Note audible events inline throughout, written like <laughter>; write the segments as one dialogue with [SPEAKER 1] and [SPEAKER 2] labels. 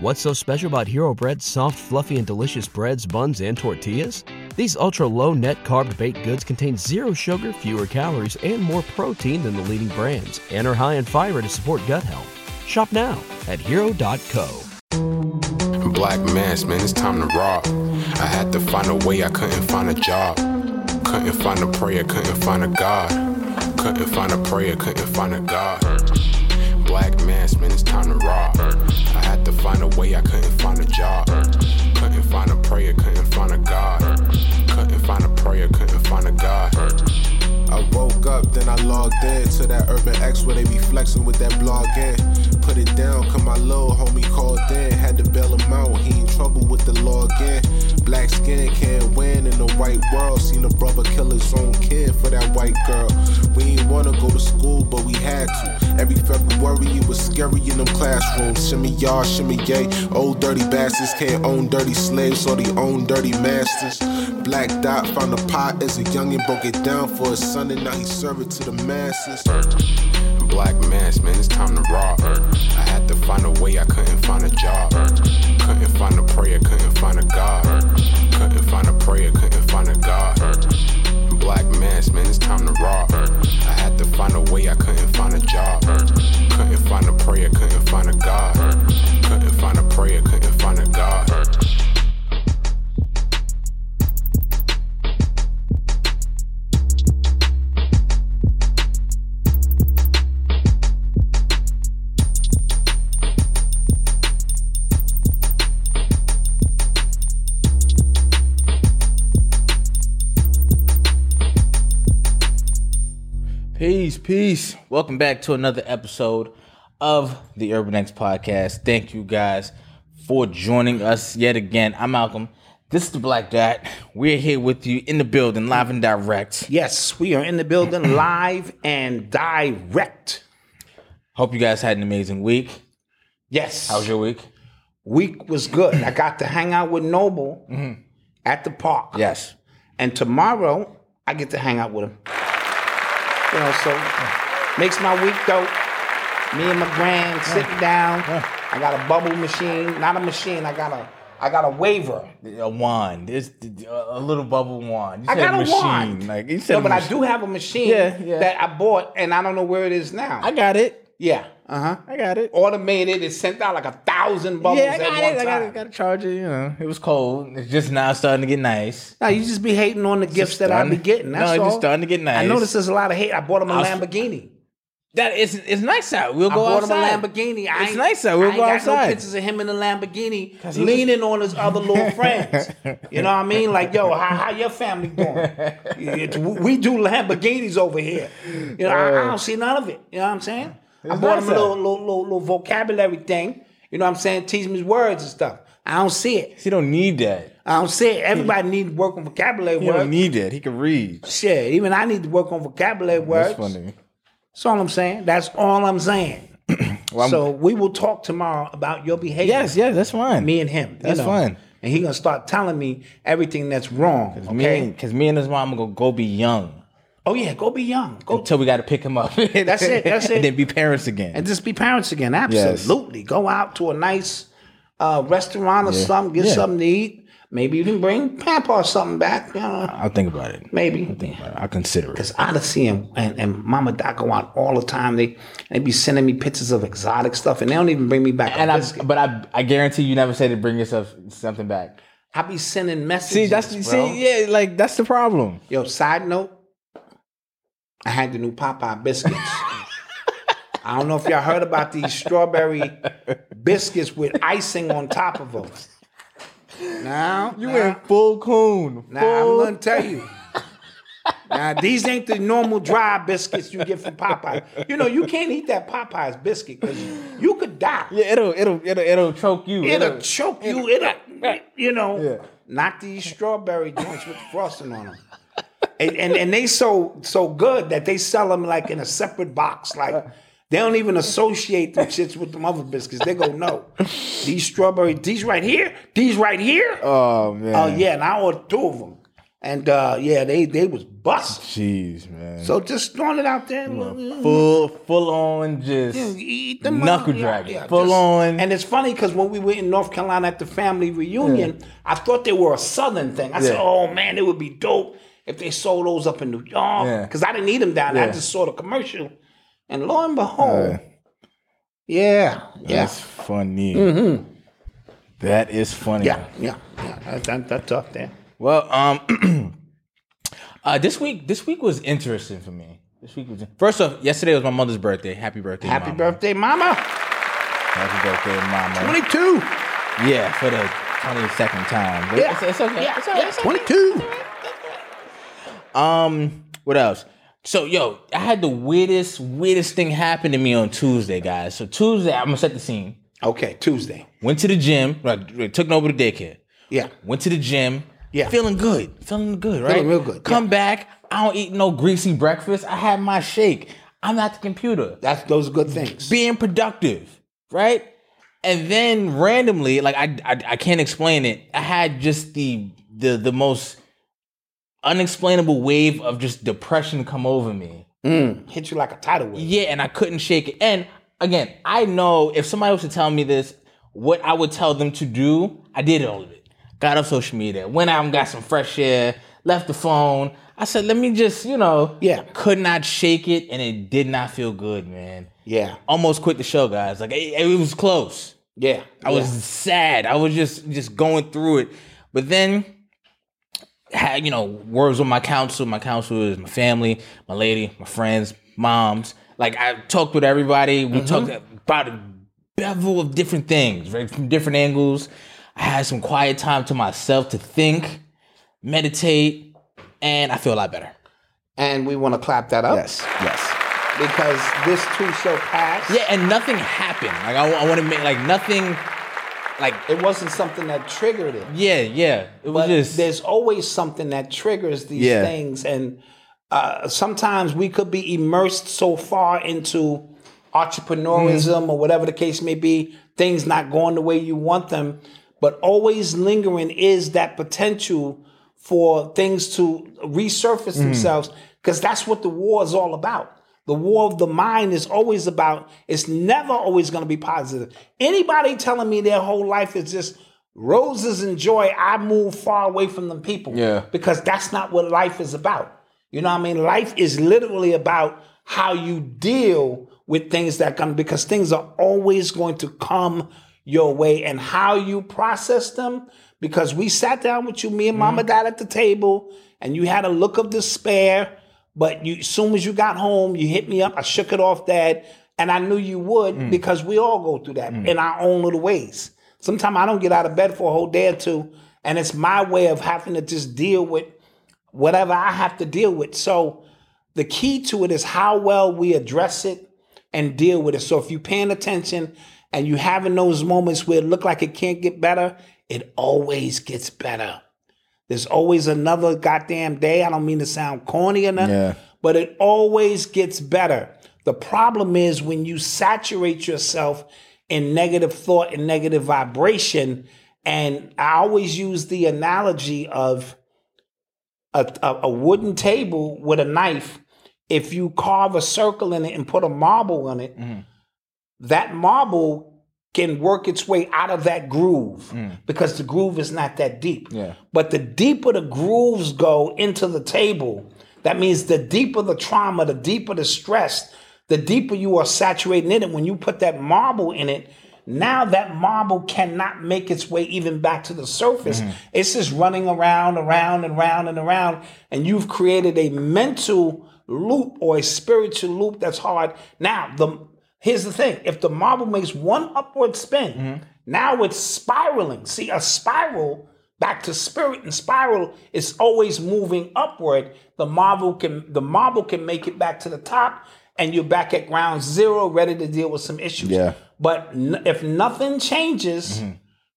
[SPEAKER 1] What's so special about Hero Bread's soft, fluffy, and delicious breads, buns, and tortillas? These ultra low net carb baked goods contain zero sugar, fewer calories, and more protein than the leading brands, and are high in fiber to support gut health. Shop now at hero.co.
[SPEAKER 2] Black mass, man, it's time to rob. I had to find a way, I couldn't find a job. Couldn't find a prayer, couldn't find a God. Couldn't find a prayer, couldn't find a God. Black mass, man, it's time to rob. I had to find a way, I couldn't find a job. Couldn't find a prayer, couldn't find a God. Couldn't find a prayer, couldn't find a God.
[SPEAKER 3] I woke up, then I logged in to that Urban X where they be flexing with that blog in. Put it down, cause my little homie called in. Had to bail him out, he in trouble with the law again. Black skin can't win in the white world. Seen a brother kill his own kid for that white girl. We ain't wanna go to school, but we had to. Every February it was scary in them classrooms. Shimmy y'all, shimmy yay. Old dirty bastards can't own dirty slaves or they own dirty masters. Black Dot found a pot as a youngin', broke it down for his son, and now he serve it to the masses.
[SPEAKER 2] Black mass, man, it's time to rob. I had to find a way, I couldn't find a job. Couldn't find a prayer, couldn't find a God. Couldn't find a prayer, couldn't find a God. Black mass, man, it's time to rob. I had to find a way, I couldn't find a job. Couldn't find a prayer, couldn't find a God. Couldn't find a prayer, couldn't find a God.
[SPEAKER 4] Peace, peace. Welcome back to another episode of the Urban X Podcast. Thank you guys for joining us yet again. I'm Malcolm. This is the Black Dot. We're here with you in the building, live and direct.
[SPEAKER 5] Yes, we are in the building live and direct.
[SPEAKER 4] Hope you guys had an amazing week.
[SPEAKER 5] Yes.
[SPEAKER 4] How was your week?
[SPEAKER 5] week was good. I got to hang out with Noble at the park.
[SPEAKER 4] Yes.
[SPEAKER 5] And tomorrow I get to hang out with him. You know, so makes my week though. Me and my grand sitting down. I got a bubble machine. Not a machine, I got a I got a waiver.
[SPEAKER 4] A wand. It's a little bubble wand. You
[SPEAKER 5] I
[SPEAKER 4] said
[SPEAKER 5] got a
[SPEAKER 4] machine.
[SPEAKER 5] wand.
[SPEAKER 4] Like you said
[SPEAKER 5] No, but I
[SPEAKER 4] mach-
[SPEAKER 5] do have a machine
[SPEAKER 4] Yeah, yeah.
[SPEAKER 5] that I bought and I don't know where it is now.
[SPEAKER 4] I got it.
[SPEAKER 5] yeah. Uh-huh.
[SPEAKER 4] I got it.
[SPEAKER 5] automated. It sent out like a thousand bubbles
[SPEAKER 4] Yeah, I
[SPEAKER 5] at
[SPEAKER 4] got
[SPEAKER 5] one
[SPEAKER 4] it. I got
[SPEAKER 5] time.
[SPEAKER 4] it. Got to charge it. You know, it was cold. It's just now starting to get nice.
[SPEAKER 5] Now you just be hating on the gifts that I be
[SPEAKER 4] starting-
[SPEAKER 5] getting.
[SPEAKER 4] No,
[SPEAKER 5] That's
[SPEAKER 4] it's
[SPEAKER 5] all.
[SPEAKER 4] just starting to get nice.
[SPEAKER 5] I noticed there's a lot of hate. I bought him a
[SPEAKER 4] I was-
[SPEAKER 5] Lamborghini.
[SPEAKER 4] That it's it's nice out. We'll
[SPEAKER 5] I
[SPEAKER 4] go
[SPEAKER 5] bought
[SPEAKER 4] outside.
[SPEAKER 5] him a Lamborghini. I
[SPEAKER 4] it's
[SPEAKER 5] ain't-
[SPEAKER 4] nice out. We'll
[SPEAKER 5] I
[SPEAKER 4] go
[SPEAKER 5] ain't Got no
[SPEAKER 4] outside.
[SPEAKER 5] pictures of him in the Lamborghini
[SPEAKER 4] he was-
[SPEAKER 5] leaning on his
[SPEAKER 4] <laughs>
[SPEAKER 5] other little friends. You know what I mean? Like, yo, how, how your family doing? It's- we do Lamborghinis over here. You know, I, I don't see none of it. You know what I'm saying? I
[SPEAKER 4] It's
[SPEAKER 5] bought
[SPEAKER 4] nice
[SPEAKER 5] him a
[SPEAKER 4] out.
[SPEAKER 5] little, little, little, little vocabulary thing. You know what I'm saying? Teach him his words and stuff. I don't see it.
[SPEAKER 4] he don't need that.
[SPEAKER 5] I don't see it. Everybody needs to work on vocabulary
[SPEAKER 4] He
[SPEAKER 5] words.
[SPEAKER 4] don't need that. He can read.
[SPEAKER 5] Shit, even I need to work on vocabulary words.
[SPEAKER 4] That's funny.
[SPEAKER 5] That's all I'm saying. That's all I'm saying.
[SPEAKER 4] <clears throat> I'm-
[SPEAKER 5] so we will talk tomorrow about your behavior.
[SPEAKER 4] Yes, yes, that's fine.
[SPEAKER 5] Me and him. you
[SPEAKER 4] That's
[SPEAKER 5] know.
[SPEAKER 4] fine.
[SPEAKER 5] And he gonna start telling me everything that's wrong. Okay.
[SPEAKER 4] because me and his mom gonna go be young
[SPEAKER 5] oh yeah, go be young. Go
[SPEAKER 4] until we got to pick him up. <laughs> that's
[SPEAKER 5] it, that's it.
[SPEAKER 4] and then be parents again.
[SPEAKER 5] and just be parents again. Absolutely. Go out to a nice uh, restaurant or
[SPEAKER 4] Yeah.
[SPEAKER 5] something, get
[SPEAKER 4] Yeah.
[SPEAKER 5] something to eat. Maybe even bring Papa or something back. You know,
[SPEAKER 4] I'll think about it.
[SPEAKER 5] maybe.
[SPEAKER 4] I'll think about it. I'll consider it.
[SPEAKER 5] Because Odyssey and, and, and Mama Doc go out all the time. They they be sending me pictures of exotic stuff, and they don't even bring me back.
[SPEAKER 4] And
[SPEAKER 5] a
[SPEAKER 4] I,
[SPEAKER 5] biscuit.
[SPEAKER 4] but I, I guarantee you never say to bring yourself something back.
[SPEAKER 5] I be sending messages.
[SPEAKER 4] See, that's
[SPEAKER 5] bro.
[SPEAKER 4] see, yeah, like that's the problem.
[SPEAKER 5] Yo, side note, I had the new Popeye biscuits. I don't know if y'all heard about these strawberry biscuits with icing on top of them. Now
[SPEAKER 4] You
[SPEAKER 5] now,
[SPEAKER 4] in full coon.
[SPEAKER 5] Now I'm
[SPEAKER 4] full-
[SPEAKER 5] gonna tell you. Now these ain't the normal dry biscuits you get from Popeye. You know you can't eat that Popeye's biscuit because you could die.
[SPEAKER 4] yeah, it'll, it'll, it'll, it'll choke you.
[SPEAKER 5] it'll, choke you. It'll, you know
[SPEAKER 4] Yeah.
[SPEAKER 5] not these strawberry joints with frosting on them. And, and and they so so good that they sell them like in a separate box. Like they don't even associate them shits with them other biscuits. They go no, these strawberry, these right here, these right here.
[SPEAKER 4] Oh man.
[SPEAKER 5] Oh yeah, and I ordered two of them. And uh, yeah, they they was busting.
[SPEAKER 4] Jeez, man.
[SPEAKER 5] So just throwing it out there.
[SPEAKER 4] full, full on, just
[SPEAKER 5] You eat them
[SPEAKER 4] knuckle
[SPEAKER 5] up. Yeah,
[SPEAKER 4] dragon,
[SPEAKER 5] yeah,
[SPEAKER 4] full
[SPEAKER 5] just-
[SPEAKER 4] on.
[SPEAKER 5] And it's funny because when we were in North Carolina at the family reunion, I thought they were a Southern thing. I said,
[SPEAKER 4] Yeah.
[SPEAKER 5] "Oh man, it would be dope if they sold those up in New York."
[SPEAKER 4] Yeah.
[SPEAKER 5] Because I didn't eat them down there.
[SPEAKER 4] Yeah.
[SPEAKER 5] I just saw the commercial, and lo and behold, yeah, yeah, Mm-hmm.
[SPEAKER 4] That's funny. That is funny.
[SPEAKER 5] yeah, yeah, yeah. That, that, that's up there.
[SPEAKER 4] Well, um, <clears throat> uh, this week this week was interesting for me. This week was first off. Yesterday was my mother's birthday. Happy birthday,
[SPEAKER 5] Happy
[SPEAKER 4] Mama.
[SPEAKER 5] birthday, Mama!
[SPEAKER 4] Happy birthday, Mama.
[SPEAKER 5] Twenty-two.
[SPEAKER 4] yeah, for the twenty second time. But
[SPEAKER 5] Yeah,
[SPEAKER 4] it's, it's okay.
[SPEAKER 5] yeah,
[SPEAKER 4] It's all right.
[SPEAKER 5] yeah.
[SPEAKER 4] It's okay.
[SPEAKER 5] Twenty-two.
[SPEAKER 4] Um, what else? So, yo, I had the weirdest, weirdest thing happen to me on Tuesday, guys. So Tuesday, I'm gonna set the scene.
[SPEAKER 5] Okay, Tuesday.
[SPEAKER 4] Went to the gym. Right, took Nova to daycare.
[SPEAKER 5] Yeah.
[SPEAKER 4] Went to the gym.
[SPEAKER 5] Yeah.
[SPEAKER 4] Feeling good. Feeling good, right?
[SPEAKER 5] real good,
[SPEAKER 4] Come back. I don't eat no greasy breakfast. I had my shake. I'm at the computer.
[SPEAKER 5] That's those are good things.
[SPEAKER 4] Being productive, right? And then randomly, like I, I I can't explain it. I had just the the the most unexplainable wave of just depression come over me.
[SPEAKER 5] Hit you like a tidal wave.
[SPEAKER 4] Yeah, and I couldn't shake it. And again, I know if somebody was to tell me this, what I would tell them to do, I did all of it. Got off social media, went out and got some fresh air, left the phone. I said, let me just, you know,
[SPEAKER 5] Yeah.
[SPEAKER 4] could not shake it, and it did not feel good, man.
[SPEAKER 5] Yeah,
[SPEAKER 4] Almost quit the show, guys. Like it, it was close.
[SPEAKER 5] yeah.
[SPEAKER 4] I was sad. I was just just going through it. But then had you know words with my counsel. My counsel is my family, my lady, my friends, moms. Like I talked with everybody. We
[SPEAKER 5] Mm-hmm.
[SPEAKER 4] talked about a bevel of different things, right? From different angles. I had some quiet time to myself to think, meditate, and I feel a lot better.
[SPEAKER 5] and we want to clap that up.
[SPEAKER 4] yes.
[SPEAKER 5] because this too shall pass.
[SPEAKER 4] Yeah, and nothing happened. Like I, want to make like nothing. Like
[SPEAKER 5] It wasn't something that triggered it.
[SPEAKER 4] yeah, yeah. It was
[SPEAKER 5] But
[SPEAKER 4] just
[SPEAKER 5] there's always something that triggers these
[SPEAKER 4] Yeah.
[SPEAKER 5] things. And uh, sometimes we could be immersed so far into entrepreneurism or whatever the case may be, things not going the way you want them. But always lingering is that potential for things to resurface themselves because that's what the war is all about. The war of the mind is always about, it's never always going to be positive. Anybody telling me their whole life is just roses and joy, I move far away from them people.
[SPEAKER 4] Yeah.
[SPEAKER 5] Because that's not what life is about. You know what I mean? Life is literally about how you deal with things that come because things are always going to come your way and how you process them. Because we sat down with you, me and mama dad at the table, and you had a look of despair. But you, soon as you got home, you hit me up. I shook it off, Dad, and I knew you would because we all go through that in our own little ways. Sometimes I don't get out of bed for a whole day or two, and it's my way of having to just deal with whatever I have to deal with. So the key to it is how well we address it and deal with it. So if you're paying attention and you having those moments where it look like it can't get better, it always gets better. There's always another goddamn day. I don't mean to sound corny or nothing,
[SPEAKER 4] Yeah.
[SPEAKER 5] but it always gets better. The problem is when you saturate yourself in negative thought and negative vibration. And I always use the analogy of a, a, a wooden table with a knife, if you carve a circle in it and put a marble on it, that marble can work its way out of that groove because the groove is not that deep.
[SPEAKER 4] Yeah.
[SPEAKER 5] But the deeper the grooves go into the table, that means the deeper the trauma, the deeper the stress, the deeper you are saturating in it. When you put that marble in it, now that marble cannot make its way even back to the surface. It's just running around, around, and around, and around. And you've created a mental loop or a spiritual loop that's hard. Now, the Here's the thing: if the marble makes one upward spin, now it's spiraling. See, a spiral back to spirit and spiral is always moving upward. The marble can the marble can make it back to the top, and you're back at ground zero, ready to deal with some issues.
[SPEAKER 4] Yeah. Mm-hmm.
[SPEAKER 5] But n- if nothing changes,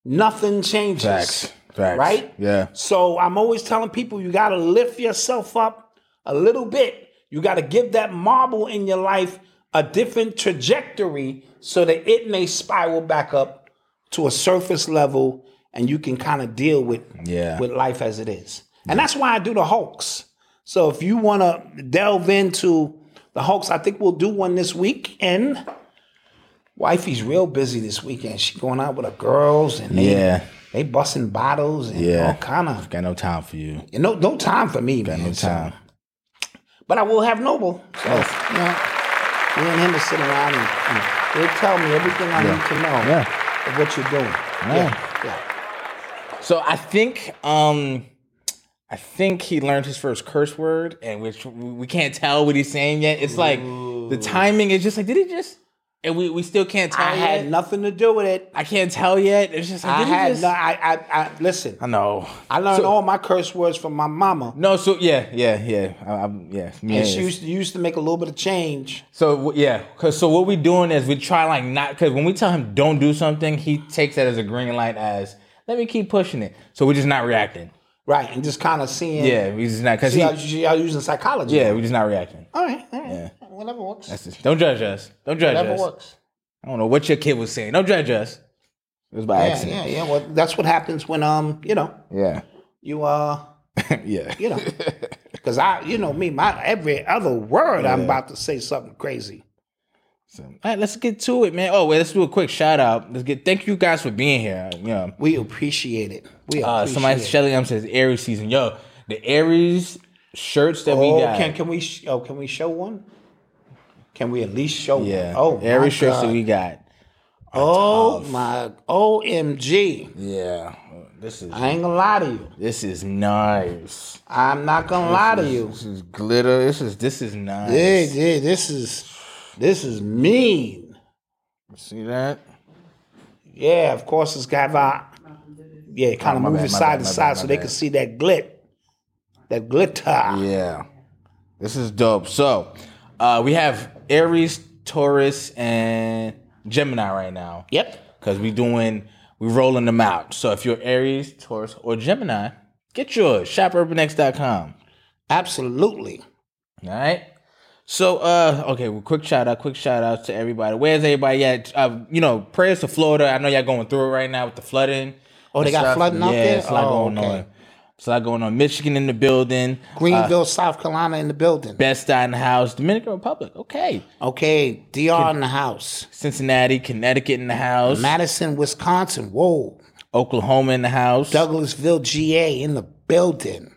[SPEAKER 5] nothing changes.
[SPEAKER 4] Facts. Facts.
[SPEAKER 5] Right?
[SPEAKER 4] Yeah.
[SPEAKER 5] So I'm always telling people you got to lift yourself up a little bit. You got to give that marble in your life a different trajectory so that it may spiral back up to a surface level and you can kind of deal with
[SPEAKER 4] Yeah.
[SPEAKER 5] with life as it is. And that's why I do the Hulks. So if you want to delve into the Hulks, I think we'll do one this week. And wifey's real busy this weekend. She going out with her girls and they,
[SPEAKER 4] Yeah.
[SPEAKER 5] they busting bottles and
[SPEAKER 4] Yeah.
[SPEAKER 5] all kind of.
[SPEAKER 4] Got no time for you.
[SPEAKER 5] And no, no time for me,
[SPEAKER 4] Got
[SPEAKER 5] man.
[SPEAKER 4] no
[SPEAKER 5] So-
[SPEAKER 4] time.
[SPEAKER 5] but I will have Noble. So, you know, me and him will sit around and, and he'll tell me everything I need to know
[SPEAKER 4] Yeah.
[SPEAKER 5] of what you're doing. Yeah. yeah.
[SPEAKER 4] So I think um I think he learned his first curse word and which we can't tell what he's saying yet. It's like the timing is just like did he just and we, we still can't tell
[SPEAKER 5] I
[SPEAKER 4] yet.
[SPEAKER 5] had nothing to do with it.
[SPEAKER 4] I can't tell yet. It's just like,
[SPEAKER 5] I
[SPEAKER 4] did he
[SPEAKER 5] had
[SPEAKER 4] just
[SPEAKER 5] no, I, I, I, listen,
[SPEAKER 4] I know.
[SPEAKER 5] I learned
[SPEAKER 4] So-
[SPEAKER 5] all my curse words from my mama.
[SPEAKER 4] No, so yeah, yeah, yeah. I, I'm yeah. yeah,
[SPEAKER 5] And she
[SPEAKER 4] yeah.
[SPEAKER 5] used to, used to make a little bit of change.
[SPEAKER 4] So w- yeah, cause so what we doing is we try like not cause when we tell him don't do something, he takes that as a green light as let me keep pushing it. So we're just not reacting.
[SPEAKER 5] Right. And just kind of seeing.
[SPEAKER 4] Yeah, we just not cause
[SPEAKER 5] See,
[SPEAKER 4] he
[SPEAKER 5] how she, how using psychology.
[SPEAKER 4] yeah we just not reacting.
[SPEAKER 5] All right. All right. Whatever works.
[SPEAKER 4] That's just, don't judge us. Don't judge
[SPEAKER 5] Whatever
[SPEAKER 4] us.
[SPEAKER 5] works.
[SPEAKER 4] I don't know what your kid was saying. Don't judge us. It was by
[SPEAKER 5] Yeah, yeah,
[SPEAKER 4] accident.
[SPEAKER 5] yeah. Well, that's what happens when, um, you know,
[SPEAKER 4] Yeah.
[SPEAKER 5] you, uh,
[SPEAKER 4] yeah. <laughs>
[SPEAKER 5] you know, because I, you know me, my every other word I'm about to say something crazy.
[SPEAKER 4] So, all right, let's get to it, man. Oh, wait, let's do a quick shout out. Let's get thank you guys for being here. You know,
[SPEAKER 5] We appreciate it. We appreciate
[SPEAKER 4] uh, somebody
[SPEAKER 5] it.
[SPEAKER 4] Shelly M says Aries season. Yo, the Aries shirts that
[SPEAKER 5] oh,
[SPEAKER 4] we got.
[SPEAKER 5] can can we? Sh- oh, can we show one? Can we at least show?
[SPEAKER 4] yeah.
[SPEAKER 5] One? Oh, my
[SPEAKER 4] Aries shirts
[SPEAKER 5] God.
[SPEAKER 4] that we got.
[SPEAKER 5] Oh my. Omg!
[SPEAKER 4] Yeah. This is
[SPEAKER 5] I ain't gonna lie to you.
[SPEAKER 4] this is nice.
[SPEAKER 5] I'm not gonna lie to you.
[SPEAKER 4] This is glitter. This is this is nice.
[SPEAKER 5] Yeah, yeah. This is this is mean.
[SPEAKER 4] See that?
[SPEAKER 5] Yeah, of course it's got our yeah, kind
[SPEAKER 4] Oh,
[SPEAKER 5] of
[SPEAKER 4] my
[SPEAKER 5] move
[SPEAKER 4] bad,
[SPEAKER 5] it
[SPEAKER 4] my
[SPEAKER 5] side
[SPEAKER 4] bad,
[SPEAKER 5] to
[SPEAKER 4] my
[SPEAKER 5] side
[SPEAKER 4] bad,
[SPEAKER 5] so
[SPEAKER 4] my
[SPEAKER 5] they
[SPEAKER 4] bad.
[SPEAKER 5] can see that glit, that glitter.
[SPEAKER 4] Yeah. This is dope. So, uh, we have Aries, Taurus, and Gemini right now.
[SPEAKER 5] Yep.
[SPEAKER 4] Because we doing, we rolling them out. So if you're Aries, Taurus, or Gemini, get yours. ShopUrbanX.com.
[SPEAKER 5] Absolutely.
[SPEAKER 4] All right. So, uh, okay, well, quick shout out, quick shout out to everybody. Where's everybody at? Uh, you know, prayers to Florida. I know y'all going through it right now with the flooding.
[SPEAKER 5] Oh, they got
[SPEAKER 4] Stuff-
[SPEAKER 5] flooding out
[SPEAKER 4] yeah,
[SPEAKER 5] there?
[SPEAKER 4] It's a lot
[SPEAKER 5] Oh,
[SPEAKER 4] going
[SPEAKER 5] okay.
[SPEAKER 4] on. It's a lot going on. Michigan in the building. Uh,
[SPEAKER 5] Greenville, South Carolina in the building.
[SPEAKER 4] Best Eye in the house. Dominican Republic. Okay.
[SPEAKER 5] Okay, DR in the house.
[SPEAKER 4] Cincinnati, Connecticut in the house.
[SPEAKER 5] Madison, Wisconsin. Whoa.
[SPEAKER 4] Oklahoma in the house.
[SPEAKER 5] Douglasville, GA in the building.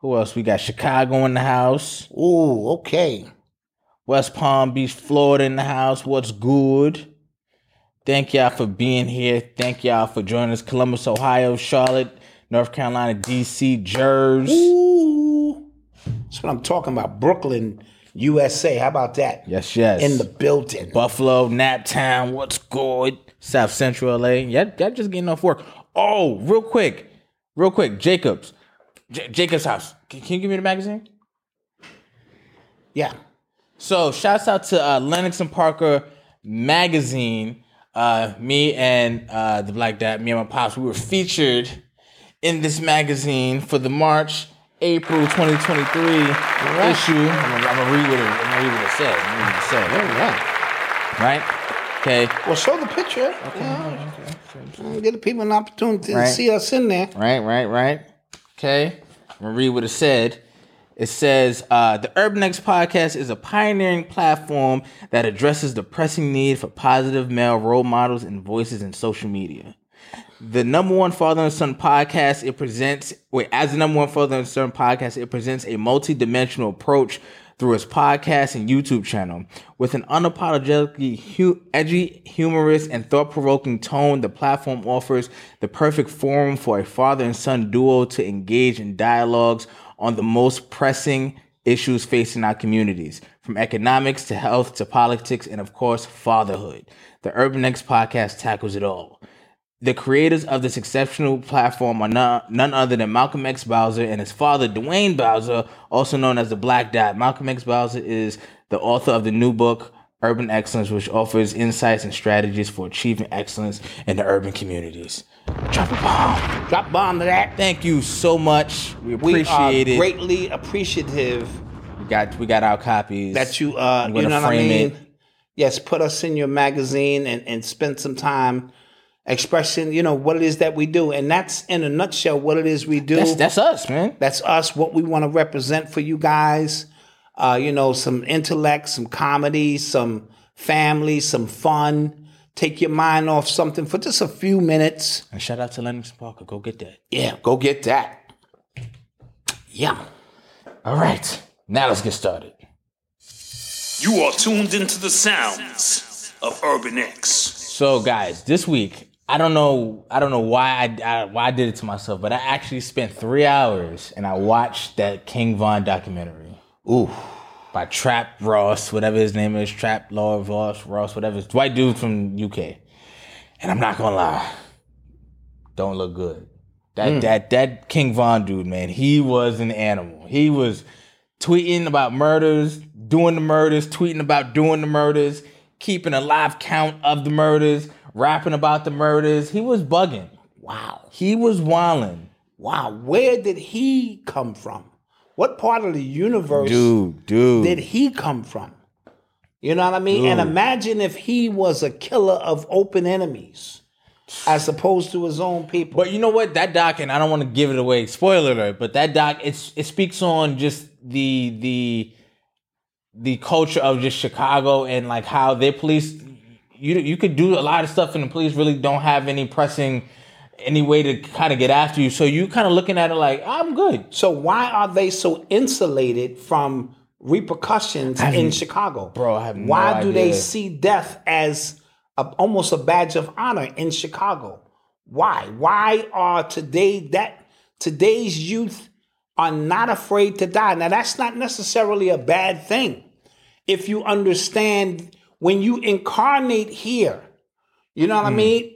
[SPEAKER 4] Who else? We got Chicago in the house.
[SPEAKER 5] Ooh, okay.
[SPEAKER 4] West Palm Beach, Florida in the house. What's good? Thank y'all for being here. Thank y'all for joining us. Columbus, Ohio, Charlotte, North Carolina, DC, Jersey.
[SPEAKER 5] Ooh. That's what I'm talking about. Brooklyn, USA. How about that?
[SPEAKER 4] Yes, yes.
[SPEAKER 5] In the building.
[SPEAKER 4] Buffalo, Naptown, what's good? South Central LA. Yeah, y'all just getting off work. Oh, real quick, real quick, Jacobs. J- Jacobs House. Can, can you give me the magazine?
[SPEAKER 5] Yeah.
[SPEAKER 4] So shouts out to uh, Lennox and Parker magazine. Uh, me and uh, the Black Dad, me and my pops, we were featured in this magazine for the March, April 2023 issue. I'm gonna, I'm gonna read what it. I'm gonna read what it said. I'm gonna read what it said.
[SPEAKER 5] yeah.
[SPEAKER 4] Right? Okay.
[SPEAKER 5] Well, show the picture. Okay. Give the people an opportunity to
[SPEAKER 4] Right.
[SPEAKER 5] see us in there.
[SPEAKER 4] Right, right, right. Okay. I'm gonna read what it said. It says uh, the Urban X podcast is a pioneering platform that addresses the pressing need for positive male role models and voices in social media. The number one father and son podcast it presents wait as the number one father and son podcast it presents a multi-dimensional approach through its podcast and YouTube channel with an unapologetically hu- edgy, humorous, and thought-provoking tone. The platform offers the perfect forum for a father and son duo to engage in dialogues on the most pressing issues facing our communities, from economics to health to politics, and of course, fatherhood. The Urban X podcast tackles it all. The creators of this exceptional platform are none, none other than Malcolm X Bowser and his father, Dwayne Bowser, also known as the Black Dot. Malcolm X Bowser is the author of the new book, Urban Excellence, which offers insights and strategies for achieving excellence in the urban communities. Drop a bomb.
[SPEAKER 5] Drop bomb to that.
[SPEAKER 4] Thank you so much. We
[SPEAKER 5] We are
[SPEAKER 4] appreciate it.
[SPEAKER 5] greatly appreciative
[SPEAKER 4] We got we got our copies.
[SPEAKER 5] that you uh
[SPEAKER 4] I'm
[SPEAKER 5] you
[SPEAKER 4] gonna
[SPEAKER 5] know what I
[SPEAKER 4] frame
[SPEAKER 5] mean?
[SPEAKER 4] it.
[SPEAKER 5] Yes, put us in your magazine and, and spend some time expressing, you know, what it is that we do. And that's in a nutshell what it is we do.
[SPEAKER 4] That's that's us, man.
[SPEAKER 5] That's us, what we want to represent for you guys. Uh, you know, some intellect, some comedy, some family, some fun. Take your mind off something for just a few minutes.
[SPEAKER 4] And shout out to Lennox Parker. Go get that.
[SPEAKER 5] Yeah, go get that. Yeah.
[SPEAKER 4] All right. Now let's get started.
[SPEAKER 6] You are tuned into the sounds of Urban X.
[SPEAKER 4] So guys, this week I don't know I don't know why I, I why I did it to myself, but I actually spent three hours and I watched that King Von documentary. Ooh, by Trap Ross, whatever his name is, Trap Law Ross, Ross, whatever. It's white dude from UK, and I'm not gonna lie, don't look good. That that that King Von dude, man, he was an animal. He was tweeting about murders, doing the murders, tweeting about doing the murders, keeping a live count of the murders, rapping about the murders. He was bugging.
[SPEAKER 5] Wow.
[SPEAKER 4] He was wilding.
[SPEAKER 5] Wow. Where did he come from? What part of the universe
[SPEAKER 4] Dude, dude.
[SPEAKER 5] did he come from? You know what I mean? And imagine if he was a killer of open enemies as opposed to his own people.
[SPEAKER 4] But you know what? That doc, and I don't want to give it away. Spoiler alert! But that doc, it's it speaks on just the the the culture of just Chicago and like how their police. You you could do a lot of stuff, and the police really don't have any pressing any way to kind of get after you. So you kind of looking at it like I'm good,
[SPEAKER 5] so why are they so insulated from repercussions in Chicago?
[SPEAKER 4] Bro, I have no
[SPEAKER 5] Why do they
[SPEAKER 4] idea.
[SPEAKER 5] see death as a, almost a badge of honor in Chicago? Why? Why are today that today's youth are not afraid to die? Now that's not necessarily a bad thing. If you understand when you incarnate here, you know what
[SPEAKER 4] Hmm.
[SPEAKER 5] I mean?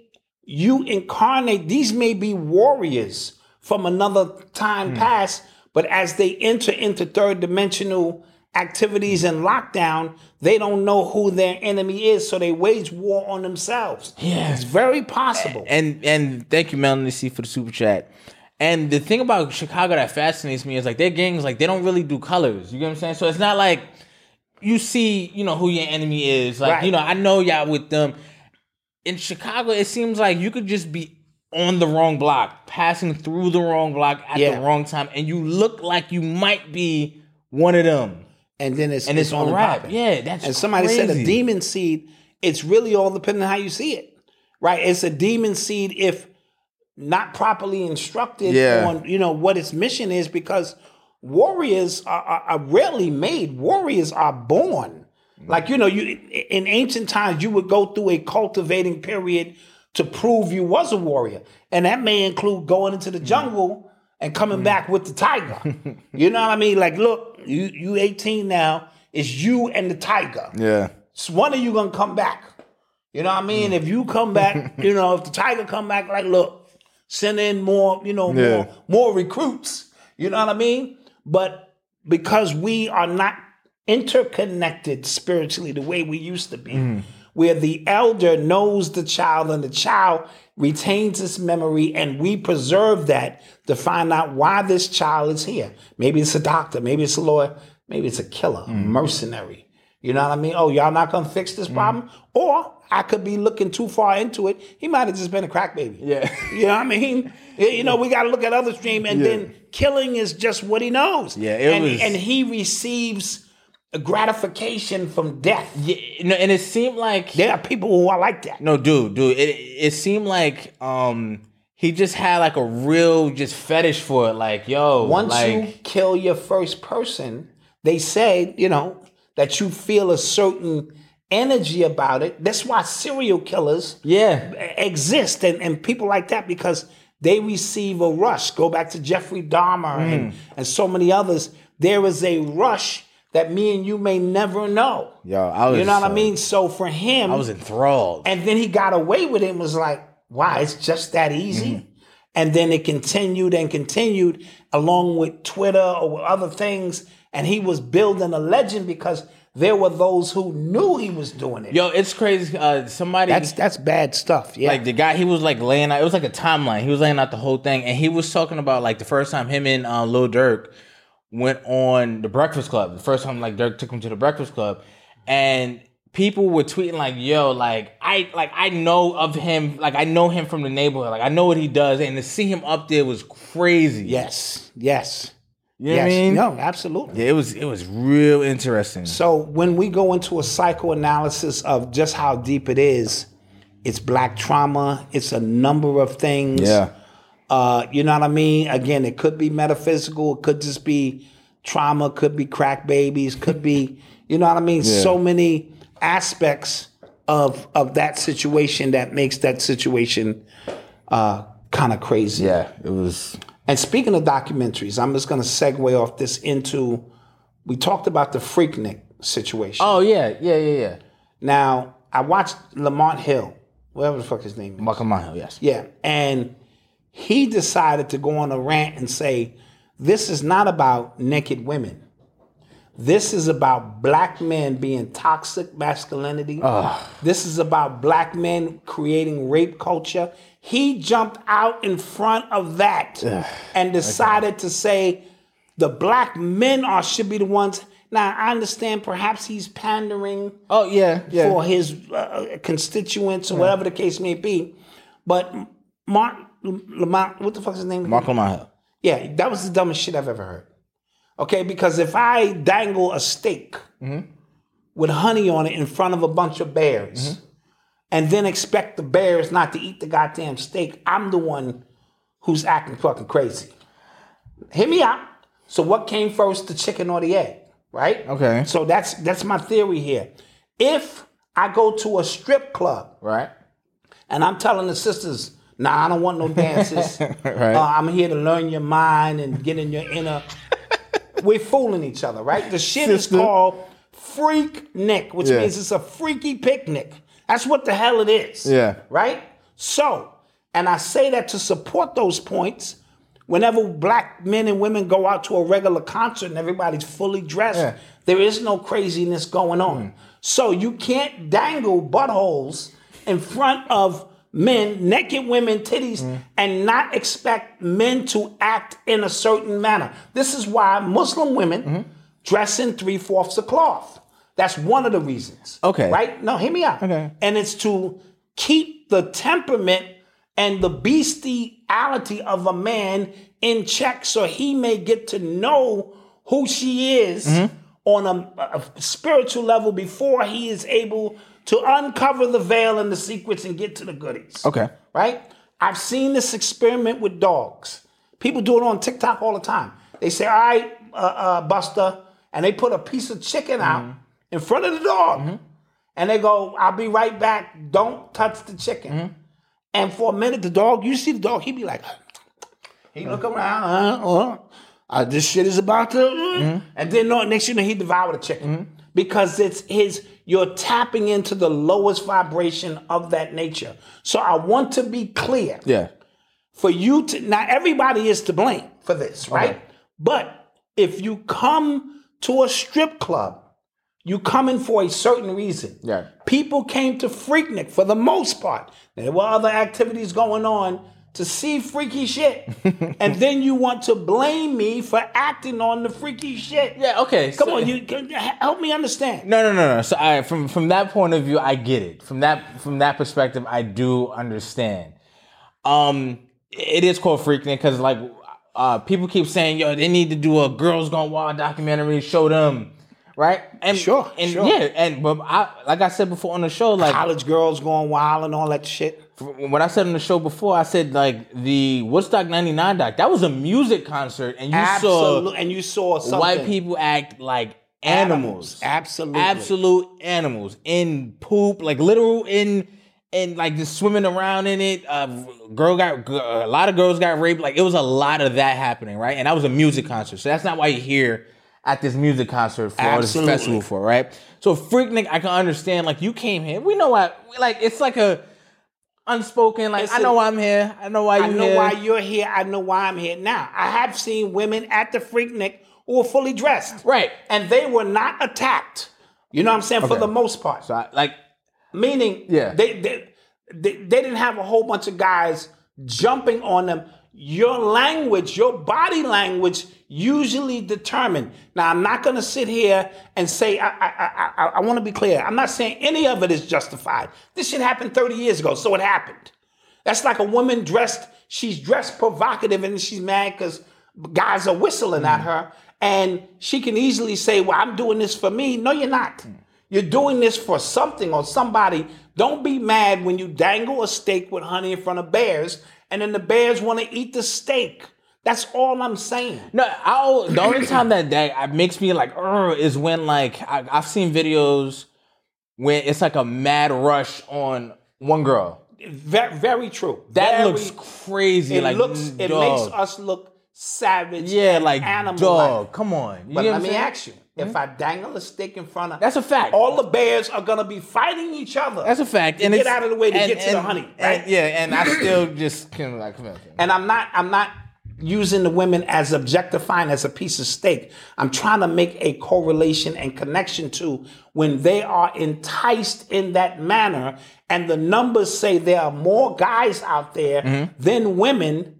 [SPEAKER 5] You incarnate, these may be warriors from another
[SPEAKER 4] Hmm.
[SPEAKER 5] time past, but as they enter into third dimensional activities and lockdown, they don't know who their enemy is, so they wage war on themselves.
[SPEAKER 4] Yeah.
[SPEAKER 5] It's very possible.
[SPEAKER 4] and and thank you, Melanie C, for the super chat. And the thing about Chicago that fascinates me is like their gangs, like they don't really do colors. You get what I'm saying? So it's not like you see, you know, who your enemy is. Like,
[SPEAKER 5] Right.
[SPEAKER 4] you know, I know y'all with them. In Chicago, it seems like you could just be on the wrong block, passing through the wrong block at
[SPEAKER 5] Yeah.
[SPEAKER 4] the wrong time, and you look like you might be one of them.
[SPEAKER 5] And then it's,
[SPEAKER 4] And it's,
[SPEAKER 5] on
[SPEAKER 4] on
[SPEAKER 5] and
[SPEAKER 4] rap.
[SPEAKER 5] popping.
[SPEAKER 4] Yeah, that's
[SPEAKER 5] and somebody said a
[SPEAKER 4] crazy.
[SPEAKER 5] demon seed it's really all depending on how you see it right it's a demon seed if not properly instructed
[SPEAKER 4] Yeah.
[SPEAKER 5] on you know what its mission is because warriors are, are, are rarely made warriors are born like you know you in ancient times you would go through a cultivating period to prove you was a warrior and that may include going into
[SPEAKER 4] Mm-hmm.
[SPEAKER 5] the jungle and
[SPEAKER 4] Mm.
[SPEAKER 5] coming back with the tiger
[SPEAKER 4] <laughs>
[SPEAKER 5] you know what i mean like look you you 18 now it's you and the tiger
[SPEAKER 4] Yeah.
[SPEAKER 5] it's one of you gonna come back. You know what I mean? If you
[SPEAKER 4] <laughs>
[SPEAKER 5] come back, you know, if the Tiger come back, like, look, send in more, you know,
[SPEAKER 4] Yeah.
[SPEAKER 5] more, more recruits. You know what I mean? But because we are not interconnected spiritually the way we used to be,
[SPEAKER 4] Mm.
[SPEAKER 5] where the elder knows the child and the child retains its memory and we preserve that to find out why this child is here. Maybe it's a doctor, maybe it's a lawyer, maybe it's a killer,
[SPEAKER 4] Mm.
[SPEAKER 5] a mercenary. You know what I mean? Oh, y'all not gonna fix this problem? Or I could be looking too far into it. He might have just been a crack baby.
[SPEAKER 4] Yeah.
[SPEAKER 5] You know what I mean? Y- You know, we gotta look at other stream and then killing is just what he knows.
[SPEAKER 4] Yeah, it
[SPEAKER 5] and,
[SPEAKER 4] was-
[SPEAKER 5] and he receives gratification from death.
[SPEAKER 4] yeah no, and it seemed like
[SPEAKER 5] There are people who are like that.
[SPEAKER 4] No, dude, dude. It it seemed like um he just had like a real just fetish for it. Like, yo,
[SPEAKER 5] Once
[SPEAKER 4] like,
[SPEAKER 5] you kill your first person, they say, you know, that you feel a certain energy about it. That's why serial killers
[SPEAKER 4] yeah,
[SPEAKER 5] exist and, and people like that because they receive a rush. Go back to Jeffrey Dahmer
[SPEAKER 4] Mm.
[SPEAKER 5] and, and so many others. There is a rush that me and you may never know.
[SPEAKER 4] yo, I was.
[SPEAKER 5] you know what
[SPEAKER 4] so-
[SPEAKER 5] I mean? So for him,
[SPEAKER 4] I was enthralled.
[SPEAKER 5] and then he got away with it and was like, wow, it's just that easy.
[SPEAKER 4] Mm-hmm.
[SPEAKER 5] And then it continued and continued along with Twitter or with other things. And he was building a legend because there were those who knew he was doing it.
[SPEAKER 4] yo, it's crazy. Uh, somebody
[SPEAKER 5] that's that's bad stuff. Yeah.
[SPEAKER 4] like the guy he was like laying out it was like a timeline he was laying out the whole thing and he was talking about like the first time him and uh, lil durk went on the breakfast club the first time like dirk took him to the breakfast club and people were tweeting like, "Yo, like I like I know of him, like I know him from the neighborhood, like I know what he does," and to see him up there was crazy.
[SPEAKER 5] Yes. Yes.
[SPEAKER 4] you know
[SPEAKER 5] yes.
[SPEAKER 4] what I mean.
[SPEAKER 5] No, absolutely.
[SPEAKER 4] Yeah, it was it was real interesting.
[SPEAKER 5] So when we go into a psychoanalysis of just how deep it is, it's black trauma, it's a number of things. Uh, you know what I mean? Again, it could be metaphysical, it could just be trauma, could be crack babies, could be, you know what I mean? So many aspects of of that situation that makes that situation uh kind of crazy.
[SPEAKER 4] yeah, it was.
[SPEAKER 5] And speaking of documentaries, I'm just gonna segue off this into we talked about the Freaknik situation.
[SPEAKER 4] Oh yeah, yeah, yeah, yeah.
[SPEAKER 5] Now, I watched Lamont Hill, whatever the fuck his name is.
[SPEAKER 4] Michael Mayo, yes.
[SPEAKER 5] Yeah. And he decided to go on a rant and say, this is not about naked women. This is about black men being toxic masculinity. This is about black men creating rape culture. He jumped out in front of that and decided to say the black men are should be the ones. Now I understand perhaps he's pandering
[SPEAKER 4] Oh yeah, yeah.
[SPEAKER 5] for his uh, constituents or whatever the case may be. But Mark Lamont, what the fuck's his name?
[SPEAKER 4] Michael Mayo.
[SPEAKER 5] Yeah, that was the dumbest shit I've ever heard. Okay, because if I dangle a steak with honey on it in front of a bunch of bears and then expect the bears not to eat the goddamn steak, I'm the one who's acting fucking crazy. Hear me out. So what came first, the chicken or the egg? Right?
[SPEAKER 4] Okay.
[SPEAKER 5] So that's that's my theory here. If I go to a strip club
[SPEAKER 4] Right.
[SPEAKER 5] and I'm telling the sisters, nah, I don't want
[SPEAKER 4] <laughs>
[SPEAKER 5] no dances. Uh, I'm here to learn your mind and get in your
[SPEAKER 4] <laughs>
[SPEAKER 5] inner. We're fooling each other, right? The shit
[SPEAKER 4] Sister.
[SPEAKER 5] is called freak nick, which
[SPEAKER 4] Yeah.
[SPEAKER 5] means it's a freaky picnic. That's what the hell it is.
[SPEAKER 4] Yeah.
[SPEAKER 5] Right? So, and I say that to support those points. Whenever black men and women go out to a regular concert and everybody's fully dressed,
[SPEAKER 4] Yeah. Mm.
[SPEAKER 5] there is no craziness going on. So you can't dangle buttholes in front of men, naked women, titties,
[SPEAKER 4] Mm.
[SPEAKER 5] and not expect men to act in a certain manner. This is why Muslim women
[SPEAKER 4] Mm-hmm.
[SPEAKER 5] dress in three fourths of cloth. That's one of the reasons.
[SPEAKER 4] Okay.
[SPEAKER 5] Right? No, hear me out.
[SPEAKER 4] Okay.
[SPEAKER 5] And it's to keep the temperament and the bestiality of a man in check so he may get to know who she is
[SPEAKER 4] Mm-hmm.
[SPEAKER 5] on a, a spiritual level before he is able to uncover the veil and the secrets and get to the goodies.
[SPEAKER 4] Okay.
[SPEAKER 5] Right? I've seen this experiment with dogs. People do it on TikTok all the time. They say, all right, uh, uh, Buster, and they put a piece of chicken out
[SPEAKER 4] Mm-hmm.
[SPEAKER 5] in front of the dog. And they go, I'll be right back. Don't touch the chicken. And for a minute, the dog, you see the dog, he be like, he look around, uh, uh, uh, this shit is about to, uh, and then no, next thing you know, he devour the chicken because it's his. You're tapping into the lowest vibration of that nature. So I want to be clear
[SPEAKER 4] Yeah.
[SPEAKER 5] for you to now everybody is to blame for this, right? But if you come to a strip club, you come in for a certain reason.
[SPEAKER 4] Yeah.
[SPEAKER 5] People came to Freaknik for the most part. There were other activities going on to see freaky
[SPEAKER 4] <laughs>
[SPEAKER 5] shit. and then you want to blame me for acting on the freaky shit.
[SPEAKER 4] Yeah. Okay.
[SPEAKER 5] Come
[SPEAKER 4] so-
[SPEAKER 5] on, you can, help me
[SPEAKER 4] <laughs>
[SPEAKER 5] understand.
[SPEAKER 4] No, no, no, no. So I from from that point of view, I get it. From that from that perspective, I do understand. Um, it is called freaking because like uh, people keep saying, yo, they need to do a girls gone wild documentary, show them, right? And
[SPEAKER 5] Sure,
[SPEAKER 4] and
[SPEAKER 5] sure.
[SPEAKER 4] yeah, and but I like I said before on the show, like
[SPEAKER 5] College girls going wild and all that shit.
[SPEAKER 4] when I said on the show before, I said like the Woodstock '99 doc that was a music concert, and you
[SPEAKER 5] Absolutely.
[SPEAKER 4] saw
[SPEAKER 5] And you saw something.
[SPEAKER 4] white people act like animals.
[SPEAKER 5] Absolutely.
[SPEAKER 4] absolute animals in poop, like literal in and like just swimming around in it. Uh, girl got g- a lot of girls got raped. Like it was a lot of that happening, right? And that was a music concert, so that's not why you're here at this music concert for or this
[SPEAKER 5] Absolutely.
[SPEAKER 4] festival for, right? So Freaknik, I can understand. Like you came here, we know why. Like it's like a unspoken. Like
[SPEAKER 5] It's
[SPEAKER 4] I
[SPEAKER 5] a-
[SPEAKER 4] know why I'm here. I know why you.
[SPEAKER 5] I know
[SPEAKER 4] here.
[SPEAKER 5] why you're here. I know why I'm here. Now, I have seen women at the Freaknik who were fully dressed.
[SPEAKER 4] Right.
[SPEAKER 5] And they were not attacked. You know what I'm saying? For
[SPEAKER 4] Okay.
[SPEAKER 5] the most part.
[SPEAKER 4] So I, like
[SPEAKER 5] Meaning,
[SPEAKER 4] Yeah.
[SPEAKER 5] they, they, they, they didn't have a whole bunch of guys jumping on them. your language, your body language usually determine. Now, I'm not going to sit here and say, I, I, I, I want to be clear. I'm not saying any of it is justified. This shit happened 30 years ago, so it happened. That's like a woman dressed, she's dressed provocative and she's mad because guys are whistling
[SPEAKER 4] Mm.
[SPEAKER 5] at her. And she can easily say, Well, I'm doing this for me. No, you're not.
[SPEAKER 4] Mm.
[SPEAKER 5] You're doing this for something or somebody. Don't be mad when you dangle a steak with honey in front of bears and then the bears want to eat the steak. That's all I'm saying.
[SPEAKER 4] No, I'll, the only time that that uh, makes me like "Ugh," is when like I, I've seen videos where it's like a mad rush on one girl.
[SPEAKER 5] Very, very true.
[SPEAKER 4] That
[SPEAKER 5] Very-
[SPEAKER 4] looks crazy.
[SPEAKER 5] It
[SPEAKER 4] like
[SPEAKER 5] looks. It
[SPEAKER 4] dog.
[SPEAKER 5] makes us look savage.
[SPEAKER 4] yeah,
[SPEAKER 5] and
[SPEAKER 4] like
[SPEAKER 5] animal.
[SPEAKER 4] dog. Come on, You get
[SPEAKER 5] But
[SPEAKER 4] what
[SPEAKER 5] let
[SPEAKER 4] I'm
[SPEAKER 5] me
[SPEAKER 4] saying? Mm-hmm.
[SPEAKER 5] ask you: If I dangle a stick in front of
[SPEAKER 4] That's a fact.
[SPEAKER 5] all the bears are gonna be fighting each other.
[SPEAKER 4] That's a fact.
[SPEAKER 5] To
[SPEAKER 4] And
[SPEAKER 5] get
[SPEAKER 4] it's-
[SPEAKER 5] out of the way to
[SPEAKER 4] and-
[SPEAKER 5] get to the
[SPEAKER 4] and-
[SPEAKER 5] honey,
[SPEAKER 4] and-
[SPEAKER 5] right?
[SPEAKER 4] yeah, and I
[SPEAKER 5] <clears throat>
[SPEAKER 4] still just can like come on.
[SPEAKER 5] And I'm not. I'm not using the women as objectifying as a piece of steak. I'm trying to make a correlation and connection to when they are enticed in that manner, and the numbers say there are more guys out there
[SPEAKER 4] Mm-hmm.
[SPEAKER 5] than women.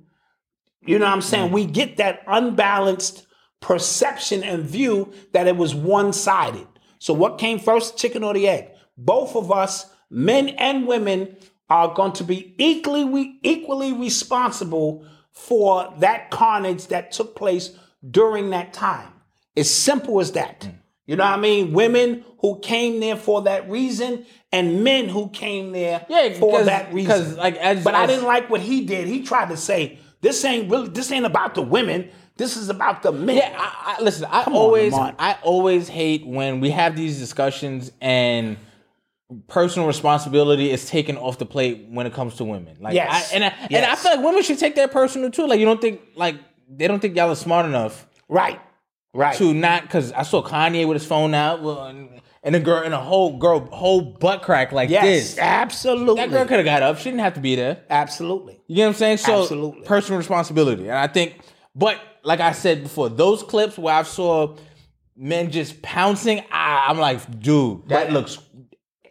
[SPEAKER 5] You know what I'm saying? We get that unbalanced perception and view that it was one sided. So, what came first, chicken or the egg? Both of us, men and women, are going to be equally we equally responsible for that carnage that took place during that time. It's simple as that.
[SPEAKER 4] Mm.
[SPEAKER 5] You know what I mean? Women who came there for that reason, and men who came there
[SPEAKER 4] Yeah,
[SPEAKER 5] for
[SPEAKER 4] 'cause-
[SPEAKER 5] that
[SPEAKER 4] 'cause,
[SPEAKER 5] reason.
[SPEAKER 4] like, as-
[SPEAKER 5] but I
[SPEAKER 4] as-
[SPEAKER 5] didn't like what he did. He tried to say this ain't really this ain't about the women. This is about the men.
[SPEAKER 4] Yeah, I, I, listen. I
[SPEAKER 5] Come on,
[SPEAKER 4] always,
[SPEAKER 5] Lamont.
[SPEAKER 4] I always hate when we have these discussions and personal responsibility is taken off the plate when it comes to women. Like,
[SPEAKER 5] Yes.
[SPEAKER 4] I, and I, and I
[SPEAKER 5] Yes.
[SPEAKER 4] feel like women should take that personal too. Like, you don't think like they don't think y'all are smart enough
[SPEAKER 5] right, right.
[SPEAKER 4] to not because I saw Kanye with his phone out, well, and, and a girl and a whole girl whole butt crack like
[SPEAKER 5] yes,
[SPEAKER 4] this.
[SPEAKER 5] absolutely.
[SPEAKER 4] That girl could have got up. She didn't have to be there.
[SPEAKER 5] absolutely.
[SPEAKER 4] You get what I'm saying? So
[SPEAKER 5] Absolutely.
[SPEAKER 4] personal responsibility. And I think, but like I said before, those clips where I saw men just pouncing, I, I'm like, dude, that
[SPEAKER 5] But-
[SPEAKER 4] looks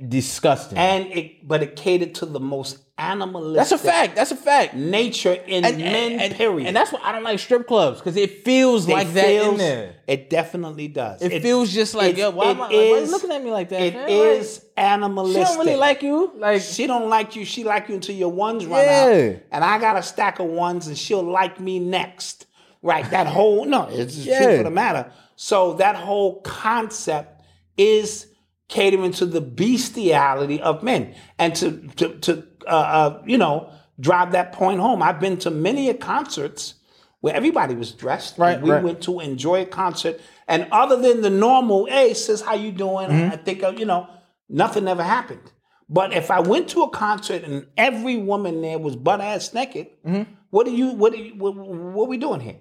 [SPEAKER 4] disgusting.
[SPEAKER 5] And it, but it catered to the most animalistic.
[SPEAKER 4] that's a fact. That's a fact.
[SPEAKER 5] Nature in
[SPEAKER 4] And,
[SPEAKER 5] men.
[SPEAKER 4] and- and-
[SPEAKER 5] period.
[SPEAKER 4] And that's why I don't like strip clubs because it feels
[SPEAKER 5] It
[SPEAKER 4] like that in
[SPEAKER 5] feels-
[SPEAKER 4] there.
[SPEAKER 5] It definitely does.
[SPEAKER 4] It feels just like,
[SPEAKER 5] it-
[SPEAKER 4] yo, why am I-
[SPEAKER 5] it
[SPEAKER 4] like, why you
[SPEAKER 5] is-
[SPEAKER 4] looking at me like that,
[SPEAKER 5] It
[SPEAKER 4] man? Like,
[SPEAKER 5] is
[SPEAKER 4] She
[SPEAKER 5] animalistic.
[SPEAKER 4] don't really like you. Like
[SPEAKER 5] She don't like you. She like you until your ones run
[SPEAKER 4] Yeah.
[SPEAKER 5] out, and I got a stack of ones, and she'll like me next. Right? That whole no, it's just
[SPEAKER 4] Yeah.
[SPEAKER 5] truth of the matter. So that whole concept is catering to the bestiality of men, and to to to uh, uh, you know drive that point home. I've been to many a concerts where everybody was dressed. and
[SPEAKER 4] Right,
[SPEAKER 5] we
[SPEAKER 4] right.
[SPEAKER 5] went to enjoy a concert, and other than the normal, hey, sis, how you doing?
[SPEAKER 4] Mm-hmm.
[SPEAKER 5] I think uh, you know nothing ever happened. But if I went to a concert and every woman there was butt ass naked,
[SPEAKER 4] Mm-hmm.
[SPEAKER 5] what are you? What are you? What, what we doing here?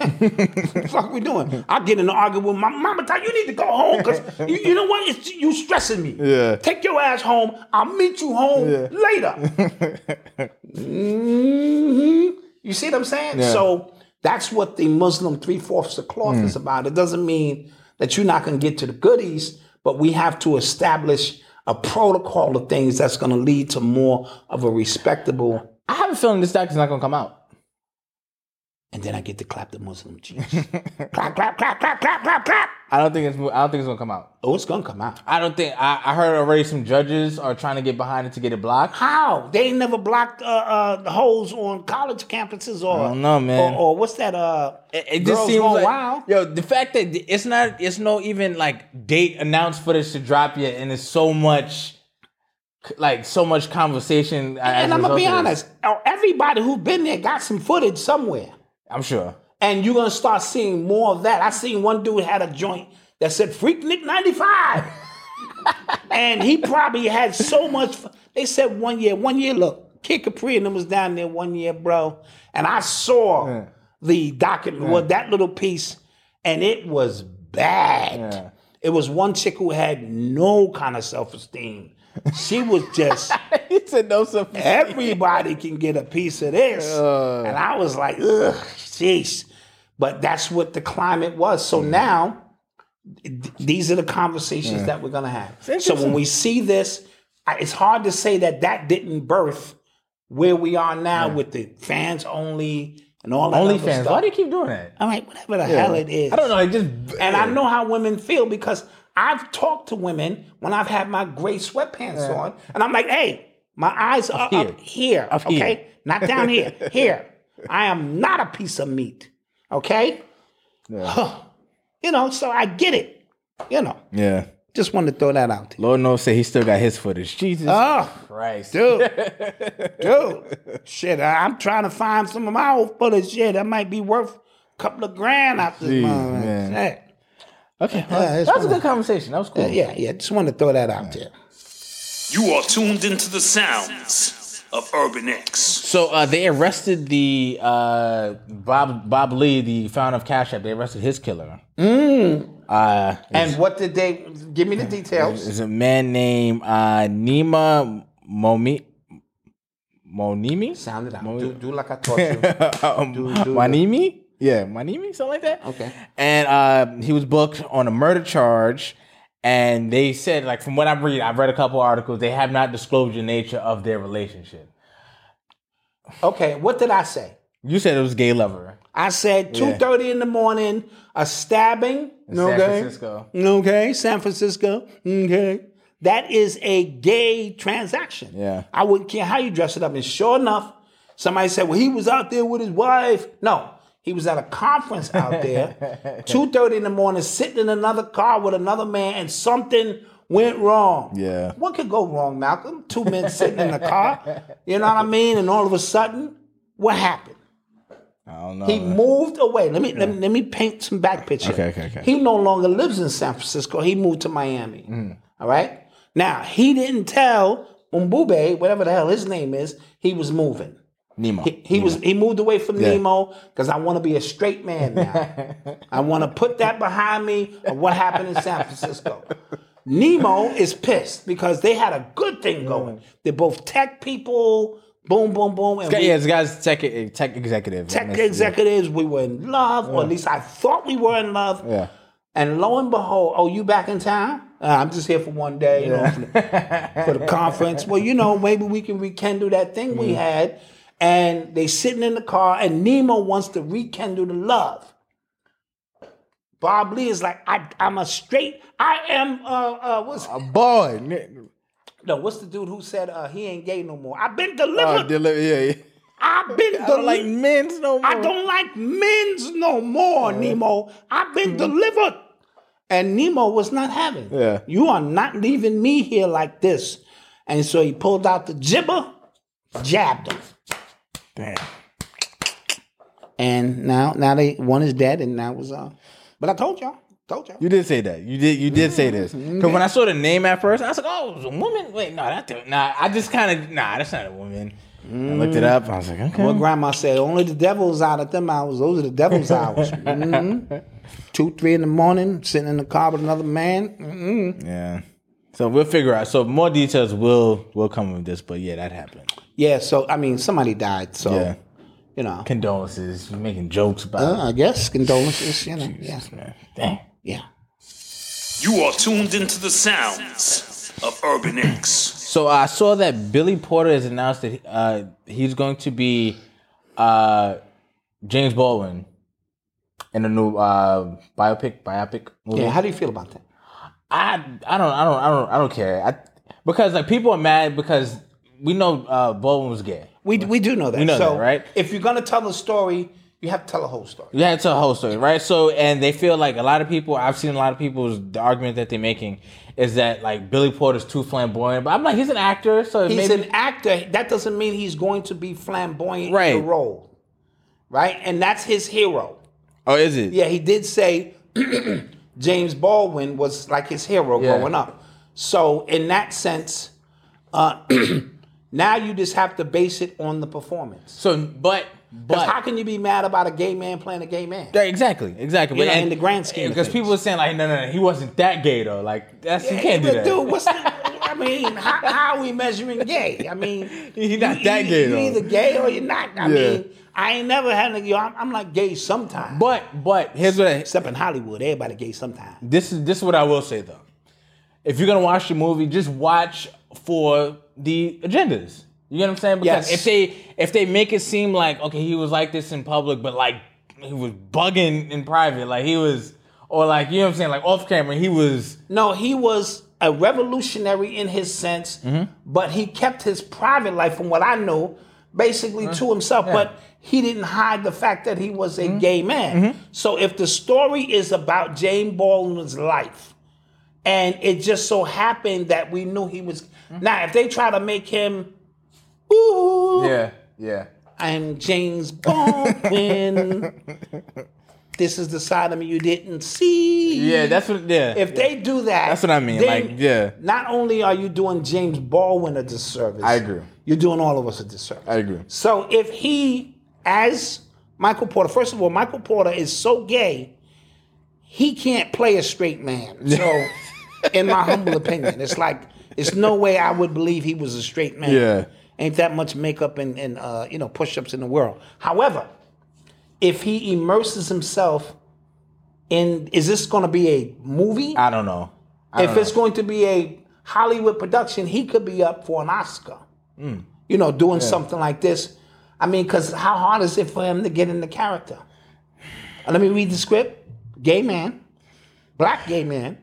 [SPEAKER 5] the fuck we doing? I get in an argument with my mama. Tell you need to go home because you, you know what? It's you stressing me.
[SPEAKER 4] Yeah.
[SPEAKER 5] Take your ass home. I'll meet you home later. hmm You see what I'm saying? So that's what the Muslim three fourths of cloth is about. It doesn't mean that you're not going to get to the goodies, but we have to establish a protocol of things that's going to lead to more of a respectable.
[SPEAKER 4] I have a feeling this doctor's not gonna come out.
[SPEAKER 5] And then I get to clap the Muslim cheeks. clap, clap, clap, clap, clap, clap, clap.
[SPEAKER 4] I don't think it's. I don't think it's gonna come out.
[SPEAKER 5] Oh, it's going to come out.
[SPEAKER 4] I don't think. I, I heard already some judges are trying to get behind it to get it blocked.
[SPEAKER 5] How they ain't never blocked uh, uh, the holes on college campuses or
[SPEAKER 4] don't know, man.
[SPEAKER 5] Or, or what's that? Uh,
[SPEAKER 4] It, it just
[SPEAKER 5] Girls
[SPEAKER 4] seems
[SPEAKER 5] Gone
[SPEAKER 4] like
[SPEAKER 5] Wild.
[SPEAKER 4] yo, the fact that it's not, it's no even like date announced footage to drop yet, and it's so much, like so much conversation.
[SPEAKER 5] and I'm gonna be honest. oh, Everybody who been there got some footage somewhere,
[SPEAKER 4] I'm sure.
[SPEAKER 5] and you're gonna start seeing more of that. I seen one dude had a joint that said "Freak Nick '95," <laughs> and he probably had so much. fu- They said one year, one year. Look, Kid Capri and them was down there one year, bro, and I saw the document, well, that little piece, and it was bad.
[SPEAKER 4] Yeah.
[SPEAKER 5] It was one chick who had no kind of self esteem. She was just.
[SPEAKER 4] he said no stuff.
[SPEAKER 5] everybody can get a piece of this.
[SPEAKER 4] Uh.
[SPEAKER 5] and I was like, ugh, jeez. But that's what the climate was. So
[SPEAKER 4] Mm-hmm.
[SPEAKER 5] now, th- these are the conversations that we're going to have. So when we see this, I- it's hard to say that that didn't birth where we are now with the fans only and all that other
[SPEAKER 4] OnlyFans.
[SPEAKER 5] stuff.
[SPEAKER 4] Why do you keep doing that?
[SPEAKER 5] I'm like, whatever the hell it is.
[SPEAKER 4] I don't know. I just
[SPEAKER 5] And I know how women feel because I've talked to women when I've had my gray sweatpants on, and I'm like, hey, my eyes are
[SPEAKER 4] here.
[SPEAKER 5] up here,
[SPEAKER 4] Up
[SPEAKER 5] okay?
[SPEAKER 4] here.
[SPEAKER 5] Not
[SPEAKER 4] <laughs>
[SPEAKER 5] down here, here. I am not a piece of meat, okay? <sighs> you know, so I get it. You know,
[SPEAKER 4] Yeah.
[SPEAKER 5] just wanted to throw that out there.
[SPEAKER 4] Lord knows, say he still got his footage. Jesus
[SPEAKER 5] Oh,
[SPEAKER 4] Christ.
[SPEAKER 5] dude,
[SPEAKER 4] <laughs>
[SPEAKER 5] dude, shit! I, I'm trying to find some of my old footage. Shit, that might be worth a couple of grand out this
[SPEAKER 4] Jeez,
[SPEAKER 5] month.
[SPEAKER 4] man.
[SPEAKER 5] Hey.
[SPEAKER 4] Okay. well,
[SPEAKER 5] it's
[SPEAKER 4] that was a
[SPEAKER 5] fine.
[SPEAKER 4] good conversation. That was cool.
[SPEAKER 5] Yeah, yeah. Just want to throw that out there.
[SPEAKER 6] You are tuned into the sounds of Urban X.
[SPEAKER 4] So uh, they arrested the uh, Bob Bob Lee, the founder of Cash App. They arrested his killer. Uh,
[SPEAKER 5] And what did they give me the details?
[SPEAKER 4] is a man named uh, Nima Momi Monimi.
[SPEAKER 5] Sound it out.
[SPEAKER 4] Mo-
[SPEAKER 5] Do, do like I taught
[SPEAKER 4] <laughs>
[SPEAKER 5] you.
[SPEAKER 4] um,
[SPEAKER 5] Do- do
[SPEAKER 4] Manimi? Yeah, Manimi, something like that.
[SPEAKER 5] Okay.
[SPEAKER 4] And uh, he was booked on a murder charge. And they said, like, from what I've read, I've read a couple articles, they have not disclosed the nature of their relationship.
[SPEAKER 5] Okay, what did I say?
[SPEAKER 4] You said it was gay lover.
[SPEAKER 5] I said two thirty in the morning, a stabbing.
[SPEAKER 4] San
[SPEAKER 5] okay.
[SPEAKER 4] Francisco.
[SPEAKER 5] Okay, San Francisco. Okay. That is a gay transaction.
[SPEAKER 4] Yeah.
[SPEAKER 5] I wouldn't care how you dress it up. And sure enough, somebody said, well, he was out there with his wife. No, he was at a conference
[SPEAKER 4] <laughs>
[SPEAKER 5] out there, 2.30 in the morning, sitting in another car with another man, and something went wrong.
[SPEAKER 4] Yeah.
[SPEAKER 5] What could go wrong, Malcolm? Two men sitting in a car. You know what I mean? And all of a sudden, what happened?
[SPEAKER 4] I don't know.
[SPEAKER 5] He moved away. Let me, let me let me paint some back picture.
[SPEAKER 4] Oh, Okay, okay, okay.
[SPEAKER 5] He no longer lives in San Francisco. He moved to Miami.
[SPEAKER 4] Mm.
[SPEAKER 5] All right. Now he didn't tell Umbube, whatever the hell his name is, he was moving.
[SPEAKER 4] Nemo.
[SPEAKER 5] He, he was he moved away from Nemo because I want to be a straight man
[SPEAKER 4] <laughs>
[SPEAKER 5] now. I want to put that behind me of what happened in San Francisco. Nemo is pissed because they had a good thing
[SPEAKER 4] Mm.
[SPEAKER 5] going. They're both tech people. Boom, boom, boom. And
[SPEAKER 4] yeah,
[SPEAKER 5] we-
[SPEAKER 4] this guy's tech tech executive.
[SPEAKER 5] tech
[SPEAKER 4] That's-
[SPEAKER 5] executives. We were in love, or at least I thought we were in love.
[SPEAKER 4] Yeah.
[SPEAKER 5] And lo and behold, oh, you back in town? Uh, I'm just here for one day, you know, for the, for the conference. Well, you know, maybe we can rekindle that thing we had. And they sitting in the car, and Nemo wants to rekindle the love. Bob Lee is like, I, I'm a straight, I am, uh, uh, what's,
[SPEAKER 4] A boy. <laughs> n-
[SPEAKER 5] no, what's the dude who said uh, he ain't gay no more? I've been
[SPEAKER 4] Oh,
[SPEAKER 5] delivered.
[SPEAKER 4] deli- yeah, yeah.
[SPEAKER 5] I've been
[SPEAKER 4] I don't
[SPEAKER 5] delivered.
[SPEAKER 4] like men's no more.
[SPEAKER 5] I don't like men's no more, Nemo. I've been
[SPEAKER 4] Mm.
[SPEAKER 5] delivered. And Nemo was not having. it.
[SPEAKER 4] Yeah.
[SPEAKER 5] You are not leaving me here like this. And so he pulled out the jibber, jabbed him.
[SPEAKER 4] Damn.
[SPEAKER 5] And now now they one is dead and now was uh but I told y'all. Told y'all.
[SPEAKER 4] You did say that. You did. You did say this. Because when I saw the name at first, I was like, "Oh, it was a woman." Wait, no, that. don't- Nah, I just kind of. Nah, that's not a woman. I looked it up. I was like, okay.
[SPEAKER 5] What grandma said, only the devil's out at them hours. Those are
[SPEAKER 4] <laughs>
[SPEAKER 5] the devil's hours. Mhm. Two, three in the morning, sitting in the car with another man. Mhm.
[SPEAKER 4] Yeah. So we'll figure out. So more details will will come with this. But yeah, that happened.
[SPEAKER 5] Yeah, so I mean somebody died, so
[SPEAKER 4] Yeah.
[SPEAKER 5] you know.
[SPEAKER 4] Condolences. You're making jokes about.
[SPEAKER 5] Uh, I guess condolences. You know, yeah,
[SPEAKER 4] it. Man. Damn.
[SPEAKER 5] yeah.
[SPEAKER 6] You are tuned into the sounds of Urban X.
[SPEAKER 4] So I saw that Billy Porter has announced that uh, he's going to be uh, James Baldwin in a new uh, biopic biopic movie.
[SPEAKER 5] Yeah. How do you feel about that?
[SPEAKER 4] I I don't I don't I don't I don't care. I, because like people are mad because we know uh, Baldwin was gay.
[SPEAKER 5] We we do know that.
[SPEAKER 4] We know
[SPEAKER 5] so
[SPEAKER 4] that, right?
[SPEAKER 5] If you're gonna tell a story, you have to tell a whole story.
[SPEAKER 4] You had to tell the whole story, right? So, and they feel like a lot of people, I've seen a lot of people's, the argument that they're making is that like Billy Porter's too flamboyant. But I'm like, he's an actor, so
[SPEAKER 5] He's
[SPEAKER 4] maybe.
[SPEAKER 5] an actor. That doesn't mean he's going to be flamboyant
[SPEAKER 4] Right.
[SPEAKER 5] in the role, right? And that's his hero.
[SPEAKER 4] oh, is it?
[SPEAKER 5] Yeah, he did say <clears throat> James Baldwin was like his hero
[SPEAKER 4] Yeah.
[SPEAKER 5] growing up. So in that sense, uh, <clears throat> now you just have to base it on the performance.
[SPEAKER 4] So, but, but.
[SPEAKER 5] 'Cause how can you be mad about a gay man playing a gay man?
[SPEAKER 4] Yeah, exactly, exactly.
[SPEAKER 5] You
[SPEAKER 4] But-
[SPEAKER 5] know,
[SPEAKER 4] and-
[SPEAKER 5] in the grand scheme of
[SPEAKER 4] because
[SPEAKER 5] things.
[SPEAKER 4] people were saying like, no, no, no, he wasn't that gay though. Like that's you can't do
[SPEAKER 5] But
[SPEAKER 4] that.
[SPEAKER 5] Dude, what's the, I mean, how, how are we measuring gay?
[SPEAKER 4] <laughs>
[SPEAKER 5] I mean,
[SPEAKER 4] You're not
[SPEAKER 5] you-
[SPEAKER 4] that
[SPEAKER 5] you-
[SPEAKER 4] gay,
[SPEAKER 5] You're
[SPEAKER 4] though.
[SPEAKER 5] either gay or you're not.
[SPEAKER 4] Yeah.
[SPEAKER 5] I mean, I ain't never had a, yo, I'm, I'm not gay sometimes.
[SPEAKER 4] But but here's what I,
[SPEAKER 5] Except in Hollywood, everybody gay sometimes.
[SPEAKER 4] this is this is what I will say though. If you're gonna watch the movie, just watch for the agendas. You get what I'm saying? Because
[SPEAKER 5] Yes.
[SPEAKER 4] if they if they make it seem like okay, he was like this in public, but like he was bugging in private, like he was, or like you know what I'm saying, like off camera, he was.
[SPEAKER 5] No, he was a revolutionary in his sense,
[SPEAKER 4] Mm-hmm.
[SPEAKER 5] but he kept his private life, from what I know, basically to himself. But he didn't hide the fact that he was a
[SPEAKER 4] Mm-hmm.
[SPEAKER 5] gay man. So if the story is about Jane Baldwin's life, and it just so happened that we knew he was.
[SPEAKER 4] Mm-hmm.
[SPEAKER 5] Now, if they try to make him, ooh,
[SPEAKER 4] Yeah, yeah.
[SPEAKER 5] I'm
[SPEAKER 4] <laughs>
[SPEAKER 5] James Baldwin. this is the side of me you didn't see.
[SPEAKER 4] Yeah, that's what. Yeah,
[SPEAKER 5] If they do that,
[SPEAKER 4] That's what I mean,
[SPEAKER 5] then
[SPEAKER 4] like, yeah.
[SPEAKER 5] Not only are you doing James Baldwin a disservice,
[SPEAKER 4] I agree.
[SPEAKER 5] You're doing all of us a disservice.
[SPEAKER 4] I agree.
[SPEAKER 5] So if he, as Michael Porter, first of all, Michael Porter is so gay, he can't play a straight
[SPEAKER 4] <laughs>
[SPEAKER 5] man. So, in my humble opinion, it's like it's no way I would believe he was a straight man.
[SPEAKER 4] Yeah.
[SPEAKER 5] ain't that much makeup and and uh, you know push-ups in the world. However, if he immerses himself. in is this going to be a movie?
[SPEAKER 4] I don't know. I
[SPEAKER 5] if
[SPEAKER 4] don't
[SPEAKER 5] it's going to be a Hollywood production, he could be up for an Oscar.
[SPEAKER 4] Hmm.
[SPEAKER 5] You know, doing something like this. I mean, because how hard is it for him to get in the character? Uh, Let me read the script. Gay man, black gay man.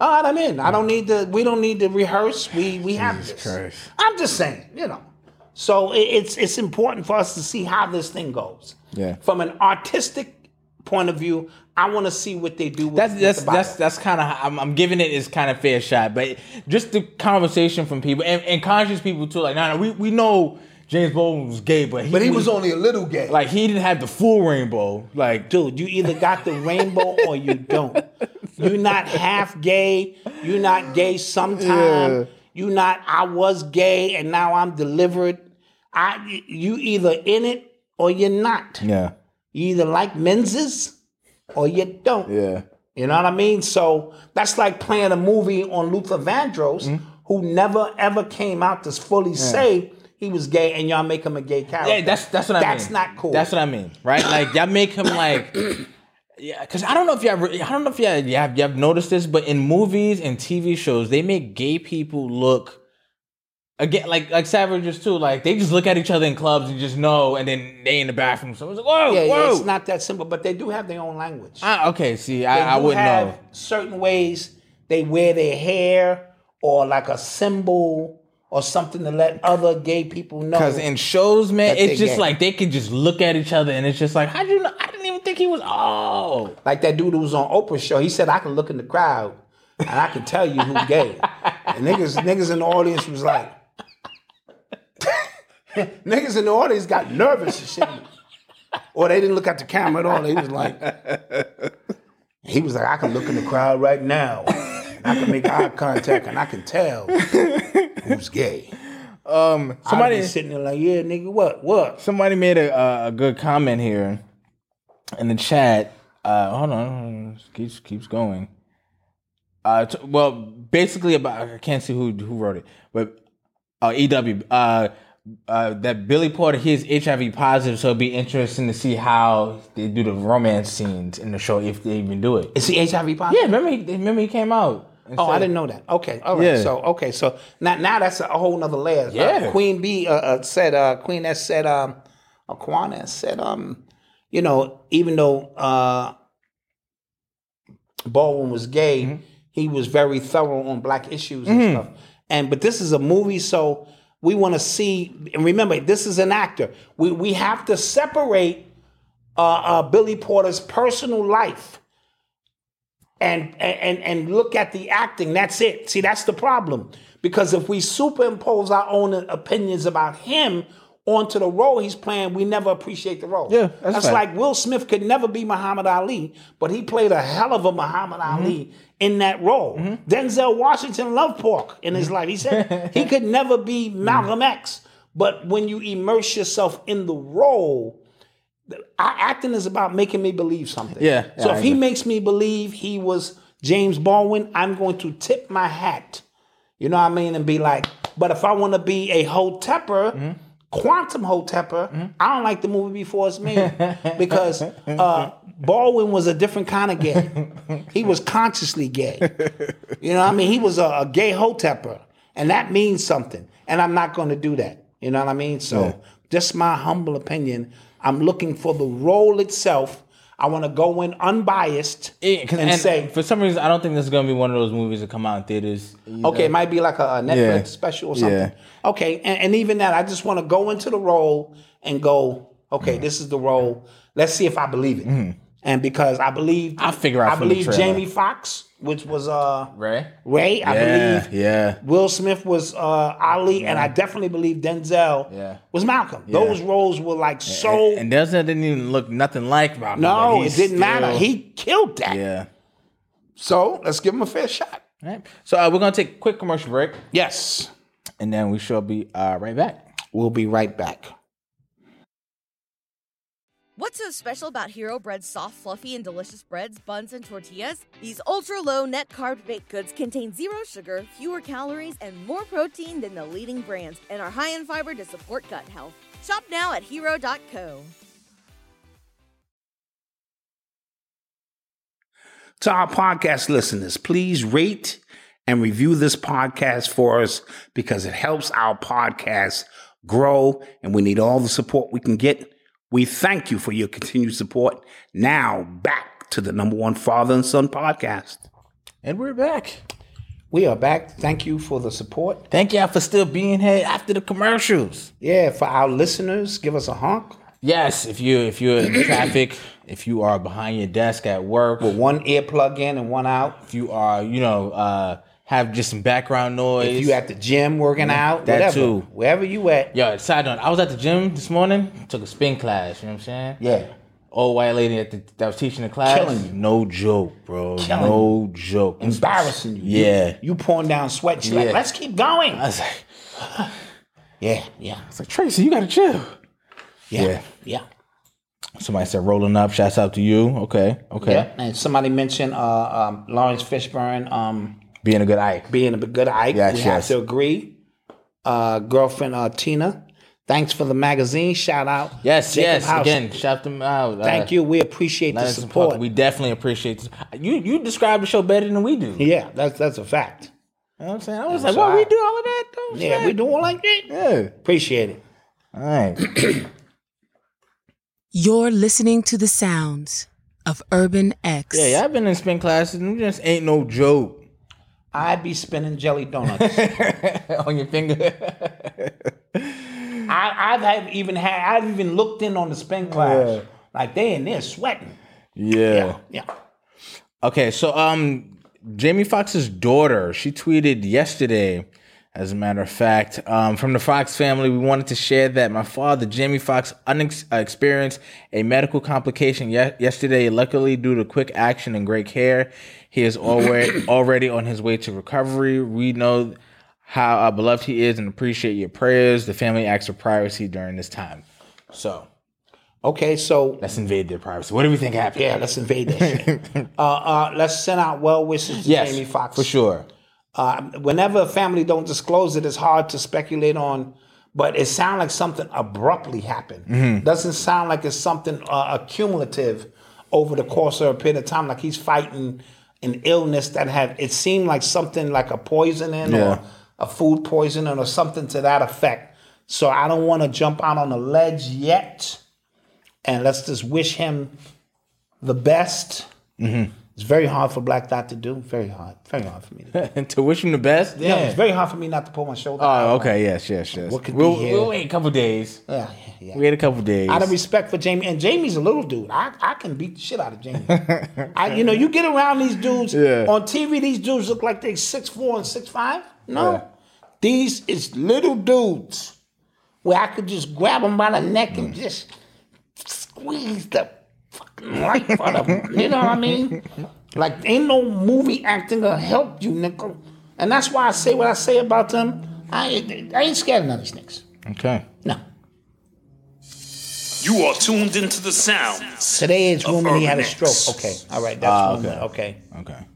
[SPEAKER 5] All right, I'm in. I don't need to. We don't need to rehearse. We we have this.
[SPEAKER 4] Christ.
[SPEAKER 5] I'm just saying, you know. So it, it's it's important for us to see how this thing goes.
[SPEAKER 4] Yeah.
[SPEAKER 5] From an artistic point of view, I want to see what they do. With,
[SPEAKER 4] That's
[SPEAKER 5] with
[SPEAKER 4] that's
[SPEAKER 5] the Bible.
[SPEAKER 4] that's that's kind of I'm, I'm giving it is kind of fair shot, but just the conversation from people and, and conscious people too. Like, nah, nah, we we know James Baldwin was gay, but he,
[SPEAKER 7] But he was only a little gay.
[SPEAKER 4] like he didn't have the full rainbow. Like,
[SPEAKER 5] dude, you either got the <laughs> rainbow or you don't. You're not half gay. You're not gay sometime. you You not. I was gay and now I'm delivered. I you either in it or you're not.
[SPEAKER 4] yeah,
[SPEAKER 5] You either like Menzies or you don't.
[SPEAKER 4] yeah,
[SPEAKER 5] You know what I mean? So that's like playing a movie on Luther Vandross,
[SPEAKER 4] Mm-hmm.
[SPEAKER 5] who never ever came out to fully say he was gay, and y'all make him a gay character.
[SPEAKER 4] yeah. That's that's what I mean.
[SPEAKER 5] That's not cool.
[SPEAKER 4] That's what I mean, right? Like, y'all make him
[SPEAKER 5] <clears throat>
[SPEAKER 4] like. Yeah, cause I don't know if y'all, re- I don't know if y'all, y'all, have, y'all have noticed this, but in movies and TV shows, they make gay people look again like like savages too. Like they just look at each other in clubs and just know, and then they in the bathroom. So it's like, whoa,
[SPEAKER 5] yeah, yeah,
[SPEAKER 4] whoa.
[SPEAKER 5] it's not that simple, but they do have their own language.
[SPEAKER 4] Ah, okay, see, I, I
[SPEAKER 5] do
[SPEAKER 4] wouldn't
[SPEAKER 5] have
[SPEAKER 4] know.
[SPEAKER 5] Certain ways they wear their hair or like a symbol or something to let other gay people know.
[SPEAKER 4] Cause in shows, man,
[SPEAKER 5] That
[SPEAKER 4] it's
[SPEAKER 5] they
[SPEAKER 4] just
[SPEAKER 5] gay.
[SPEAKER 4] like they can just look at each other and it's just like, how do you know? I didn't even think he was. Oh,
[SPEAKER 5] like that dude who was on Oprah's show, he said I can look in the crowd and I can tell you who's gay. and niggas, niggas in the audience was like, <laughs> niggas in the audience got nervous and shit. Or they didn't look at the camera at all. They was like, he was like, I can look in the crowd right now. And I can make eye contact and I can tell who's gay. Um, Somebody
[SPEAKER 4] somebody,
[SPEAKER 5] sitting there like, yeah, nigga, what, what?
[SPEAKER 4] somebody made a uh, a good comment here in the chat. Uh, hold on, hold on, it keeps keeps going. Uh, t- well, basically about I can't see who who wrote it, but uh, EW uh, uh, that Billy Porter he is HIV positive, so it'd be interesting to see how they do the romance scenes in the show if they even do it.
[SPEAKER 5] Is he HIV positive?
[SPEAKER 4] Yeah, remember he remember he came out. and
[SPEAKER 5] Oh, I
[SPEAKER 4] said-
[SPEAKER 5] didn't know that. Okay, all right.
[SPEAKER 4] Yeah.
[SPEAKER 5] So okay, so now now that's a whole nother layer. Uh,
[SPEAKER 4] Yeah.
[SPEAKER 5] Queen B uh, uh, said, uh, Queen S said, um, uh, Kwana said, um, you know, even though uh, Baldwin was gay,
[SPEAKER 4] Mm-hmm.
[SPEAKER 5] he was very thorough on black issues and stuff. And but this is a movie, so we want to see. And remember, this is an actor. We we have to separate uh, uh, Billy Porter's personal life and and and look at the acting. That's it. See, that's the problem. Because if we superimpose our own opinions about him onto the role he's playing, we never appreciate the role.
[SPEAKER 4] Yeah, that's fact.
[SPEAKER 5] like Will Smith could never be Muhammad Ali, but he played a hell of a Muhammad
[SPEAKER 4] Mm-hmm.
[SPEAKER 5] Ali in that role. Denzel Washington loved pork in his life. He said he could never
[SPEAKER 4] <laughs>
[SPEAKER 5] be
[SPEAKER 4] Mm.
[SPEAKER 5] Malcolm X, but when you immerse yourself in the role, I, acting is about making me believe something.
[SPEAKER 4] Yeah, yeah,
[SPEAKER 5] So
[SPEAKER 4] I
[SPEAKER 5] if he
[SPEAKER 4] agree.
[SPEAKER 5] makes me believe he was James Baldwin, I'm going to tip my hat. You know what I mean? And be like, but if I want to be a Hotepper,
[SPEAKER 4] Mm-hmm.
[SPEAKER 5] quantum Hotepper, I don't like the movie before it's made
[SPEAKER 4] <laughs>
[SPEAKER 5] because uh, Baldwin was a different kind of gay. He was
[SPEAKER 4] <laughs>
[SPEAKER 5] consciously gay. You know what I mean? He was a, a gay Hotepper, and that means something. And I'm not going to do that. You know what I mean? So just my humble opinion. I'm looking for the role itself. I want to go in unbiased
[SPEAKER 4] Yeah, Eh, 'cause-
[SPEAKER 5] and,
[SPEAKER 4] and
[SPEAKER 5] say,
[SPEAKER 4] for some reason, I don't think this is gonna be one of those movies that come out in theaters. you
[SPEAKER 5] okay, it
[SPEAKER 4] know?
[SPEAKER 5] might be like a, a Netflix
[SPEAKER 4] Yeah.
[SPEAKER 5] special or something.
[SPEAKER 4] Yeah.
[SPEAKER 5] Okay, and, and even that, I just want to go into the role and go, okay,
[SPEAKER 4] Mm.
[SPEAKER 5] this is the role. Let's see if I believe it.
[SPEAKER 4] Mm-hmm.
[SPEAKER 5] And because I believe,
[SPEAKER 4] I'll figure out
[SPEAKER 5] I
[SPEAKER 4] from the
[SPEAKER 5] believe
[SPEAKER 4] trailer.
[SPEAKER 5] Jamie Foxx, which was uh
[SPEAKER 4] Ray?
[SPEAKER 5] Ray, I
[SPEAKER 4] yeah,
[SPEAKER 5] believe
[SPEAKER 4] yeah.
[SPEAKER 5] Will Smith was uh, Ali, and I definitely believe Denzel
[SPEAKER 4] Yeah.
[SPEAKER 5] was Malcolm. Those roles were like so.
[SPEAKER 4] and, and Denzel didn't even look nothing like Robin.
[SPEAKER 5] no,
[SPEAKER 4] but
[SPEAKER 5] it
[SPEAKER 4] he's
[SPEAKER 5] didn't matter.
[SPEAKER 4] still-
[SPEAKER 5] He killed that.
[SPEAKER 4] yeah.
[SPEAKER 5] So let's give him a fair shot.
[SPEAKER 4] All right. So uh, we're gonna take a quick commercial break,
[SPEAKER 5] Yes,
[SPEAKER 4] and then we shall be uh, right back.
[SPEAKER 5] we'll be right back.
[SPEAKER 7] What's so special about Hero Bread's soft, fluffy, and delicious breads, buns, and tortillas? These ultra low net carb baked goods contain zero sugar, fewer calories, and more protein than the leading brands, and are high in fiber to support gut health. Shop now at hero.co.
[SPEAKER 5] To our podcast listeners, please rate and review this podcast for us because it helps our podcast grow and we need all the support we can get. We thank you for your continued support. Now, back to the number one father and son podcast.
[SPEAKER 4] And we're back.
[SPEAKER 5] We are back. Thank you for the support.
[SPEAKER 4] Thank y'all for still being here after the commercials.
[SPEAKER 5] Yeah, for our listeners, give us a honk.
[SPEAKER 4] Yes, if you if you're
[SPEAKER 5] <coughs>
[SPEAKER 4] in traffic, if you are behind your desk at work,
[SPEAKER 5] One earplug in and one out.
[SPEAKER 4] if you are you know uh, have just some background noise.
[SPEAKER 5] If you at the gym working out,
[SPEAKER 4] that
[SPEAKER 5] whatever,
[SPEAKER 4] too.
[SPEAKER 5] wherever you at.
[SPEAKER 4] Yo, side note, I was at the gym this morning, took a spin class, you know what I'm saying?
[SPEAKER 5] Yeah.
[SPEAKER 4] Old white lady at the, that was teaching the class.
[SPEAKER 5] Killing you.
[SPEAKER 4] No joke, bro.
[SPEAKER 5] Killing
[SPEAKER 4] no joke.
[SPEAKER 5] Embarrassing you. You-
[SPEAKER 4] Yeah.
[SPEAKER 5] You, pouring down sweat. She's
[SPEAKER 4] Yeah. Uh,
[SPEAKER 5] like, let's keep going.
[SPEAKER 4] I was like,
[SPEAKER 5] Yeah, yeah,
[SPEAKER 4] I was like, Tracy, you gotta chill.
[SPEAKER 5] yeah,
[SPEAKER 4] Yeah.
[SPEAKER 5] yeah.
[SPEAKER 4] Somebody said rolling up, shouts out to you. Okay, okay.
[SPEAKER 5] Yeah. And somebody mentioned uh, um, Lawrence Fishburne um,
[SPEAKER 4] Being a good Ike.
[SPEAKER 5] being a good Ike.
[SPEAKER 4] Yes,
[SPEAKER 5] we
[SPEAKER 4] yes.
[SPEAKER 5] have to agree. Uh, girlfriend uh, Tina, thanks for the magazine. Shout out.
[SPEAKER 4] Yes,
[SPEAKER 5] Jacob
[SPEAKER 4] yes.
[SPEAKER 5] House.
[SPEAKER 4] Again, shout them out. Uh,
[SPEAKER 5] Thank you. We appreciate the support.
[SPEAKER 4] We definitely appreciate this. you. You describe the show better than we do. You
[SPEAKER 5] yeah, that's that's a fact.
[SPEAKER 4] know what I'm saying? I was like, well,
[SPEAKER 5] I-
[SPEAKER 4] we do all of that. though.
[SPEAKER 5] Yeah, we do all like that.
[SPEAKER 4] Yeah.
[SPEAKER 5] Appreciate it.
[SPEAKER 4] All right.
[SPEAKER 8] You're listening to the sounds of Urban X.
[SPEAKER 4] Yeah, yeah, I've been in spin classes and it just ain't no joke.
[SPEAKER 5] I be spinning jelly <laughs> donuts.
[SPEAKER 4] <laughs> On your finger.
[SPEAKER 5] I, I've have even had. I've even looked in on the spin class. Like they in there sweating.
[SPEAKER 4] <laughs> Yeah.
[SPEAKER 5] Yeah.
[SPEAKER 4] Okay, so um Jamie Foxx's daughter, she tweeted yesterday, as a matter of fact, um, from the Fox family, we wanted to share that my father, Jamie Foxx, unex- uh, experienced a medical complication ye- yesterday. Luckily, due to quick action and great care, he is
[SPEAKER 5] <clears throat>
[SPEAKER 4] already already on his way to recovery. We know how uh, beloved he is and appreciate your prayers. The family acts for privacy during this time. So
[SPEAKER 5] Okay, so
[SPEAKER 4] let's invade their privacy. What do we think happened?
[SPEAKER 5] Yeah, let's invade that <laughs> shit. uh, uh, let's send out well wishes to
[SPEAKER 4] yes,
[SPEAKER 5] Jamie Foxx.
[SPEAKER 4] for sure. <laughs>
[SPEAKER 5] Uh, whenever a family don't disclose it, it's hard to speculate on. But it sounds like something abruptly happened. Doesn't sound like it's something uh, accumulative over the course of a period of time. Like he's fighting an illness that had. It seemed like something like a poisoning
[SPEAKER 4] Yeah.
[SPEAKER 5] or a food poisoning or something to that effect. So I don't want to jump out on a ledge yet. And let's just wish him the best. It's very hard for Black Dot to do. Very hard. Very hard for me. To do.
[SPEAKER 4] to wish him the best.
[SPEAKER 5] No, it's very hard for me not to pull my shoulder.
[SPEAKER 4] Oh, okay. Yes, yes, yes.
[SPEAKER 5] What could
[SPEAKER 4] we'll,
[SPEAKER 5] be here?
[SPEAKER 4] we'll wait a couple days.
[SPEAKER 5] yeah, yeah, yeah.
[SPEAKER 4] Wait a couple days.
[SPEAKER 5] Out of respect for Jamie, and Jamie's a little dude. I, I can beat the shit out of Jamie. I, you know, you get around these dudes
[SPEAKER 4] Yeah.
[SPEAKER 5] on TV. These dudes look like they six four and six five. No, these is little dudes where I could just grab them by the neck and
[SPEAKER 4] Mm.
[SPEAKER 5] just squeeze the fucking life out of them. You know what I mean? Like, ain't no movie acting gonna help you, nickel. And that's why I say what I say about them. I, ain't- I ain't scared of none of these niggas.
[SPEAKER 4] okay.
[SPEAKER 5] No.
[SPEAKER 6] You are tuned into the sounds.
[SPEAKER 5] Today is
[SPEAKER 6] of
[SPEAKER 5] when he had a
[SPEAKER 6] Urban
[SPEAKER 5] stroke.
[SPEAKER 6] X.
[SPEAKER 5] Okay, all right, that's Ah, okay. okay.
[SPEAKER 4] Okay.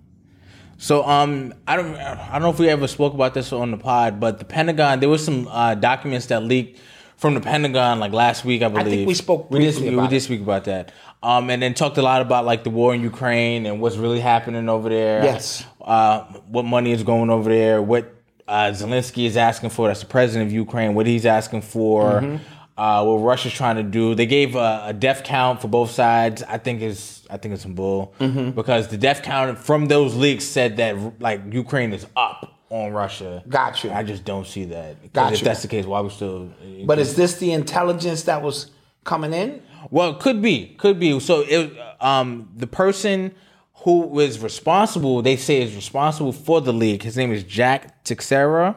[SPEAKER 4] So um, I don't I don't know if we ever spoke about this on the pod, but the Pentagon there was some uh, documents that leaked from the Pentagon like last week, I believe.
[SPEAKER 5] we spoke
[SPEAKER 4] We did,
[SPEAKER 5] briefly
[SPEAKER 4] we
[SPEAKER 5] about
[SPEAKER 4] did
[SPEAKER 5] it.
[SPEAKER 4] speak about that. Um, and then talked a lot about like the war in Ukraine and what's really happening over there.
[SPEAKER 5] Yes.
[SPEAKER 4] Uh, what money is going over there? What uh, Zelensky is asking for. That's the president of Ukraine. What he's asking for.
[SPEAKER 5] Mm-hmm.
[SPEAKER 4] Uh, what Russia's trying to do. They gave a, a death count for both sides. I think is I think it's some bull
[SPEAKER 5] Mm-hmm.
[SPEAKER 4] because the death count from those leaks said that like Ukraine is up on Russia.
[SPEAKER 5] Gotcha.
[SPEAKER 4] I just don't see that. 'Cause If
[SPEAKER 5] Gotcha.
[SPEAKER 4] that's the case, why we still?
[SPEAKER 5] But is this the intelligence that was coming in?
[SPEAKER 4] Well, it could be, could be. So, it, um, the person who was responsible, they say, is responsible for the leak. His name is Jack Teixeira,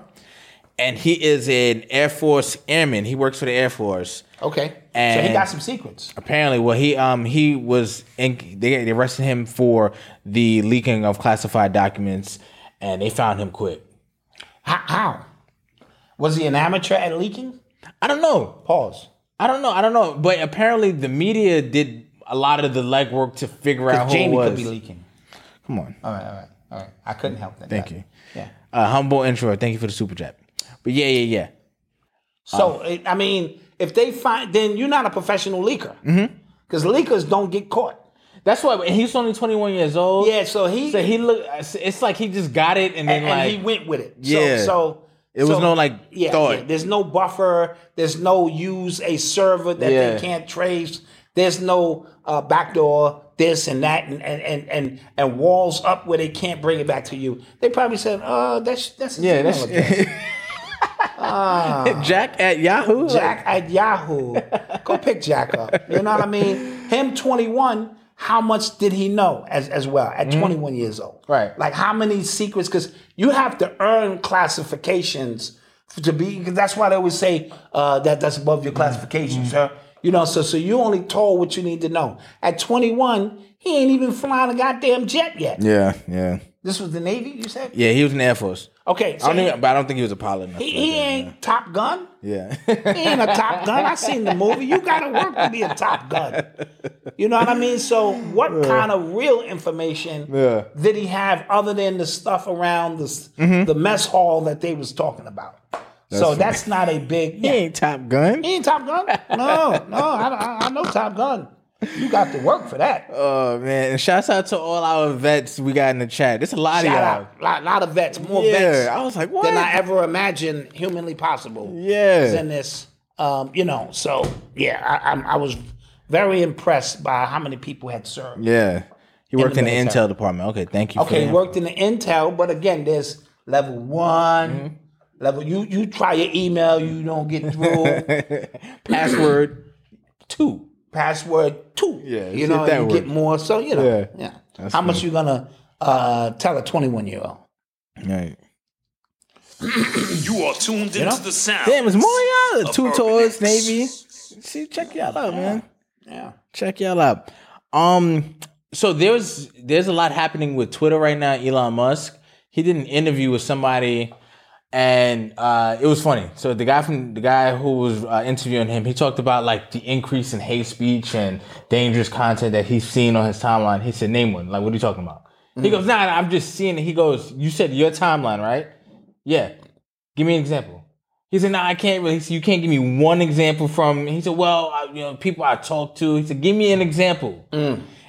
[SPEAKER 4] and he is an Air Force airman. He works for the Air Force.
[SPEAKER 5] Okay. so he
[SPEAKER 4] And-
[SPEAKER 5] got some secrets.
[SPEAKER 4] Apparently, well, he um he was in, they, they arrested him for the leaking of classified documents, and they found him quick.
[SPEAKER 5] How? how? Was he an amateur at leaking?
[SPEAKER 4] I don't know.
[SPEAKER 5] Pause.
[SPEAKER 4] I don't know. I don't know. But apparently, the media did a lot of the legwork to figure out
[SPEAKER 5] Because
[SPEAKER 4] who it
[SPEAKER 5] Jamie
[SPEAKER 4] was.
[SPEAKER 5] could be leaking.
[SPEAKER 4] Come on.
[SPEAKER 5] All right, all right, all right. I couldn't help that.
[SPEAKER 4] Thank
[SPEAKER 5] Got it.
[SPEAKER 4] you.
[SPEAKER 5] Yeah.
[SPEAKER 4] Uh, humble intro. Thank you for the super chat. But yeah, yeah, yeah.
[SPEAKER 5] So it- I mean, if they find, then you're not a professional leaker. Because leakers don't get caught.
[SPEAKER 4] That's why and he's only 21 years old.
[SPEAKER 5] Yeah. So he
[SPEAKER 4] So he look. It's like he just got it and then
[SPEAKER 5] and,
[SPEAKER 4] like.
[SPEAKER 5] he went with it.
[SPEAKER 4] Yeah.
[SPEAKER 5] So, so
[SPEAKER 4] It was
[SPEAKER 5] so-
[SPEAKER 4] no, like,
[SPEAKER 5] yeah,
[SPEAKER 4] thought.
[SPEAKER 5] yeah. There's no buffer. There's no use a server that
[SPEAKER 4] Yeah.
[SPEAKER 5] they can't trace. There's no uh, backdoor this and that and and, and and and walls up where they can't bring it back to you. They probably said, "Uh, that's that's his
[SPEAKER 4] yeah,
[SPEAKER 5] email
[SPEAKER 4] that's
[SPEAKER 5] address."
[SPEAKER 4] uh, Jack at Yahoo.
[SPEAKER 5] Jack at Yahoo. Go pick Jack up. You know what I mean? Him 21. How much did he know as as well at 21 years old?
[SPEAKER 4] Mm-hmm. Right.
[SPEAKER 5] Like how many secrets? Because you have to earn classifications to be. 'cause That's why they always say uh, that that's above
[SPEAKER 4] Mm-hmm.
[SPEAKER 5] your classification, sir. You know, so so you only told what you need to know. At 21, he ain't even flying a goddamn jet yet.
[SPEAKER 4] Yeah, yeah,
[SPEAKER 5] This was the Navy, you said.
[SPEAKER 4] yeah. He was in the Air Force.
[SPEAKER 5] Okay,
[SPEAKER 4] I
[SPEAKER 5] so
[SPEAKER 4] don't
[SPEAKER 5] he,
[SPEAKER 4] even, but I don't think he was a pilot. enough
[SPEAKER 5] he,
[SPEAKER 4] for
[SPEAKER 5] he
[SPEAKER 4] that,
[SPEAKER 5] ain't Top Gun.
[SPEAKER 4] Yeah. <laughs>
[SPEAKER 5] He ain't a Top Gun. I seen the movie. You gotta work to be a Top Gun. You know what I mean? So, what kind of real information did he have other than the stuff around the s the mess hall that they was talking about? so that's not a big.
[SPEAKER 4] he
[SPEAKER 5] Yeah.
[SPEAKER 4] ain't Top Gun.
[SPEAKER 5] He ain't Top Gun. No, no, I, I, I know Top Gun. You got to work for that.
[SPEAKER 4] Oh man! And shouts out to all our vets we got in the chat. There's a lot
[SPEAKER 5] Shout
[SPEAKER 4] of y'all.
[SPEAKER 5] out, lot, lot of vets, more
[SPEAKER 4] Yeah,
[SPEAKER 5] vets
[SPEAKER 4] I was like, what?
[SPEAKER 5] than I ever imagined humanly possible. is
[SPEAKER 4] yeah.
[SPEAKER 5] in this. Um, you know, so yeah, I, I'm, I was very impressed by how many people had served.
[SPEAKER 4] Yeah. He worked in the,
[SPEAKER 5] military.
[SPEAKER 4] intel department. Okay, thank you. for
[SPEAKER 5] Okay,
[SPEAKER 4] that.
[SPEAKER 5] worked in the intel, but again, there's level one.
[SPEAKER 4] Mm-hmm.
[SPEAKER 5] Level you you try your email, you don't
[SPEAKER 4] <laughs>
[SPEAKER 5] get through.
[SPEAKER 4] <clears throat> password two.
[SPEAKER 5] Password two.
[SPEAKER 4] Yeah,
[SPEAKER 5] you
[SPEAKER 4] it's
[SPEAKER 5] know,
[SPEAKER 4] that
[SPEAKER 5] and you
[SPEAKER 4] word.
[SPEAKER 5] get more. So you know,
[SPEAKER 4] Yeah,
[SPEAKER 5] yeah. How much you gonna uh, tell a 21 year old?
[SPEAKER 4] Right.
[SPEAKER 6] You are tuned into the sound.
[SPEAKER 4] Damn, it's more of y'all.
[SPEAKER 6] of
[SPEAKER 4] Two
[SPEAKER 6] Urban
[SPEAKER 4] tours,
[SPEAKER 6] X.
[SPEAKER 4] maybe. See, check y'all out, man.
[SPEAKER 5] Yeah.
[SPEAKER 4] Check y'all out. Um, so there's there's a lot happening with Twitter right now. Elon Musk. He did an interview with somebody, and uh, it was funny. So the guy from the guy who was uh, interviewing him, he talked about like the increase in hate speech and dangerous content that he's seen on his timeline. He said, "Name one." Like, what are you talking about? He goes, "Nah, nah, I'm just seeing it." He goes, "You said your timeline, right?" Yeah. Give me an example. He said, "No, I can't really. He said, you can't give me one example from." He said, "Well, I, you know, people I talked to." He said, "Give me an example."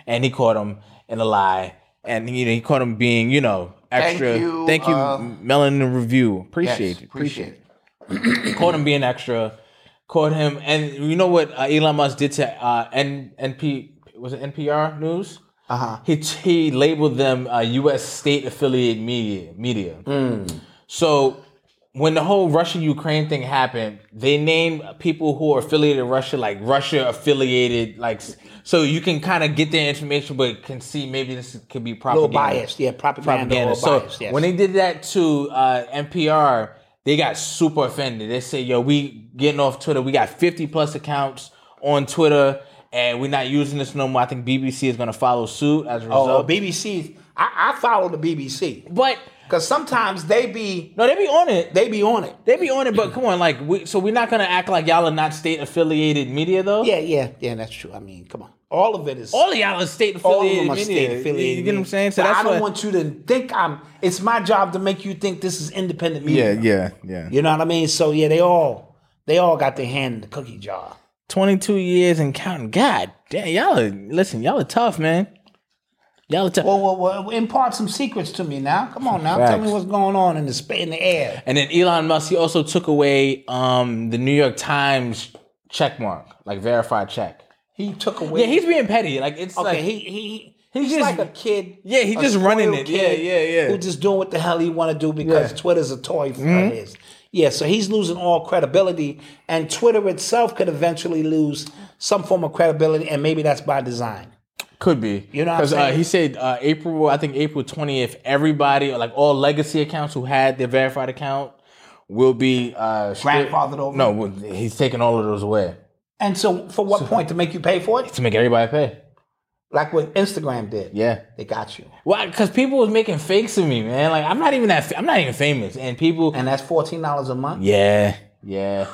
[SPEAKER 4] And he caught him in a lie, and you know he caught him being, you know, extra. Thank you,
[SPEAKER 5] you,
[SPEAKER 4] Thank
[SPEAKER 5] uh,
[SPEAKER 4] Melanin Review. Appreciate it. Appreciate
[SPEAKER 5] it.
[SPEAKER 4] it. Caught him being extra. Caught him, and you know what uh, Elon Musk did to uh, N NP was it NPR News? Uh huh.
[SPEAKER 5] Uh-huh.
[SPEAKER 4] He he labeled them uh, U.S. state affiliate media media.
[SPEAKER 5] Mm.
[SPEAKER 4] So when the whole Russia Ukraine thing happened, they named people who are affiliated with Russia like Russia affiliated, like so you can kind of get their information, but can see maybe this could be
[SPEAKER 5] A little
[SPEAKER 4] propaganda.
[SPEAKER 5] biased, yeah, propaganda,
[SPEAKER 4] propaganda.
[SPEAKER 5] or
[SPEAKER 4] So
[SPEAKER 5] biased. Yes.
[SPEAKER 4] when they did that to uh, NPR, they got super offended. They said, "Yo, we getting off Twitter. We got fifty plus accounts on Twitter." And we're not using this no more. I think BBC is going to follow suit as a
[SPEAKER 5] oh,
[SPEAKER 4] result.
[SPEAKER 5] BBC, I, I follow the BBC
[SPEAKER 4] but
[SPEAKER 5] because sometimes they be
[SPEAKER 4] no, they be on it.
[SPEAKER 5] they be on it.
[SPEAKER 4] They be on it, but come on, like, we, so we're not gonna act like y'all are not state affiliated media, though.
[SPEAKER 5] Yeah, yeah, yeah. That's true. I mean, come on. All of it is.
[SPEAKER 4] all of y'all are state
[SPEAKER 5] all of
[SPEAKER 4] affiliated
[SPEAKER 5] them are
[SPEAKER 4] media.
[SPEAKER 5] state affiliated.
[SPEAKER 4] You get what I'm saying? So
[SPEAKER 5] But
[SPEAKER 4] that's
[SPEAKER 5] I don't
[SPEAKER 4] what,
[SPEAKER 5] want you to think I'm. It's my job to make you think this is independent media.
[SPEAKER 4] yeah, yeah.
[SPEAKER 5] You know what I mean? So yeah, they all they all got their hand in the cookie jar.
[SPEAKER 4] 22 years and counting. God damn, y'all are listen, y'all are tough, man.
[SPEAKER 9] Y'all tell.
[SPEAKER 5] Well, well, well, impart some secrets to me now. Come on now, tell me
[SPEAKER 4] Facts.
[SPEAKER 5] what's going on in the spa- in the air.
[SPEAKER 4] And then Elon Musk, he also took away um, the New York Times check mark, like verified check.
[SPEAKER 5] He took away.
[SPEAKER 4] Yeah, he's being petty. Like it's
[SPEAKER 5] okay.
[SPEAKER 4] like
[SPEAKER 5] he he
[SPEAKER 4] he
[SPEAKER 5] he's
[SPEAKER 4] just-
[SPEAKER 5] like a kid.
[SPEAKER 4] Yeah, he
[SPEAKER 5] a
[SPEAKER 4] just running
[SPEAKER 5] spoiled
[SPEAKER 4] it. Yeah,
[SPEAKER 5] kid
[SPEAKER 4] yeah, yeah.
[SPEAKER 5] Who just doing what the hell he want to do because
[SPEAKER 4] Yeah. Mm-hmm.
[SPEAKER 5] Twitter's a toy for his. Yeah, so he's losing all credibility, and Twitter itself could eventually lose some form of credibility, and maybe that's by design.
[SPEAKER 4] could be.
[SPEAKER 5] You know what I'm
[SPEAKER 4] uh,
[SPEAKER 5] saying?
[SPEAKER 4] he said uh, April, I think April twentieth, everybody like all legacy accounts who had their verified account will be uh stri-
[SPEAKER 5] Grandfathered over.
[SPEAKER 4] No, well, he's taking all of those away
[SPEAKER 5] And so, for what point to make you pay for it?
[SPEAKER 4] to make everybody pay.
[SPEAKER 5] Like what Instagram did.
[SPEAKER 4] Yeah.
[SPEAKER 5] they got you,
[SPEAKER 4] Why? Because people was making fakes of me, man. Like I'm not even that. Fa- I'm not even famous, and people.
[SPEAKER 5] and that's fourteen dollars a month.
[SPEAKER 4] yeah, yeah.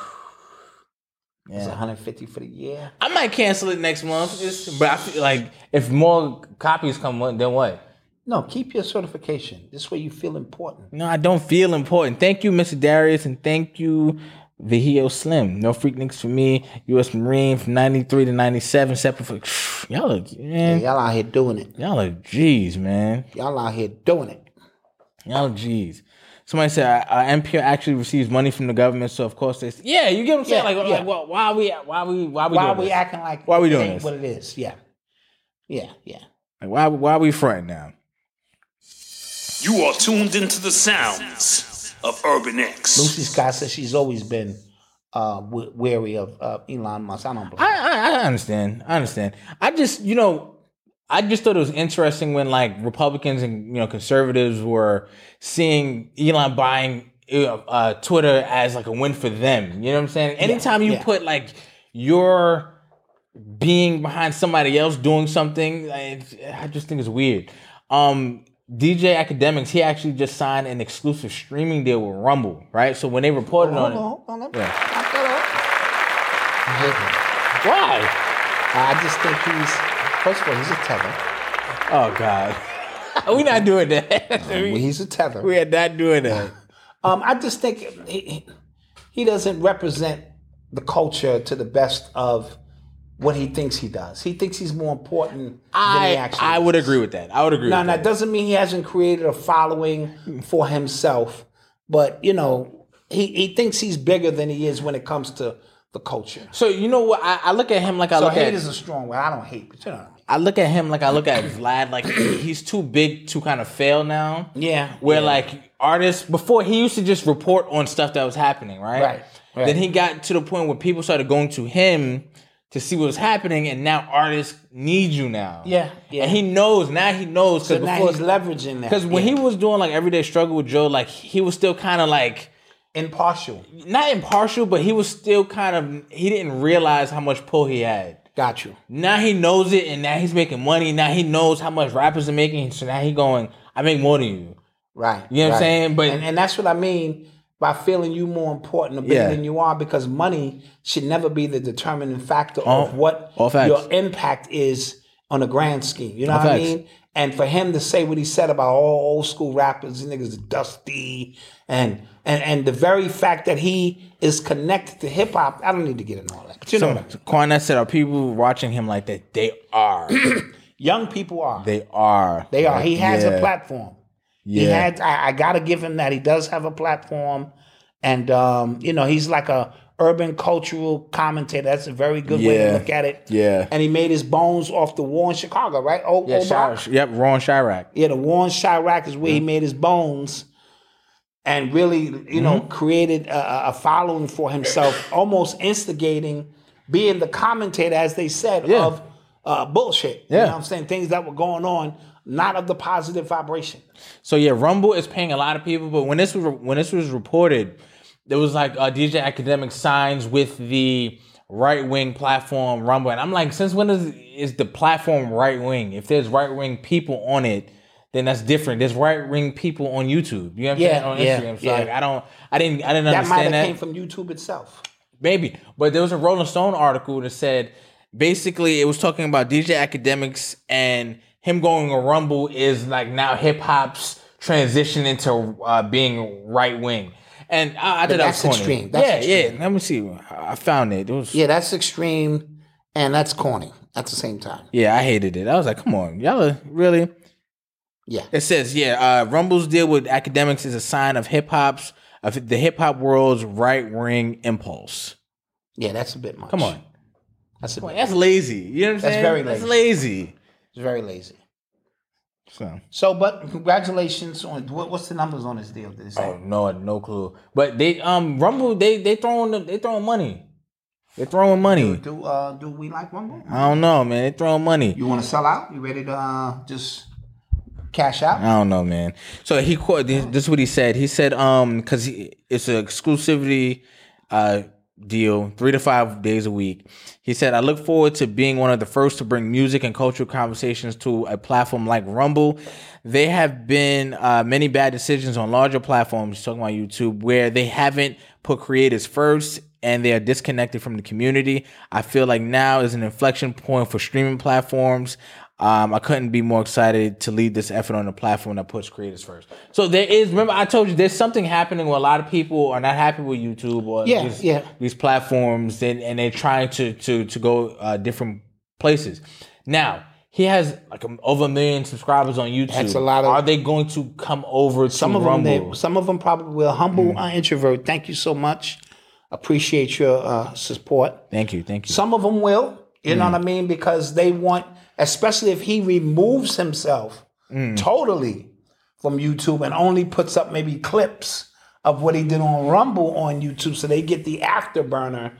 [SPEAKER 5] It's 150 for the year.
[SPEAKER 4] I might cancel it next month, it's- but I feel like if more copies come, what- then what?
[SPEAKER 5] No, keep your certification. This way you feel important.
[SPEAKER 4] No, I don't feel important. Thank you, Mr. Darius, and thank you, Vihio Slim. No freak nicks for me. U.S. Marine from '93 to '97. Separate for <sighs> y'all. Are, man,
[SPEAKER 5] Y'all out here doing it.
[SPEAKER 4] y'all are G's, man.
[SPEAKER 5] Y'all out here doing it.
[SPEAKER 4] Y'all are G's. Somebody said uh, NPR actually receives money from the government, so of course they. Yeah, you get what I'm saying.
[SPEAKER 5] Yeah,
[SPEAKER 4] like,
[SPEAKER 5] yeah.
[SPEAKER 4] like, well, why are we? Why are we? Why are we?
[SPEAKER 5] Why are
[SPEAKER 4] doing
[SPEAKER 5] we
[SPEAKER 4] this?
[SPEAKER 5] acting like
[SPEAKER 4] Why we
[SPEAKER 5] it
[SPEAKER 4] doing
[SPEAKER 5] ain't
[SPEAKER 4] this?
[SPEAKER 5] What it is? Yeah, yeah, yeah.
[SPEAKER 4] Like, why? Why are we fronting now?
[SPEAKER 6] You are tuned into the sounds of Urban X.
[SPEAKER 5] Lucy Scott says she's always been uh, w- wary of uh, Elon Musk. I don't blame. her.
[SPEAKER 4] I, I, I understand. I understand. I just, you know, I just thought it was interesting when like Republicans and you know conservatives were seeing Elon buying uh, uh, Twitter as like a win for them. You know what I'm saying? Anytime you
[SPEAKER 5] yeah.
[SPEAKER 4] put like your being behind somebody else doing something, like, I just think it's weird. Um, DJ Academics, he actually just signed an exclusive streaming deal with Rumble, right? So when they reported on,
[SPEAKER 5] Hold on,
[SPEAKER 4] it,
[SPEAKER 5] hold on. Let me back that up.
[SPEAKER 4] why?
[SPEAKER 5] I just think he's first of all he's a tether.
[SPEAKER 4] Oh God, <laughs> we not doing that.
[SPEAKER 5] <laughs> Well,
[SPEAKER 4] we,
[SPEAKER 5] he's a tether.
[SPEAKER 4] we are not doing that.
[SPEAKER 5] Um, I just think he, he- he doesn't represent the culture to the best of what he thinks he does. He thinks he's more important than he
[SPEAKER 4] I
[SPEAKER 5] actually
[SPEAKER 4] I would
[SPEAKER 5] is.
[SPEAKER 4] agree with that. I would agree.
[SPEAKER 5] Now,
[SPEAKER 4] with that.
[SPEAKER 5] that doesn't mean he hasn't created a following for himself, but you know, he, he thinks he's bigger than he is when it comes to the culture.
[SPEAKER 4] So you know what? I, I look at him like I
[SPEAKER 5] So
[SPEAKER 4] look
[SPEAKER 5] hate
[SPEAKER 4] at
[SPEAKER 5] is a strong word. I don't hate, but you know. what I mean.
[SPEAKER 4] I look at him like I look at Vlad. Like <clears throat> he's too big to kind of fail now.
[SPEAKER 5] Yeah,
[SPEAKER 4] Where
[SPEAKER 5] yeah.
[SPEAKER 4] like artists before he used to just report on stuff that was happening, right?
[SPEAKER 5] Right, right.
[SPEAKER 4] Then he got to the point where people started going to him to see what was happening, and now artists need you now.
[SPEAKER 5] Yeah, yeah.
[SPEAKER 4] And he knows now. He knows
[SPEAKER 5] So
[SPEAKER 4] because
[SPEAKER 5] now he's leveraging that.
[SPEAKER 4] Because when
[SPEAKER 5] Yeah.
[SPEAKER 4] he was doing like everyday struggle with Joe, like he was still kind of like
[SPEAKER 5] impartial,
[SPEAKER 4] not impartial, but he was still kind of he didn't realize how much pull he had.
[SPEAKER 5] got you.
[SPEAKER 4] Now he knows it, and now he's making money. Now he knows how much rappers are making, so now he going, I make more than you.
[SPEAKER 5] Right.
[SPEAKER 4] You know what I'm
[SPEAKER 5] right.
[SPEAKER 4] saying? But-
[SPEAKER 5] and, and that's what I mean by feeling you more important or bigger
[SPEAKER 4] Yeah.
[SPEAKER 5] than you are because money should never be the determining factor
[SPEAKER 4] All-
[SPEAKER 5] of what
[SPEAKER 4] all facts.
[SPEAKER 5] your impact is on a grand scheme. You know
[SPEAKER 4] All
[SPEAKER 5] what
[SPEAKER 4] facts.
[SPEAKER 5] I mean? And for him to say what he said about all old school rappers, these niggas are dusty and and and the very fact that he is connected to hip hop, I don't need to get into all that. But you know
[SPEAKER 4] So
[SPEAKER 5] what I mean?
[SPEAKER 4] Kwan said, are people watching him like that? They
[SPEAKER 5] <clears throat>
[SPEAKER 4] are.
[SPEAKER 5] Young people are. They,
[SPEAKER 4] they are.
[SPEAKER 5] are. He has
[SPEAKER 4] Yeah.
[SPEAKER 5] a platform.
[SPEAKER 4] Yeah.
[SPEAKER 5] He had. I, I gotta give him that. He does have a platform, and um, you know he's like a urban cultural commentator. That's a very good way to
[SPEAKER 4] Yeah.
[SPEAKER 5] look at it.
[SPEAKER 4] Yeah.
[SPEAKER 5] And he made his bones off the war in Chicago, right? Oh,
[SPEAKER 4] yeah,
[SPEAKER 5] oh,
[SPEAKER 4] Shir-
[SPEAKER 5] Bach?
[SPEAKER 4] yep, Ron Chirac.
[SPEAKER 5] yeah. The war in Chirac is where he made his bones, and really, you know,
[SPEAKER 4] Mm-hmm.
[SPEAKER 5] created a, a- a following for himself, almost instigating, being the commentator, as they said,
[SPEAKER 4] Yeah.
[SPEAKER 5] of uh, bullshit.
[SPEAKER 4] Yeah.
[SPEAKER 5] You know what I'm saying? Things that were going on, not of the positive vibration.
[SPEAKER 4] So yeah, Rumble is paying a lot of people, but when this was when this was reported, there was like uh, DJ Academic signs with the right wing platform Rumble, and I'm like, since when is is the platform right wing? If there's right wing people on it, then that's different. There's right wing people on YouTube. You know what I'm
[SPEAKER 5] Yeah, yeah,
[SPEAKER 4] saying? On Instagram, so
[SPEAKER 5] yeah.
[SPEAKER 4] like, I don't, I didn't, I didn't
[SPEAKER 5] That might have
[SPEAKER 4] understand that.
[SPEAKER 5] came from YouTube itself.
[SPEAKER 4] Maybe, but there was a Rolling Stone article that said basically it was talking about DJ Academics and him going to Rumble is like now hip hop's transition into uh, being right wing, and I, I thought that was
[SPEAKER 5] that's
[SPEAKER 4] corny.
[SPEAKER 5] extreme. That's
[SPEAKER 4] yeah,
[SPEAKER 5] extreme.
[SPEAKER 4] yeah. Let me see. I I found it. It was yeah.
[SPEAKER 5] Yeah, that's extreme and that's corny at the same time.
[SPEAKER 4] I hated it. I was like, come on, y'all are really.
[SPEAKER 5] Yeah.
[SPEAKER 4] It says, yeah, uh, Rumble's deal with academics is a sign of hip hop's of the hip hop world's right wing impulse.
[SPEAKER 5] Yeah, that's a bit much.
[SPEAKER 4] Come on,
[SPEAKER 5] That's a bit
[SPEAKER 4] that's lazy. You know what I'm
[SPEAKER 5] That's
[SPEAKER 4] saying?
[SPEAKER 5] very
[SPEAKER 4] That's lazy.
[SPEAKER 5] It's very lazy.
[SPEAKER 4] So,
[SPEAKER 5] So, but congratulations on what, what's the numbers on this deal? This
[SPEAKER 4] oh, no, no clue. But they um Rumble they they throwing the, they throwing money. They throwing money.
[SPEAKER 5] do uh do we like Rumble?
[SPEAKER 4] I don't know, man. They throwing money.
[SPEAKER 5] You want to sell out? You ready to uh, just cash out?
[SPEAKER 4] I don't know, man. So he quote this, this is what he said. He said, um, because it's an exclusivity uh deal, three to five days a week. He said, I look forward to being one of the first to bring music and cultural conversations to a platform like Rumble. They have been uh, many bad decisions on larger platforms, talking about YouTube, where they haven't put creators first and they are disconnected from the community. I feel like now is an inflection point for streaming platforms. Um, I couldn't be more excited to lead this effort on a platform that puts creators first. So there is, remember, I told you there's something happening where a lot of people are not happy with YouTube or
[SPEAKER 5] Yeah,
[SPEAKER 4] these,
[SPEAKER 5] yeah.
[SPEAKER 4] these platforms, and, and they're trying to to to go uh, different places. Now he has like a, over a million subscribers on YouTube.
[SPEAKER 5] That's a lot of-
[SPEAKER 4] Are they going to come over to
[SPEAKER 5] Some of them,
[SPEAKER 4] Rumble?
[SPEAKER 5] they, some of them probably will. Humble uh, introvert. Thank you so much. Appreciate your uh, support.
[SPEAKER 4] thank you, thank you.
[SPEAKER 5] Some of them will. You know what I mean? Because they want, especially if he removes himself totally from YouTube and only puts up maybe clips of what he did on Rumble on YouTube, so they get the afterburner.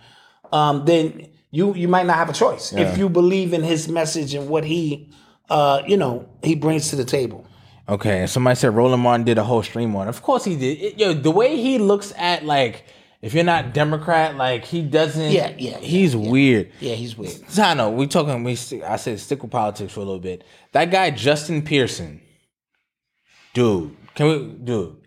[SPEAKER 5] Um, then you you might not have a choice if you believe in his message and what he, uh, you know, he brings to the table.
[SPEAKER 4] Okay, and somebody said Roland Martin did a whole stream on. it. Of course he did. It- yo, the way he looks at like if you're not Democrat, like he doesn't.
[SPEAKER 5] Yeah, yeah, yeah,
[SPEAKER 4] He's weird.
[SPEAKER 5] Yeah, he's weird.
[SPEAKER 4] Tano, we talking. We st- I said stick with politics for a little bit. That guy Justin Pearson, dude. Can we, dude?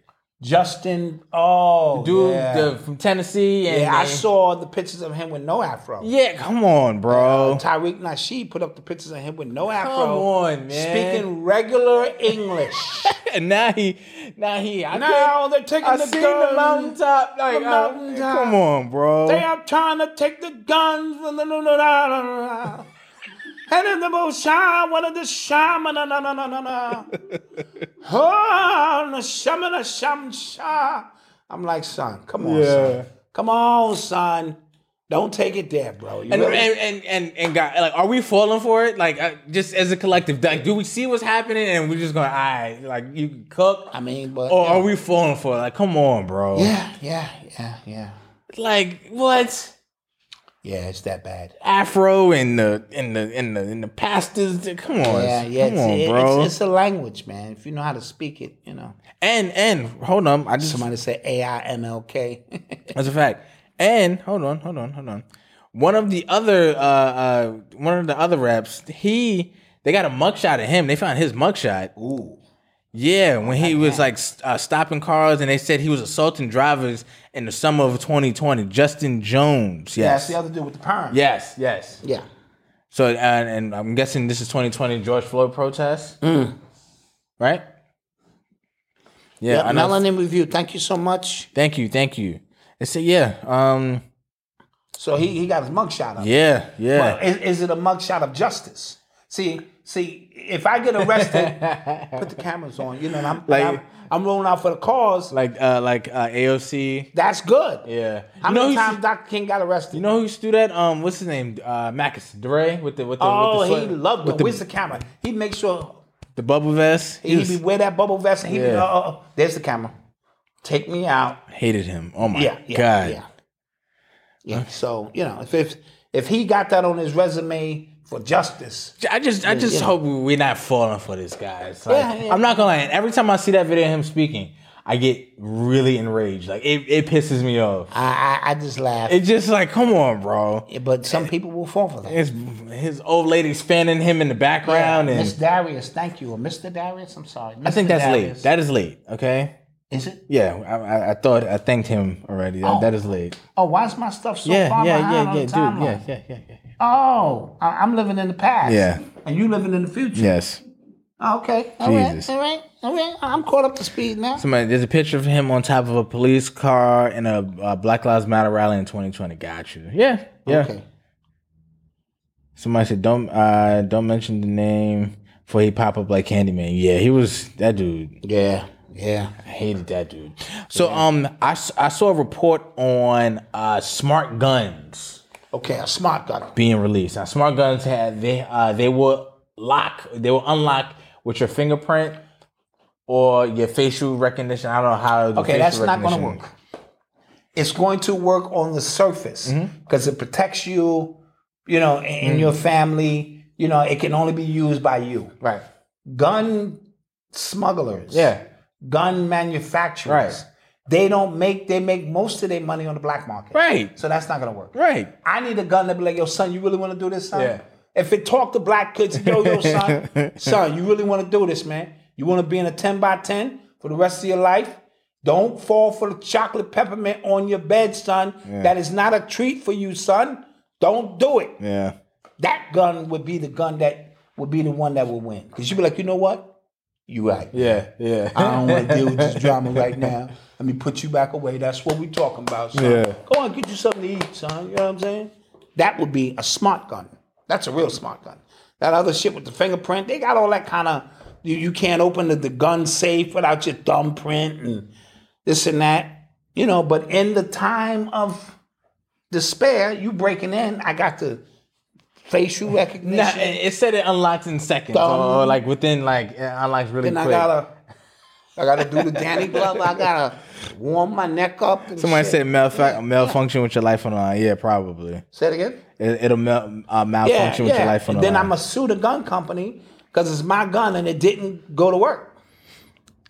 [SPEAKER 5] Justin, oh,
[SPEAKER 4] Dude
[SPEAKER 5] yeah.
[SPEAKER 4] the, from Tennessee, and
[SPEAKER 5] yeah, I
[SPEAKER 4] they-
[SPEAKER 5] saw the pictures of him with no afro.
[SPEAKER 4] Yeah, come on, bro. <laughs>
[SPEAKER 5] Tyreek Nasheed put up the pictures of him with no afro.
[SPEAKER 4] on, man.
[SPEAKER 5] Speaking regular English.
[SPEAKER 4] <laughs> and now he, now he. I
[SPEAKER 5] now they're taking
[SPEAKER 4] couldn't- I
[SPEAKER 5] the
[SPEAKER 4] seen
[SPEAKER 5] guns.
[SPEAKER 4] the mountaintop. Like,
[SPEAKER 5] The
[SPEAKER 4] uh,
[SPEAKER 5] mountaintop.
[SPEAKER 4] come on, bro.
[SPEAKER 5] They are trying to take the guns. <laughs> from the- la- la- la- la- la. And in the most shine, one of the shaman, na na na na
[SPEAKER 4] <laughs>
[SPEAKER 5] na na. Oh, na shaman, na sham sha. I'm like, son, come on, son. Come on, son. Don't take it there, bro. You
[SPEAKER 4] and,
[SPEAKER 5] really-
[SPEAKER 4] and and and and God, like, are we falling for it? Like, uh, just as a collective, like, do we see what's happening and we're just going, all right, like, you can cook?
[SPEAKER 5] I mean, but
[SPEAKER 4] or
[SPEAKER 5] you know.
[SPEAKER 4] Oh, are we falling for it? Like, come on, bro.
[SPEAKER 5] Yeah, yeah, yeah, yeah.
[SPEAKER 4] Like, what?
[SPEAKER 5] Yeah, it's that bad.
[SPEAKER 4] Afro and the and the and the and the pastas. Come on,
[SPEAKER 5] Yeah, yeah.
[SPEAKER 4] come
[SPEAKER 5] it's,
[SPEAKER 4] on,
[SPEAKER 5] it-
[SPEAKER 4] bro.
[SPEAKER 5] It's, it's a language, man. If you know how to speak it, you know.
[SPEAKER 4] and and hold on, I just
[SPEAKER 5] Somebody said <laughs> AIMLK.
[SPEAKER 4] That's a fact. And hold on, hold on, hold on. One of the other, uh, uh, one of the other reps, he they got a mugshot of him. They found his mugshot. Ooh. Yeah, when he was like s- uh, stopping cars, and they said he was assaulting drivers in the summer of 2020. Justin Jones.
[SPEAKER 5] That's
[SPEAKER 4] Yes.
[SPEAKER 5] the other dude with the perm.
[SPEAKER 4] Yes. Yes.
[SPEAKER 5] Yeah.
[SPEAKER 4] So, uh, and I'm guessing this is 2020 George Floyd protest,
[SPEAKER 5] Mm.
[SPEAKER 4] right? Yeah.
[SPEAKER 5] yeah
[SPEAKER 4] I know.
[SPEAKER 5] Melanin Review, thank you so much.
[SPEAKER 4] Thank you. Thank you. They said, yeah. Um.
[SPEAKER 5] So he, he got his mugshot up.
[SPEAKER 4] Yeah. Yeah.
[SPEAKER 5] But is, is it a mugshot of justice? See, see, if I
[SPEAKER 4] <laughs>
[SPEAKER 5] get arrested, put the cameras on, you know, and I'm, and
[SPEAKER 4] Like-
[SPEAKER 5] I'm, I'm rolling out for the cause.
[SPEAKER 4] like uh like uh AOC.
[SPEAKER 5] That's good.
[SPEAKER 4] Yeah.
[SPEAKER 5] How
[SPEAKER 4] you know
[SPEAKER 5] many
[SPEAKER 4] who used to-
[SPEAKER 5] times Dr. King got arrested?
[SPEAKER 4] you know who used to do that? Um what's his name? Uh Marcus Dre with the with the
[SPEAKER 5] oh,
[SPEAKER 4] with the,
[SPEAKER 5] he
[SPEAKER 4] sweat-
[SPEAKER 5] loved
[SPEAKER 4] with
[SPEAKER 5] it.
[SPEAKER 4] the,
[SPEAKER 5] Where's the camera? He'd make sure
[SPEAKER 4] the bubble vest. He
[SPEAKER 5] He'd
[SPEAKER 4] was-
[SPEAKER 5] be wear that bubble vest and he'd be,
[SPEAKER 4] Yeah.
[SPEAKER 5] uh, uh, uh, there's the camera. Take me out.
[SPEAKER 4] hated him. Oh my
[SPEAKER 5] Yeah, yeah,
[SPEAKER 4] god.
[SPEAKER 5] yeah. Yeah. So, you know, if, if if he got that on his resume for justice,
[SPEAKER 4] I just, I just
[SPEAKER 5] yeah.
[SPEAKER 4] hope we're not falling for this guy. It's like,
[SPEAKER 5] Yeah, yeah.
[SPEAKER 4] I'm not gonna lie. Every time I see that video of him speaking, I get really enraged. Like it, it pisses me off.
[SPEAKER 5] I I, I just laugh.
[SPEAKER 4] It's just like, come on, bro.
[SPEAKER 5] but some people will fall for that.
[SPEAKER 4] His his old lady fanning him in the background,
[SPEAKER 5] Miss
[SPEAKER 4] and
[SPEAKER 5] Darius, thank you. Or Mr. Darius, I'm sorry.
[SPEAKER 4] I think
[SPEAKER 5] Mr.
[SPEAKER 4] that's
[SPEAKER 5] Darius.
[SPEAKER 4] late. That is late. Okay.
[SPEAKER 5] Is it?
[SPEAKER 4] Yeah, I, I- I thought I thanked him already. That, that is late.
[SPEAKER 5] Oh, why is my stuff so
[SPEAKER 4] yeah,
[SPEAKER 5] far
[SPEAKER 4] yeah,
[SPEAKER 5] behind
[SPEAKER 4] yeah,
[SPEAKER 5] on
[SPEAKER 4] yeah,
[SPEAKER 5] the
[SPEAKER 4] dude.
[SPEAKER 5] timeline?
[SPEAKER 4] Yeah, yeah, yeah, yeah. yeah.
[SPEAKER 5] Oh, I, I'm living in the past.
[SPEAKER 4] Yeah.
[SPEAKER 5] And you living in the future. Oh,
[SPEAKER 4] Yes.
[SPEAKER 5] Okay. All right.
[SPEAKER 4] Jesus.
[SPEAKER 5] All right. All right. I'm caught up to speed now.
[SPEAKER 4] Somebody, there's a picture of him on top of a police car in a, uh Black Lives Matter rally in 2020. Got you. Yeah, yeah.
[SPEAKER 5] Okay.
[SPEAKER 4] Somebody said, "Don't, uh, don't mention the name." before he pop up like Candyman. Yeah, he was that dude.
[SPEAKER 5] Yeah, yeah.
[SPEAKER 4] I hated that dude. So um, I, s- I saw a report on uh, smart guns
[SPEAKER 5] Okay, a smart gun.
[SPEAKER 4] being released. Now, smart guns had they uh, they will lock, they will unlock with your fingerprint or your facial recognition. I don't know how. the
[SPEAKER 5] Okay, that's
[SPEAKER 4] facial
[SPEAKER 5] not going to
[SPEAKER 4] recognition-
[SPEAKER 5] work. It's going to work on the surface
[SPEAKER 4] Mm-hmm.
[SPEAKER 5] because it protects you, you know, and your family. You know, it can only be used by you.
[SPEAKER 4] Mm. Right.
[SPEAKER 5] Gun smugglers,
[SPEAKER 4] Yeah.
[SPEAKER 5] gun manufacturers,
[SPEAKER 4] Right.
[SPEAKER 5] they don't make, they make most of their money on the black market.
[SPEAKER 4] Right.
[SPEAKER 5] So that's not going to work.
[SPEAKER 4] Right.
[SPEAKER 5] I need a gun to be like, yo, son, you really want to do this, son?
[SPEAKER 4] Yeah.
[SPEAKER 5] If it talk to black kids, yo, yo, son, son, you really want to do this, man? You want to be in a 10 by 10 for the rest of your life? Don't fall for the chocolate peppermint on your bed, son. That is not a treat for you, son. Don't do it.
[SPEAKER 4] Yeah.
[SPEAKER 5] That gun would be the gun that would be the one that would win. Because you'd be like, you know what? You right.
[SPEAKER 4] Yeah. Yeah.
[SPEAKER 5] I don't want to deal with this drama right now. Let me put you back away. That's what we talking about, son.
[SPEAKER 4] Yeah.
[SPEAKER 5] Go on, get you something to eat, son. You know what I'm saying? That would be a smart gun. That's a real smart gun. That other shit with the fingerprint, they got all that kind of. You, you can't open the, the gun safe without your thumbprint and this and that. You know, but in the time of despair, you breaking in, I got the facial recognition.
[SPEAKER 4] Nah, it it said it unlocks in seconds,
[SPEAKER 5] Dumb.
[SPEAKER 4] or like within like it unlocks really
[SPEAKER 5] Then
[SPEAKER 4] quick.
[SPEAKER 5] I gotta, I gotta do the Danny Glover. I gotta warm my neck up. And
[SPEAKER 4] Somebody
[SPEAKER 5] shit.
[SPEAKER 4] said malfu- malfunction with your life on line. Yeah, probably.
[SPEAKER 5] Say it again.
[SPEAKER 4] It, it'll mal- uh,
[SPEAKER 5] Yeah,
[SPEAKER 4] malfunction with your
[SPEAKER 5] yeah.
[SPEAKER 4] life on
[SPEAKER 5] And
[SPEAKER 4] the
[SPEAKER 5] then
[SPEAKER 4] line.
[SPEAKER 5] I'm gonna sue the gun company because it's my gun and it didn't go to work.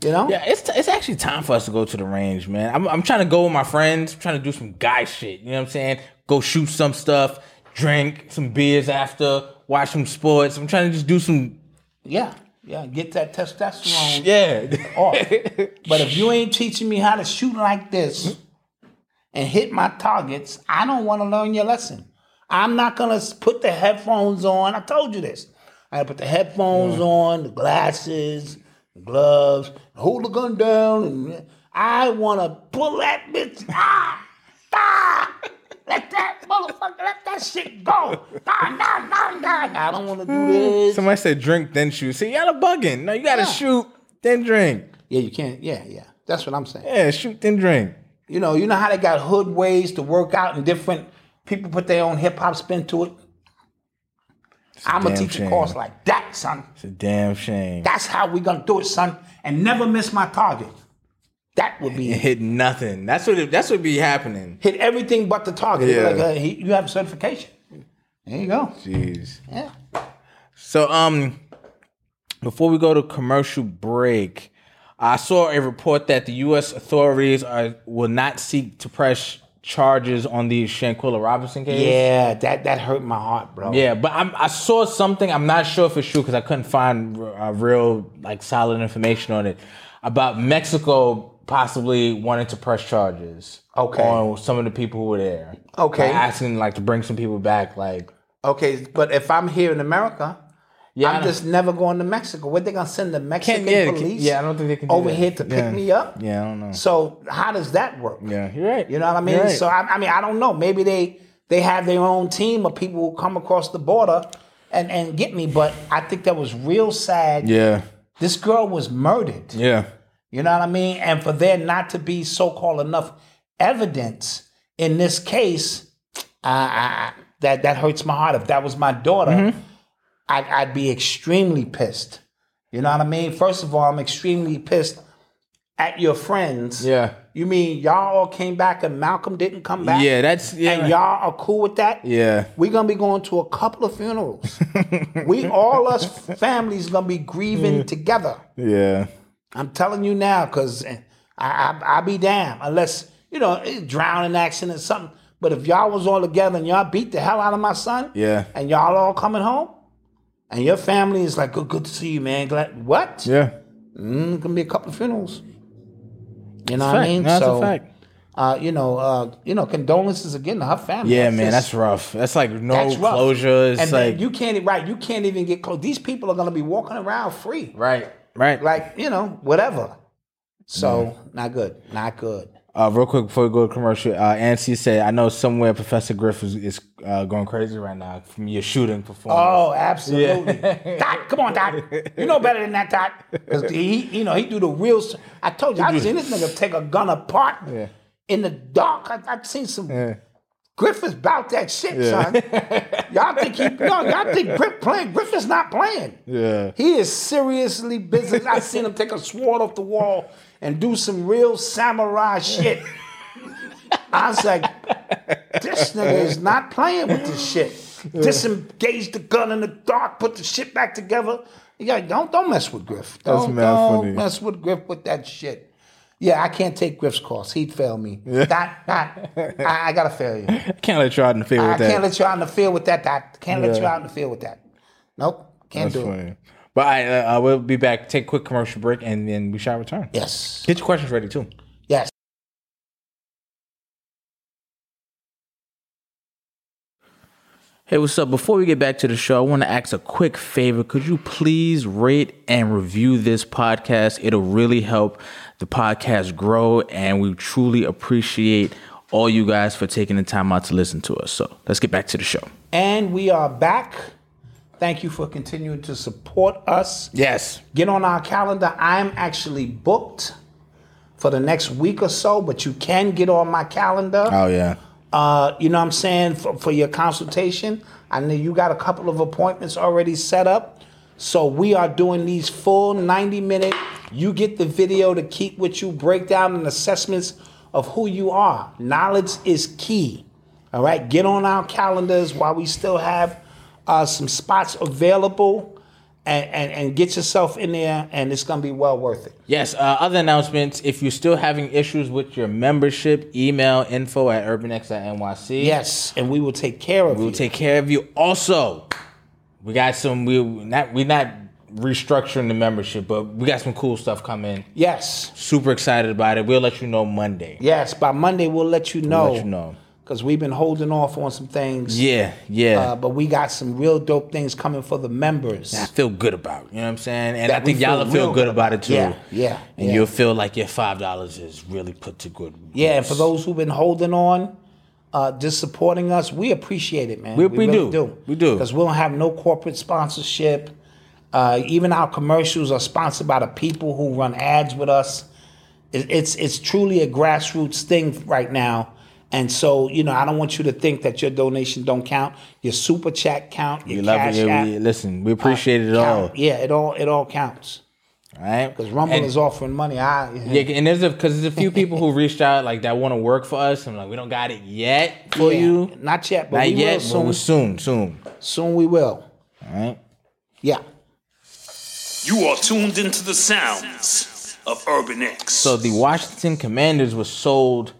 [SPEAKER 5] You know?
[SPEAKER 4] Yeah, it's it's actually time for us to go to the range, man. I'm I'm trying to go with my friends, trying to do some guy shit. You know what I'm saying? Go shoot some stuff, drink some beers after, watch some sports. I'm trying to just do some
[SPEAKER 5] yeah, yeah. Get that testosterone
[SPEAKER 4] yeah.
[SPEAKER 5] off.
[SPEAKER 4] <laughs>
[SPEAKER 5] But if you ain't teaching me how to shoot like this and hit my targets, I don't want to learn your lesson. I'm not gonna s- put the headphones on. I told you this. I gotta put the headphones on, the glasses, the gloves, hold the gun down, and I wanna pull that bitch. Ah, ah, let that motherfucker, let that shit go. Nah, nah, nah, nah. I don't wanna do this.
[SPEAKER 4] Somebody said drink then shoot. See, y'all are bugging. No, you gotta shoot then drink.
[SPEAKER 5] Yeah, you can't. Yeah, yeah. That's what I'm saying.
[SPEAKER 4] Yeah, shoot then drink.
[SPEAKER 5] You know, you know how they got hood ways to work out and different people put their own hip hop spin to it. I'm gonna
[SPEAKER 4] damn
[SPEAKER 5] teach a
[SPEAKER 4] shame.
[SPEAKER 5] course like that, son.
[SPEAKER 4] It's a damn shame.
[SPEAKER 5] That's how we gonna do it, son, and never miss my target. That would be <laughs>
[SPEAKER 4] Hit nothing. That's what it, that's what be happening.
[SPEAKER 5] hit everything but the target. They'd be
[SPEAKER 4] Yeah.
[SPEAKER 5] Like, uh, he, you have certification. There you go.
[SPEAKER 4] Jeez.
[SPEAKER 5] Yeah.
[SPEAKER 4] So um before we go to commercial break, I saw a report that the US authorities are will not seek to press charges on the Shanquilla Robinson case.
[SPEAKER 5] Yeah, that that hurt my heart, bro.
[SPEAKER 4] Yeah, but I'm, I saw something. I'm not sure for sure because I couldn't find uh, real, like, solid information on it about Mexico possibly wanting to press charges.
[SPEAKER 5] Okay.
[SPEAKER 4] On some of the people who were there.
[SPEAKER 5] Okay.
[SPEAKER 4] Like, asking like to bring some people back. Like,
[SPEAKER 5] Okay, but if I'm here in America,
[SPEAKER 4] yeah, I
[SPEAKER 5] I'm
[SPEAKER 4] don't-
[SPEAKER 5] just never going to Mexico. What they gonna send the Mexican
[SPEAKER 4] yeah, can-
[SPEAKER 5] police?
[SPEAKER 4] yeah, I don't think they can do
[SPEAKER 5] over
[SPEAKER 4] that.
[SPEAKER 5] here to pick
[SPEAKER 4] Yeah.
[SPEAKER 5] me up.
[SPEAKER 4] Yeah, I don't know.
[SPEAKER 5] So how does that work?
[SPEAKER 4] Mm. yeah, you're right.
[SPEAKER 5] You know what I mean?
[SPEAKER 4] You're right.
[SPEAKER 5] So I, I mean, I don't know. Maybe they they have their own team of people who come across the border and and get me. But I think that was real sad.
[SPEAKER 4] yeah,
[SPEAKER 5] This girl was murdered.
[SPEAKER 4] yeah.
[SPEAKER 5] You know what I mean? And for there not to be so called enough evidence in this case, I, I, I- that that hurts my heart. If that was my daughter,
[SPEAKER 4] Mm-hmm.
[SPEAKER 5] I'd, I'd be extremely pissed. You know what I mean? First of all, I'm extremely pissed at your friends.
[SPEAKER 4] Yeah.
[SPEAKER 5] You mean y'all all came back and Malcolm didn't come back?
[SPEAKER 4] Yeah, that's- yeah.
[SPEAKER 5] And y'all are cool with that?
[SPEAKER 4] Yeah.
[SPEAKER 5] We're gonna be going to a couple of
[SPEAKER 4] <laughs>
[SPEAKER 5] funerals. we all us families gonna be grieving together.
[SPEAKER 4] Yeah.
[SPEAKER 5] I'm telling you now, cause I, I I be damn unless you know it- drowning accident or something. But if y'all was all together and y'all beat the hell out of my son,
[SPEAKER 4] Yeah.
[SPEAKER 5] and y'all all coming home, and your family is like, good, good to see you, man. Glad what?
[SPEAKER 4] Yeah.
[SPEAKER 5] Mm, gonna be a couple of funerals. You know
[SPEAKER 4] Fact.
[SPEAKER 5] what I mean?
[SPEAKER 4] No, that's
[SPEAKER 5] so,
[SPEAKER 4] a fact.
[SPEAKER 5] Uh, you know, uh, you know, condolences again to her family.
[SPEAKER 4] Yeah, man,
[SPEAKER 5] just-
[SPEAKER 4] that's rough. That's like no
[SPEAKER 5] that's rough.
[SPEAKER 4] closure. It's
[SPEAKER 5] and then
[SPEAKER 4] like
[SPEAKER 5] you can't e, right. You can't even get close. These people are gonna be walking around free
[SPEAKER 4] right, right.
[SPEAKER 5] like you know whatever so not good not good
[SPEAKER 4] Uh, real quick before we go to commercial, uh, Ansi said, "I know somewhere Professor Griff is, is uh, going crazy right now from your shooting performance."
[SPEAKER 5] Oh, absolutely. <laughs> Dot, come on, Dot. You know better than that, Dot. Because he, you know, he do the real. s- I told you, I've seen this nigga take a gun apart
[SPEAKER 4] Yeah.
[SPEAKER 5] in the dark. I, I've seen some.
[SPEAKER 4] Yeah.
[SPEAKER 5] Griffith's about that shit, son. y'all think he? No, y'all think Griff playing? Griffith's not playing.
[SPEAKER 4] Yeah.
[SPEAKER 5] He is seriously business. I seen him take a sword off the wall and do some real samurai
[SPEAKER 4] <laughs>
[SPEAKER 5] shit. I was like, this nigga is not playing with this
[SPEAKER 4] <laughs>
[SPEAKER 5] shit. Disengage the gun in the dark, put the shit back together. Yeah, don't don't mess with Griff. Don't,
[SPEAKER 4] That's mad
[SPEAKER 5] don't
[SPEAKER 4] funny.
[SPEAKER 5] mess with Griff with that shit. Yeah, I can't take Griff's course. He'd fail me. Dot, dot. I, I gotta fail you.
[SPEAKER 4] I can't let you out in the field
[SPEAKER 5] Oh. I
[SPEAKER 4] with that.
[SPEAKER 5] can't let you out in the field with that. Dot. Can't let you
[SPEAKER 4] Yeah.
[SPEAKER 5] out in the field with that. Nope. Can't
[SPEAKER 4] That's
[SPEAKER 5] do it.
[SPEAKER 4] funny. But I, uh, I will be back. Take a quick commercial break, and then we shall return.
[SPEAKER 5] Yes.
[SPEAKER 4] Get your questions ready too.
[SPEAKER 5] Yes.
[SPEAKER 4] Hey, what's up? Before we get back to the show, I want to ask a quick favor. Could you please rate and review this podcast? It'll really help the podcast grow, and we truly appreciate all you guys for taking the time out to listen to us. So let's get back to the show.
[SPEAKER 5] And we are back. Thank you for continuing to support us.
[SPEAKER 4] Yes.
[SPEAKER 5] Get on our calendar. I'm actually booked for the next week or so, but you can get on my calendar.
[SPEAKER 4] Oh, yeah.
[SPEAKER 5] Uh, you know what I'm saying? For, for your consultation. I know you got a couple of appointments already set up. So we are doing these full 90 minute. You get the video to keep with you, breakdown and assessments of who you are. Knowledge is key. All right, get on our calendars while we still have uh, some spots available and, and, and get yourself in there, and it's going to be well worth it.
[SPEAKER 4] Yes. Uh, other announcements. If you're still having issues with your membership, email info at urbanx.nyc.
[SPEAKER 5] Yes, and we will take care of
[SPEAKER 4] We'll
[SPEAKER 5] you.
[SPEAKER 4] take care of you. Also, we got some. We not we not restructuring the membership, but we got some cool stuff coming.
[SPEAKER 5] yes.
[SPEAKER 4] Super excited about it. We'll let you know Monday.
[SPEAKER 5] Yes, by Monday we'll let you know.
[SPEAKER 4] We'll let you know.
[SPEAKER 5] Because we've been holding off on some things.
[SPEAKER 4] Yeah, yeah.
[SPEAKER 5] Uh, but we got some real dope things coming for the members.
[SPEAKER 4] I feel good about. You know what I'm saying? And
[SPEAKER 5] That
[SPEAKER 4] I think
[SPEAKER 5] we feel
[SPEAKER 4] y'all will feel
[SPEAKER 5] real
[SPEAKER 4] good about it too.
[SPEAKER 5] Yeah, yeah,
[SPEAKER 4] And
[SPEAKER 5] yeah.
[SPEAKER 4] you'll feel like your five dollars is really put to good.
[SPEAKER 5] Yeah, and
[SPEAKER 4] use.
[SPEAKER 5] for those who've been holding on, uh, just supporting us, we appreciate it, man.
[SPEAKER 4] We- we do. We do.
[SPEAKER 5] Because we don't have no corporate sponsorship. Uh, even our commercials are sponsored by the people who run ads with us. It, it's it's truly a grassroots thing right now. And so, you know, I don't want you to think that your donation don't count. Your super chat count. Your
[SPEAKER 4] we love
[SPEAKER 5] cash
[SPEAKER 4] it. Yeah,
[SPEAKER 5] app
[SPEAKER 4] we, listen, we appreciate it all.
[SPEAKER 5] count. Yeah, it all it all counts.
[SPEAKER 4] All right,
[SPEAKER 5] Because Rumble
[SPEAKER 4] And-
[SPEAKER 5] is offering money. I
[SPEAKER 4] Yeah, and there's a because there's a few people who reached out like that want to work for us. I'm like, we don't got it yet for
[SPEAKER 5] Yeah,
[SPEAKER 4] you,
[SPEAKER 5] Not yet, but
[SPEAKER 4] not
[SPEAKER 5] we
[SPEAKER 4] yet,
[SPEAKER 5] will
[SPEAKER 4] soon. soon,
[SPEAKER 5] soon.
[SPEAKER 4] soon.
[SPEAKER 5] Soon we will.
[SPEAKER 4] All right.
[SPEAKER 5] Yeah.
[SPEAKER 6] You are tuned into the sounds of Urban X.
[SPEAKER 4] So the Washington Commanders was sold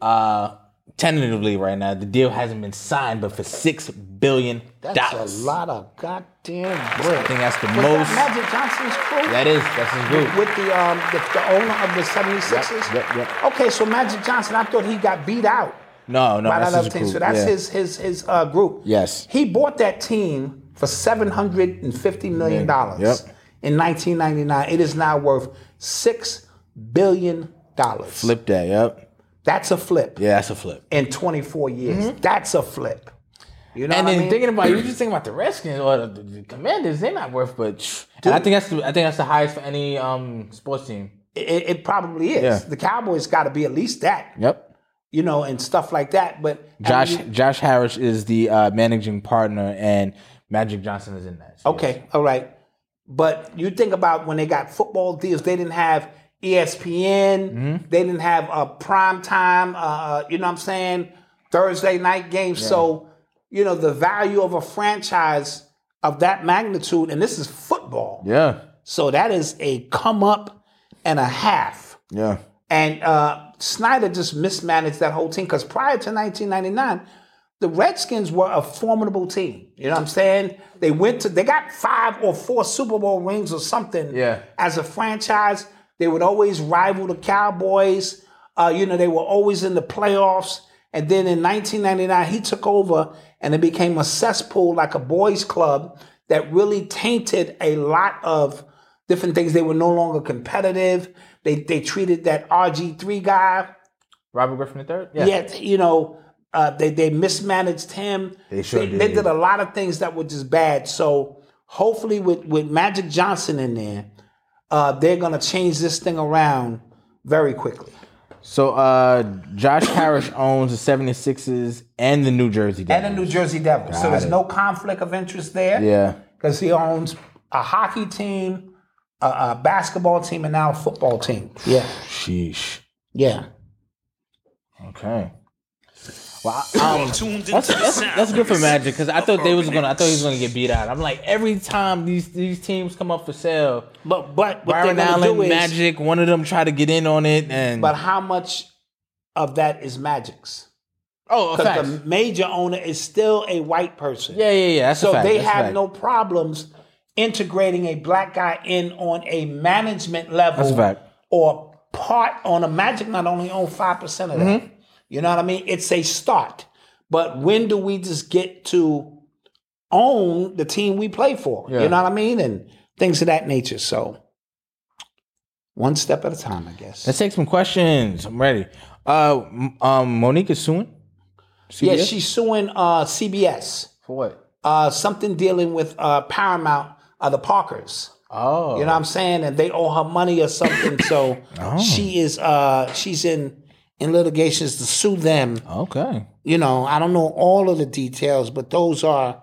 [SPEAKER 4] uh tentatively right now. The deal hasn't been signed, but for six billion
[SPEAKER 5] That's
[SPEAKER 4] dollars.
[SPEAKER 5] a lot of goddamn bread.
[SPEAKER 4] I think that's the
[SPEAKER 5] Was
[SPEAKER 4] most-
[SPEAKER 5] That Magic Johnson's crew?
[SPEAKER 4] That is that's his group.
[SPEAKER 5] With the, um, the, the owner of the 76ers?
[SPEAKER 4] Yep, yep, yep.
[SPEAKER 5] Okay, so Magic Johnson, I thought he got beat out
[SPEAKER 4] Oh, No, no,
[SPEAKER 5] by that
[SPEAKER 4] that's
[SPEAKER 5] other
[SPEAKER 4] his
[SPEAKER 5] team.
[SPEAKER 4] group.
[SPEAKER 5] So that's
[SPEAKER 4] yeah.
[SPEAKER 5] his his his uh, group.
[SPEAKER 4] Yes.
[SPEAKER 5] He bought that team for $750 million
[SPEAKER 4] Yep.
[SPEAKER 5] in 1999. It is now worth $6 billion.
[SPEAKER 4] flip that. Yep.
[SPEAKER 5] That's a flip.
[SPEAKER 4] Yeah, that's a flip.
[SPEAKER 5] in 24 years. That's a flip. You know
[SPEAKER 4] And
[SPEAKER 5] what
[SPEAKER 4] then
[SPEAKER 5] I mean?
[SPEAKER 4] thinking about you just think about the Redskins or the, the Commanders, they're not worth but. And I think that's the, I think that's the highest for any um sports team.
[SPEAKER 5] it, it probably is.
[SPEAKER 4] Yeah.
[SPEAKER 5] The Cowboys got to be at least that,
[SPEAKER 4] Yep.
[SPEAKER 5] you know, and stuff like that. But I
[SPEAKER 4] Josh
[SPEAKER 5] mean,
[SPEAKER 4] Josh Harris is the uh, managing partner, and Magic Johnson is in that. So
[SPEAKER 5] okay, all right. But you think about when they got football deals, they didn't have E ESPN, they didn't have a prime time, uh, you know what I'm saying, Thursday night game. So, you know, the value of a franchise of that magnitude, and this is football.
[SPEAKER 4] Yeah.
[SPEAKER 5] So that is a come up and a half.
[SPEAKER 4] Yeah.
[SPEAKER 5] And uh, Snyder just mismanaged that whole team because prior to 1999, the Redskins were a formidable team. You know what I'm saying? They went to they got five or four Super Bowl rings or something.
[SPEAKER 4] Yeah.
[SPEAKER 5] As a franchise, they would always rival the Cowboys. Uh, you know, they were always in the playoffs. And then in 1999, he took over and it became a cesspool like a boys' club that really tainted a lot of different things. They were no longer competitive. They they treated that RG3 guy
[SPEAKER 4] Robert Griffin III?
[SPEAKER 5] Yet, you know, uh, they they mismanaged him.
[SPEAKER 4] They sure
[SPEAKER 5] they,
[SPEAKER 4] did.
[SPEAKER 5] They did a lot of things that were just bad. So hopefully, with with Magic Johnson in there, uh, they're gonna change this thing around very quickly.
[SPEAKER 4] So uh, Josh
[SPEAKER 5] <coughs>
[SPEAKER 4] Parrish owns the 76ers and the New Jersey
[SPEAKER 5] And
[SPEAKER 4] Devils.
[SPEAKER 5] the New Jersey Devils. so
[SPEAKER 4] Got
[SPEAKER 5] there's
[SPEAKER 4] it.
[SPEAKER 5] no conflict of interest there.
[SPEAKER 4] Yeah.
[SPEAKER 5] because he owns a hockey team, a, a basketball team, and now a football team. Yeah,
[SPEAKER 4] Sheesh.
[SPEAKER 5] yeah.
[SPEAKER 4] Okay.
[SPEAKER 6] You're tuned into the
[SPEAKER 4] That's,
[SPEAKER 6] sound.
[SPEAKER 4] that's good for Magic because I thought they was gonna. I thought he was gonna get beat out. I'm like every time these these teams come up for sale,
[SPEAKER 5] But but what
[SPEAKER 4] Byron
[SPEAKER 5] they're gonna
[SPEAKER 4] Allen,
[SPEAKER 5] do is.
[SPEAKER 4] Magic, one of them try to get in on it, and
[SPEAKER 5] But how much of that is Magic's?
[SPEAKER 4] oh, a fact.
[SPEAKER 5] Because the major owner is still a white person.
[SPEAKER 4] yeah, yeah, yeah. That's a
[SPEAKER 5] So
[SPEAKER 4] fact.
[SPEAKER 5] they
[SPEAKER 4] That's a
[SPEAKER 5] have
[SPEAKER 4] fact.
[SPEAKER 5] no problems integrating a black guy in on a management level
[SPEAKER 4] That's a fact.
[SPEAKER 5] or part on a magic not only own 5% of
[SPEAKER 4] Mm-hmm.
[SPEAKER 5] that. You know what I mean? It's a start. But when do we just get to own the team we play for?
[SPEAKER 4] Yeah.
[SPEAKER 5] You know what I mean? And things of that nature. So one step at a time, I guess.
[SPEAKER 4] Let's take some questions. I'm ready. Uh, m- um, Monique is suing.
[SPEAKER 5] yeah,
[SPEAKER 4] CBS?
[SPEAKER 5] she's suing uh, CBS.
[SPEAKER 4] for what?
[SPEAKER 5] Uh, something dealing with uh, Paramount, uh, the Parkers.
[SPEAKER 4] Oh,
[SPEAKER 5] You know what I'm saying? And they owe her money or something.
[SPEAKER 4] <coughs>
[SPEAKER 5] So she is uh she's in in litigations to sue them.
[SPEAKER 4] okay.
[SPEAKER 5] You know, I don't know all of the details, but those are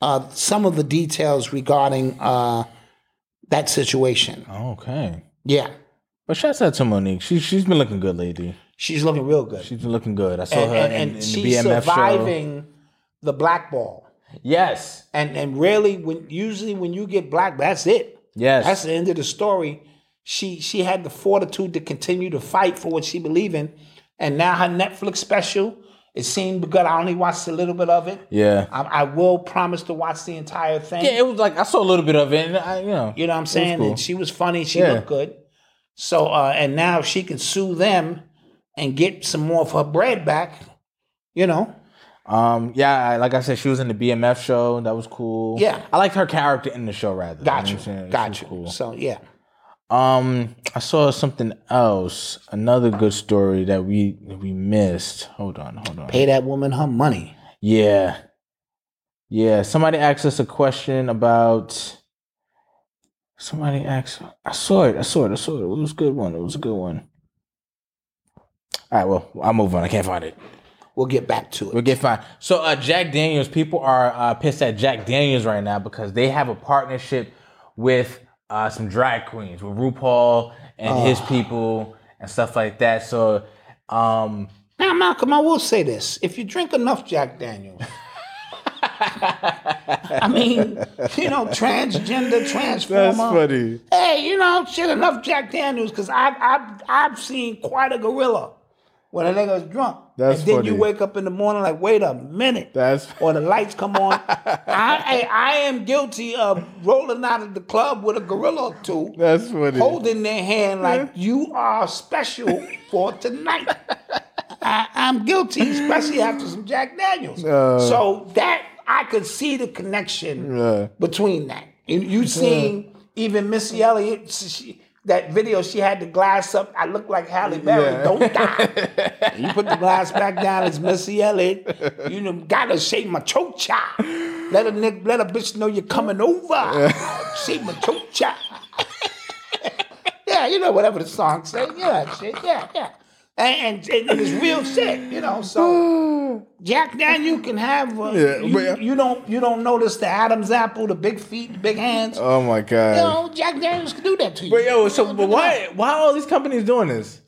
[SPEAKER 5] uh some of the details regarding uh that situation.
[SPEAKER 4] Okay.
[SPEAKER 5] Yeah.
[SPEAKER 4] But shouts out to Monique. She she's been looking good lately.
[SPEAKER 5] She's looking real good.
[SPEAKER 4] She's been looking good. I saw
[SPEAKER 5] and
[SPEAKER 4] her
[SPEAKER 5] and,
[SPEAKER 4] in,
[SPEAKER 5] and
[SPEAKER 4] in the
[SPEAKER 5] she's
[SPEAKER 4] BMF
[SPEAKER 5] surviving the black ball.
[SPEAKER 4] show. Yes.
[SPEAKER 5] And and really when usually when you get black, that's it.
[SPEAKER 4] Yes.
[SPEAKER 5] That's the end of the story. She she had the fortitude to continue to fight for what she believed in, and now her Netflix special. It seemed good. I only watched a little bit of it.
[SPEAKER 4] yeah.
[SPEAKER 5] I, I will promise to watch the entire thing.
[SPEAKER 4] Yeah, it was like I saw a little bit of it, and I, you know,
[SPEAKER 5] you know what I'm saying?
[SPEAKER 4] cool.
[SPEAKER 5] And she was funny. She
[SPEAKER 4] Yeah.
[SPEAKER 5] looked good. So uh, and now she can sue them and get some more of her bread back. You know.
[SPEAKER 4] um, yeah, I, like I said, she was in the BMF show. That was cool.
[SPEAKER 5] Yeah.
[SPEAKER 4] I liked her character in the show rather.
[SPEAKER 5] Got you.
[SPEAKER 4] know what I'm saying? She was
[SPEAKER 5] Got you.
[SPEAKER 4] cool.
[SPEAKER 5] So yeah.
[SPEAKER 4] Um, I saw something else, another good story that we that we missed. Hold on, hold on.
[SPEAKER 5] Pay that woman her money.
[SPEAKER 4] Yeah. Yeah. Somebody asked us a question about. Somebody asked. I saw it. I saw it. I saw it. It was a good one. It was a good one. All right. Well, I'll move on. I can't find it.
[SPEAKER 5] We'll get back to it.
[SPEAKER 4] We'll get fine. So, uh, Jack Daniels, people are uh, pissed at Jack Daniels right now because they have a partnership with uh, some drag queens, with RuPaul and his
[SPEAKER 9] Ah.
[SPEAKER 4] people and stuff like that. So, um,
[SPEAKER 5] Now, Malcolm, I will say this: if you drink enough
[SPEAKER 4] <laughs>
[SPEAKER 5] Jack Daniels, I mean, you know, transgender, transformer.
[SPEAKER 4] funny.
[SPEAKER 5] Hey, you know, shit, enough Jack Daniels, because I've I've I've seen quite a gorilla when a nigga's drunk.
[SPEAKER 4] That's
[SPEAKER 5] and then you
[SPEAKER 4] funny.
[SPEAKER 5] wake up in the morning like, wait a minute.
[SPEAKER 4] That's- <laughs>
[SPEAKER 5] or the lights come on. I, I I am guilty of rolling out of the club with a gorilla or two.
[SPEAKER 4] That's funny.
[SPEAKER 5] holding their hand like you are special for tonight. I, I'm guilty, especially after some Jack Daniels. so that I could see the connection between that. And you seen even Missy Elliott s- she, that video she had the glass up. I look like Halle Berry. Don't die. you put the glass back down. It's Missy Elliott. You done gotta shake my choke cha. Let a nick, let a bitch know you're coming over. shake my choke cha. Yeah, you know, whatever the song say. Yeah, that shit. Yeah, yeah. And, and, and it's real shit, you know. So Jack Daniel can have. Uh,
[SPEAKER 9] Yeah,
[SPEAKER 5] you,
[SPEAKER 9] but-
[SPEAKER 5] you don't you don't notice the Adam's apple, the big feet, the big hands.
[SPEAKER 9] Oh my
[SPEAKER 5] you
[SPEAKER 9] god.
[SPEAKER 5] know, Jack Daniels can do that to you.
[SPEAKER 4] Uh, But yo, so but why why are all these companies doing this?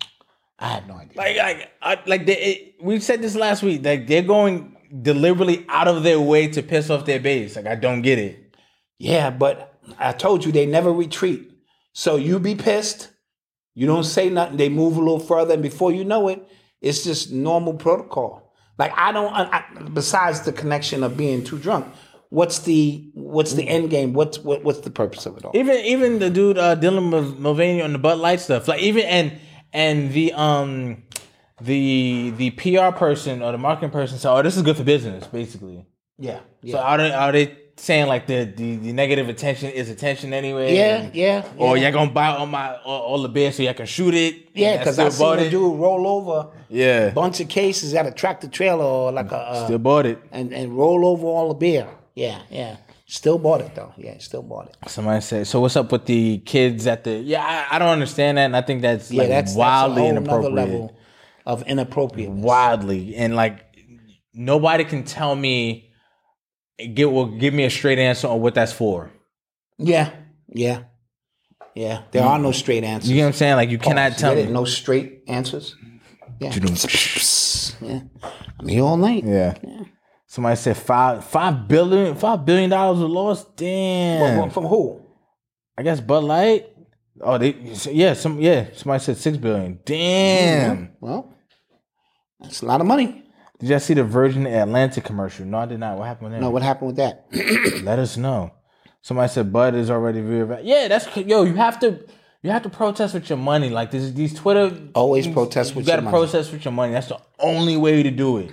[SPEAKER 5] I had no idea.
[SPEAKER 4] Like like I, like they, it, we said this last week. Like they're going deliberately out of their way to piss off their base. Like I don't get it.
[SPEAKER 5] Yeah, but I told you they never retreat. So you be pissed. You don't say nothing. They move a little further, and before you know it, it's just normal protocol. Like I don't. I, I- besides the connection of being too drunk, what's the what's the end game? What's what, what's the purpose of it all?
[SPEAKER 4] Even even the dude uh, Dylan Mul- Mulvaney on the Bud Light stuff, like even and and the um the the PR person or the marketing person said, "Oh, this is good for business," basically.
[SPEAKER 5] yeah, yeah.
[SPEAKER 4] So are they are they saying like the, the, the negative attention is attention anyway.
[SPEAKER 5] Yeah,
[SPEAKER 4] and-
[SPEAKER 5] yeah.
[SPEAKER 4] Or
[SPEAKER 5] yeah.
[SPEAKER 4] y'all gonna buy all my all, all the beer so y'all can shoot it.
[SPEAKER 5] Yeah,
[SPEAKER 4] and
[SPEAKER 5] because
[SPEAKER 4] still
[SPEAKER 5] I seen
[SPEAKER 4] bought
[SPEAKER 5] a dude roll over
[SPEAKER 4] Yeah,
[SPEAKER 5] a bunch of cases at a tractor trailer or like a uh,
[SPEAKER 4] still bought it.
[SPEAKER 5] and, and roll over all the beer. Yeah, yeah. Still bought it though. Yeah, still bought it.
[SPEAKER 4] Somebody said, "So what's up with the kids at the?" Yeah, I, I don't understand that, and I think that's
[SPEAKER 5] Yeah,
[SPEAKER 4] like
[SPEAKER 5] that's
[SPEAKER 4] wildly
[SPEAKER 5] that's a whole nother
[SPEAKER 4] inappropriate.
[SPEAKER 5] level of inappropriate.
[SPEAKER 4] Wildly, and like nobody can tell me get will give me a straight answer on what that's for.
[SPEAKER 5] Yeah, yeah, yeah. There are no straight answers.
[SPEAKER 4] Mm. You get what I'm saying? Like you cannot tell
[SPEAKER 5] Get it?
[SPEAKER 4] me.
[SPEAKER 5] No straight answers.
[SPEAKER 4] Tudum.
[SPEAKER 5] Yeah, I'm here all night.
[SPEAKER 4] Yeah. Somebody said five five billion five billion dollars was lost. Damn.
[SPEAKER 5] From, from who?
[SPEAKER 4] I guess Bud Light. Oh, they yeah some yeah. Somebody said six billion. Damn.
[SPEAKER 5] Well, that's a lot of money.
[SPEAKER 4] Did y'all see the Virgin Atlantic commercial? No, I did not. What happened there?
[SPEAKER 5] No, what happened with that?
[SPEAKER 4] Let us know. Somebody said Bud is already reevaluated. Yeah, that's yo. You have to you have to protest with your money. Like this, these Twitter
[SPEAKER 5] Always protest
[SPEAKER 4] You
[SPEAKER 5] with
[SPEAKER 4] gotta
[SPEAKER 5] your money.
[SPEAKER 4] protest with your money. That's the only way to do it.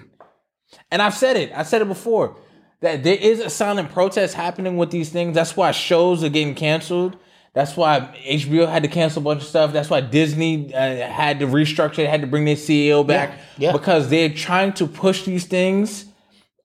[SPEAKER 4] And I've said it. I said it before that there is a silent protest happening with these things. That's why shows are getting canceled. That's why HBO had to cancel a bunch of stuff. That's why Disney uh, had to restructure. Had to bring their CEO back
[SPEAKER 5] yeah.
[SPEAKER 4] because they're trying to push these things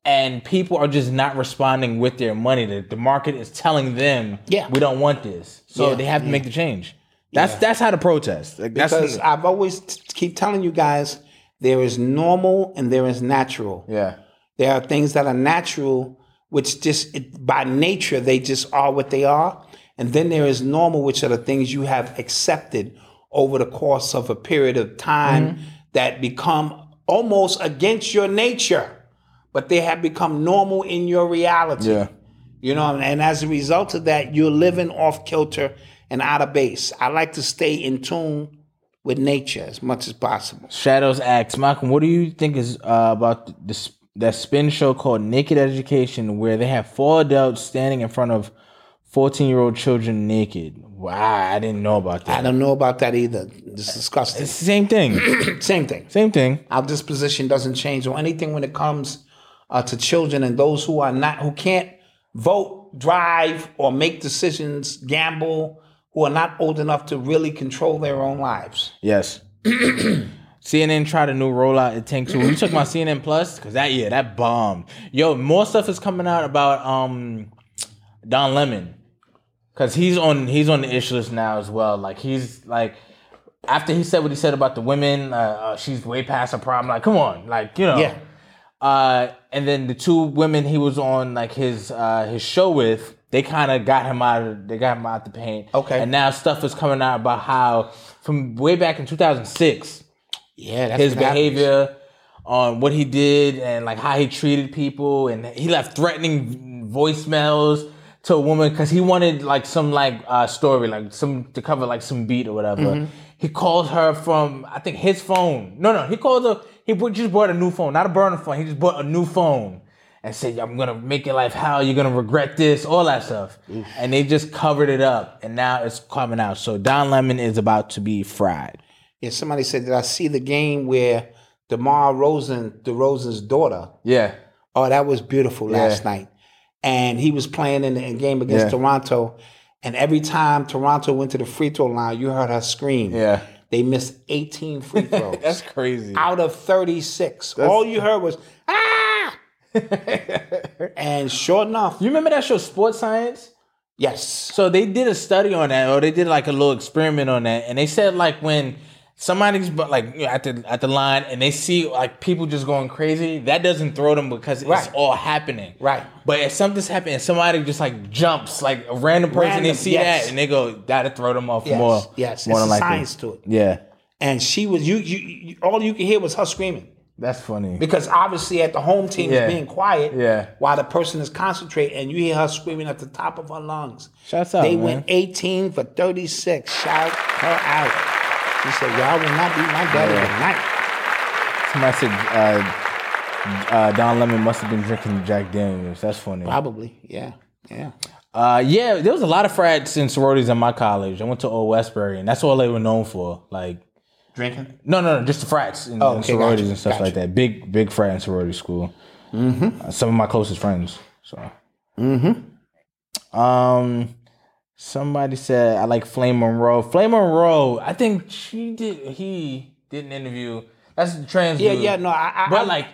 [SPEAKER 4] and people are just not responding with their money. The, the market is telling them,
[SPEAKER 5] Yeah.
[SPEAKER 4] we don't want this, so
[SPEAKER 5] Yeah,
[SPEAKER 4] they have to make the change. That's that's how to protest. Like, that's
[SPEAKER 5] because I've always t- keep telling you guys there is normal and there is natural.
[SPEAKER 4] yeah,
[SPEAKER 5] There are things that are natural, which just it, by nature they just are what they are, and then there is normal, which are the things you have accepted over the course of a period of time
[SPEAKER 4] Mm-hmm.
[SPEAKER 5] that become almost against your nature, but they have become normal in your reality.
[SPEAKER 4] yeah.
[SPEAKER 5] You know, and as a result of that, you're living off kilter and out of base. I like to stay in tune with nature as much as possible.
[SPEAKER 4] Shadows asks Malcolm, what do you think is uh, about this that spin show called Naked Education, where they have four adults standing in front of fourteen year old children naked? Wow, I didn't know about
[SPEAKER 5] I
[SPEAKER 4] that.
[SPEAKER 5] don't know about that either. It's disgusting.
[SPEAKER 4] It's the same
[SPEAKER 5] <clears throat>
[SPEAKER 4] thing,
[SPEAKER 5] Same thing.
[SPEAKER 4] same thing.
[SPEAKER 5] Our disposition doesn't change or anything when it comes uh, to children and those who are not, who can't vote, drive, or make decisions, gamble, who are not old enough to really control their own lives.
[SPEAKER 4] Yes. <clears throat> CNN tried a new rollout. It tanked too. We took my CNN Plus because that yeah that bombed. Yo, more stuff is coming out about um Don Lemon because he's on he's on the issue list now as well. Like he's like after he said what he said about the women, uh, uh, she's way past her problem. Like come on, like you know.
[SPEAKER 5] Yeah.
[SPEAKER 4] Uh, and then the two women he was on like his uh his show with, they kind of got him out of they got him out the paint.
[SPEAKER 5] Okay.
[SPEAKER 4] And now stuff is coming out about how from way back in 2006
[SPEAKER 5] Yeah, that's
[SPEAKER 4] his
[SPEAKER 5] what happens.
[SPEAKER 4] behavior on what he did and like how he treated people and he left threatening voicemails to a woman because he wanted like some like uh story like some to cover like some beat or whatever
[SPEAKER 5] Mm-hmm.
[SPEAKER 4] he called her from i think his phone no no he called her he bu- just bought a new phone not a burner phone he just bought a new phone and said i'm gonna make your life hell you're gonna regret this all that stuff and they just covered it up and now it's coming out so don lemon is about to be fried
[SPEAKER 5] Yeah, somebody said that I see the game where DeMar Rosen, DeRozan's daughter.
[SPEAKER 4] yeah
[SPEAKER 5] Oh, that was beautiful last
[SPEAKER 4] Yeah.
[SPEAKER 5] night. And he was playing in a game against
[SPEAKER 4] Yeah.
[SPEAKER 5] Toronto. And every time Toronto went to the free throw line, you heard her scream.
[SPEAKER 4] Yeah.
[SPEAKER 5] They missed 18
[SPEAKER 4] <laughs>
[SPEAKER 5] free throws
[SPEAKER 4] That's crazy.
[SPEAKER 5] out of 36. All you heard was,
[SPEAKER 4] <laughs>
[SPEAKER 5] ah! and sure enough,
[SPEAKER 4] you remember that show Sports Science?
[SPEAKER 5] yes.
[SPEAKER 4] So they did a study on that, or they did like a little experiment on that, and they said like when somebody's bu- like you know, at the at the line and they see like people just going crazy, that doesn't throw them because
[SPEAKER 5] Right.
[SPEAKER 4] it's all happening.
[SPEAKER 5] Right.
[SPEAKER 4] But if something's happening, and somebody just like jumps like a random person, they
[SPEAKER 5] Random,
[SPEAKER 4] see
[SPEAKER 5] yes.
[SPEAKER 4] that and they go, that'll throw them off
[SPEAKER 5] Yes.
[SPEAKER 4] more.
[SPEAKER 5] yes.
[SPEAKER 4] more
[SPEAKER 5] it's a
[SPEAKER 4] than likely.
[SPEAKER 5] science to it.
[SPEAKER 4] Yeah,
[SPEAKER 5] And she was, you, you, you, all you could hear was her screaming.
[SPEAKER 4] that's funny.
[SPEAKER 5] Because obviously, at the home team
[SPEAKER 4] Yeah.
[SPEAKER 5] is being quiet,
[SPEAKER 4] Yeah.
[SPEAKER 5] while the person is concentrating, and you hear her screaming at the top of her lungs.
[SPEAKER 4] Shouts out,
[SPEAKER 5] They
[SPEAKER 4] man.
[SPEAKER 5] went 18 for 36. Shout her out. She said, "Y'all will not be my daddy tonight."
[SPEAKER 4] Somebody said uh, uh, Don Lemon must have been drinking Jack Daniels. That's funny.
[SPEAKER 5] Probably, yeah, yeah.
[SPEAKER 4] Uh, yeah, there was a lot of frats and sororities in my college. I went to Old Westbury, and that's all they were known for. Like,
[SPEAKER 5] Drinking.
[SPEAKER 4] no, no, no, just the frats and,
[SPEAKER 5] Oh,
[SPEAKER 4] and
[SPEAKER 5] okay,
[SPEAKER 4] sororities
[SPEAKER 5] gotcha,
[SPEAKER 4] and stuff like
[SPEAKER 5] gotcha. Mm-hmm.
[SPEAKER 4] that. Big, big frat and sorority school. Uh, some of my closest friends. So,
[SPEAKER 5] Mm-hmm.
[SPEAKER 4] Um, somebody said I like Flame Monroe. Flame Monroe. I think she did. He did an interview. That's the trans.
[SPEAKER 5] Yeah,
[SPEAKER 4] dude.
[SPEAKER 5] yeah, no, I- I-
[SPEAKER 4] but
[SPEAKER 5] I-
[SPEAKER 4] like,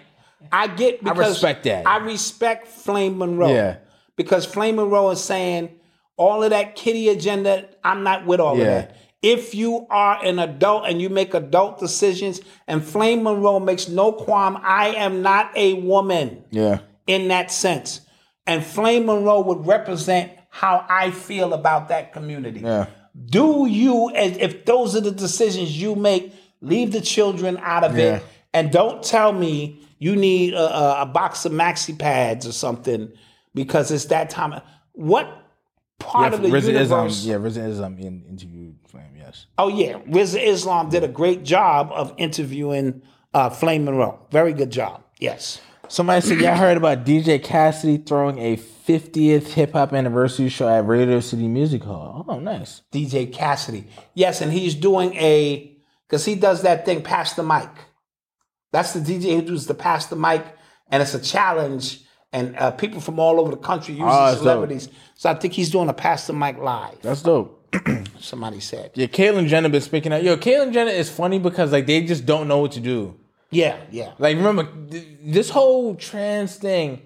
[SPEAKER 5] I get
[SPEAKER 4] I
[SPEAKER 5] because
[SPEAKER 4] respect that.
[SPEAKER 5] I respect Flame Monroe.
[SPEAKER 4] Yeah.
[SPEAKER 5] Because Flame Monroe is saying all of that kitty agenda, I'm not with all
[SPEAKER 4] Yeah.
[SPEAKER 5] of that. If you are an adult and you make adult decisions, and Flame Monroe makes no qualm, I am not a woman
[SPEAKER 4] yeah,
[SPEAKER 5] in that sense. And Flame Monroe would represent how I feel about that community.
[SPEAKER 4] yeah,
[SPEAKER 5] Do you, as if those are the decisions you make, leave the children out of
[SPEAKER 4] Yeah.
[SPEAKER 5] it, and don't tell me you need a, a, a box of maxi pads or something because it's that time. of- What part
[SPEAKER 4] yeah.
[SPEAKER 5] of the
[SPEAKER 4] RZA Islam.
[SPEAKER 5] universe?
[SPEAKER 4] Yeah, RZA Islam in, interviewed Flame. Yes.
[SPEAKER 5] Oh yeah, RZA Islam did a great job of interviewing uh, Flame Monroe. Very good job. Yes.
[SPEAKER 4] Somebody said y'all heard about DJ Cassidy throwing a 50th hip hop anniversary show at Radio City Music Hall. Oh, nice.
[SPEAKER 5] DJ Cassidy. Yes, and he's doing a because he does that thing pass the mic. That's the DJ who does the pass the mic, and it's a challenge. And uh, people from all over the country, usually
[SPEAKER 4] Ah, so-
[SPEAKER 5] celebrities. So I think he's doing a pass the mic live.
[SPEAKER 4] That's dope.
[SPEAKER 5] Somebody said.
[SPEAKER 4] Yeah, Caitlyn Jenner been speaking out. Yo, Caitlyn Jenner is funny because like they just don't know what to do.
[SPEAKER 5] Yeah, yeah,
[SPEAKER 4] Like remember th- this whole trans thing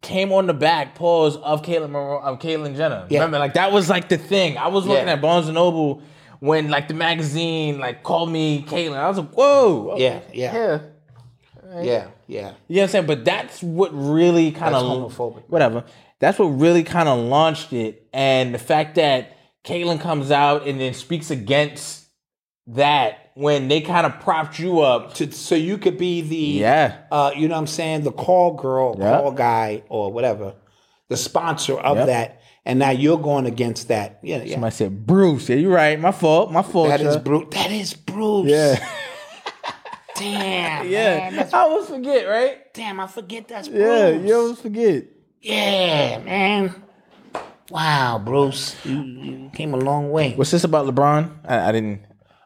[SPEAKER 4] came on the back pause of Caitlyn Monroe, of Caitlyn Jenner.
[SPEAKER 5] Yeah.
[SPEAKER 4] Remember like that was like the thing. I was looking
[SPEAKER 5] Yeah.
[SPEAKER 4] at Barnes and Noble when like the magazine like called me Caitlyn. I was like, whoa.
[SPEAKER 5] yeah, yeah,
[SPEAKER 4] Yeah.
[SPEAKER 5] yeah, yeah.
[SPEAKER 4] You know what I'm saying? But that's what really kind of
[SPEAKER 5] That's homophobic.
[SPEAKER 4] Whatever. That's what really kind of launched it, and the fact that Caitlyn comes out and then speaks against that when they kind of propped you up.
[SPEAKER 5] To, so you could be the
[SPEAKER 4] Yeah.
[SPEAKER 5] uh, you know what I'm saying, the call girl,
[SPEAKER 4] Yeah.
[SPEAKER 5] call guy, or whatever, the sponsor of
[SPEAKER 4] Yep.
[SPEAKER 5] that, and now you're going against that. Yeah, yeah.
[SPEAKER 4] Somebody said, "Bruce, yeah, you're right. My fault. My fault.
[SPEAKER 5] That is
[SPEAKER 4] yeah.
[SPEAKER 5] Bruce. That is Bruce.
[SPEAKER 4] Yeah,
[SPEAKER 5] <laughs> Damn.
[SPEAKER 4] yeah.
[SPEAKER 5] Man, that's,
[SPEAKER 4] I always forget, right?
[SPEAKER 5] damn, I forget that's Bruce.
[SPEAKER 4] Yeah, you always forget.
[SPEAKER 5] Yeah, man. Wow, Bruce. You, you came a long way.
[SPEAKER 4] What's this about LeBron? I, I didn't.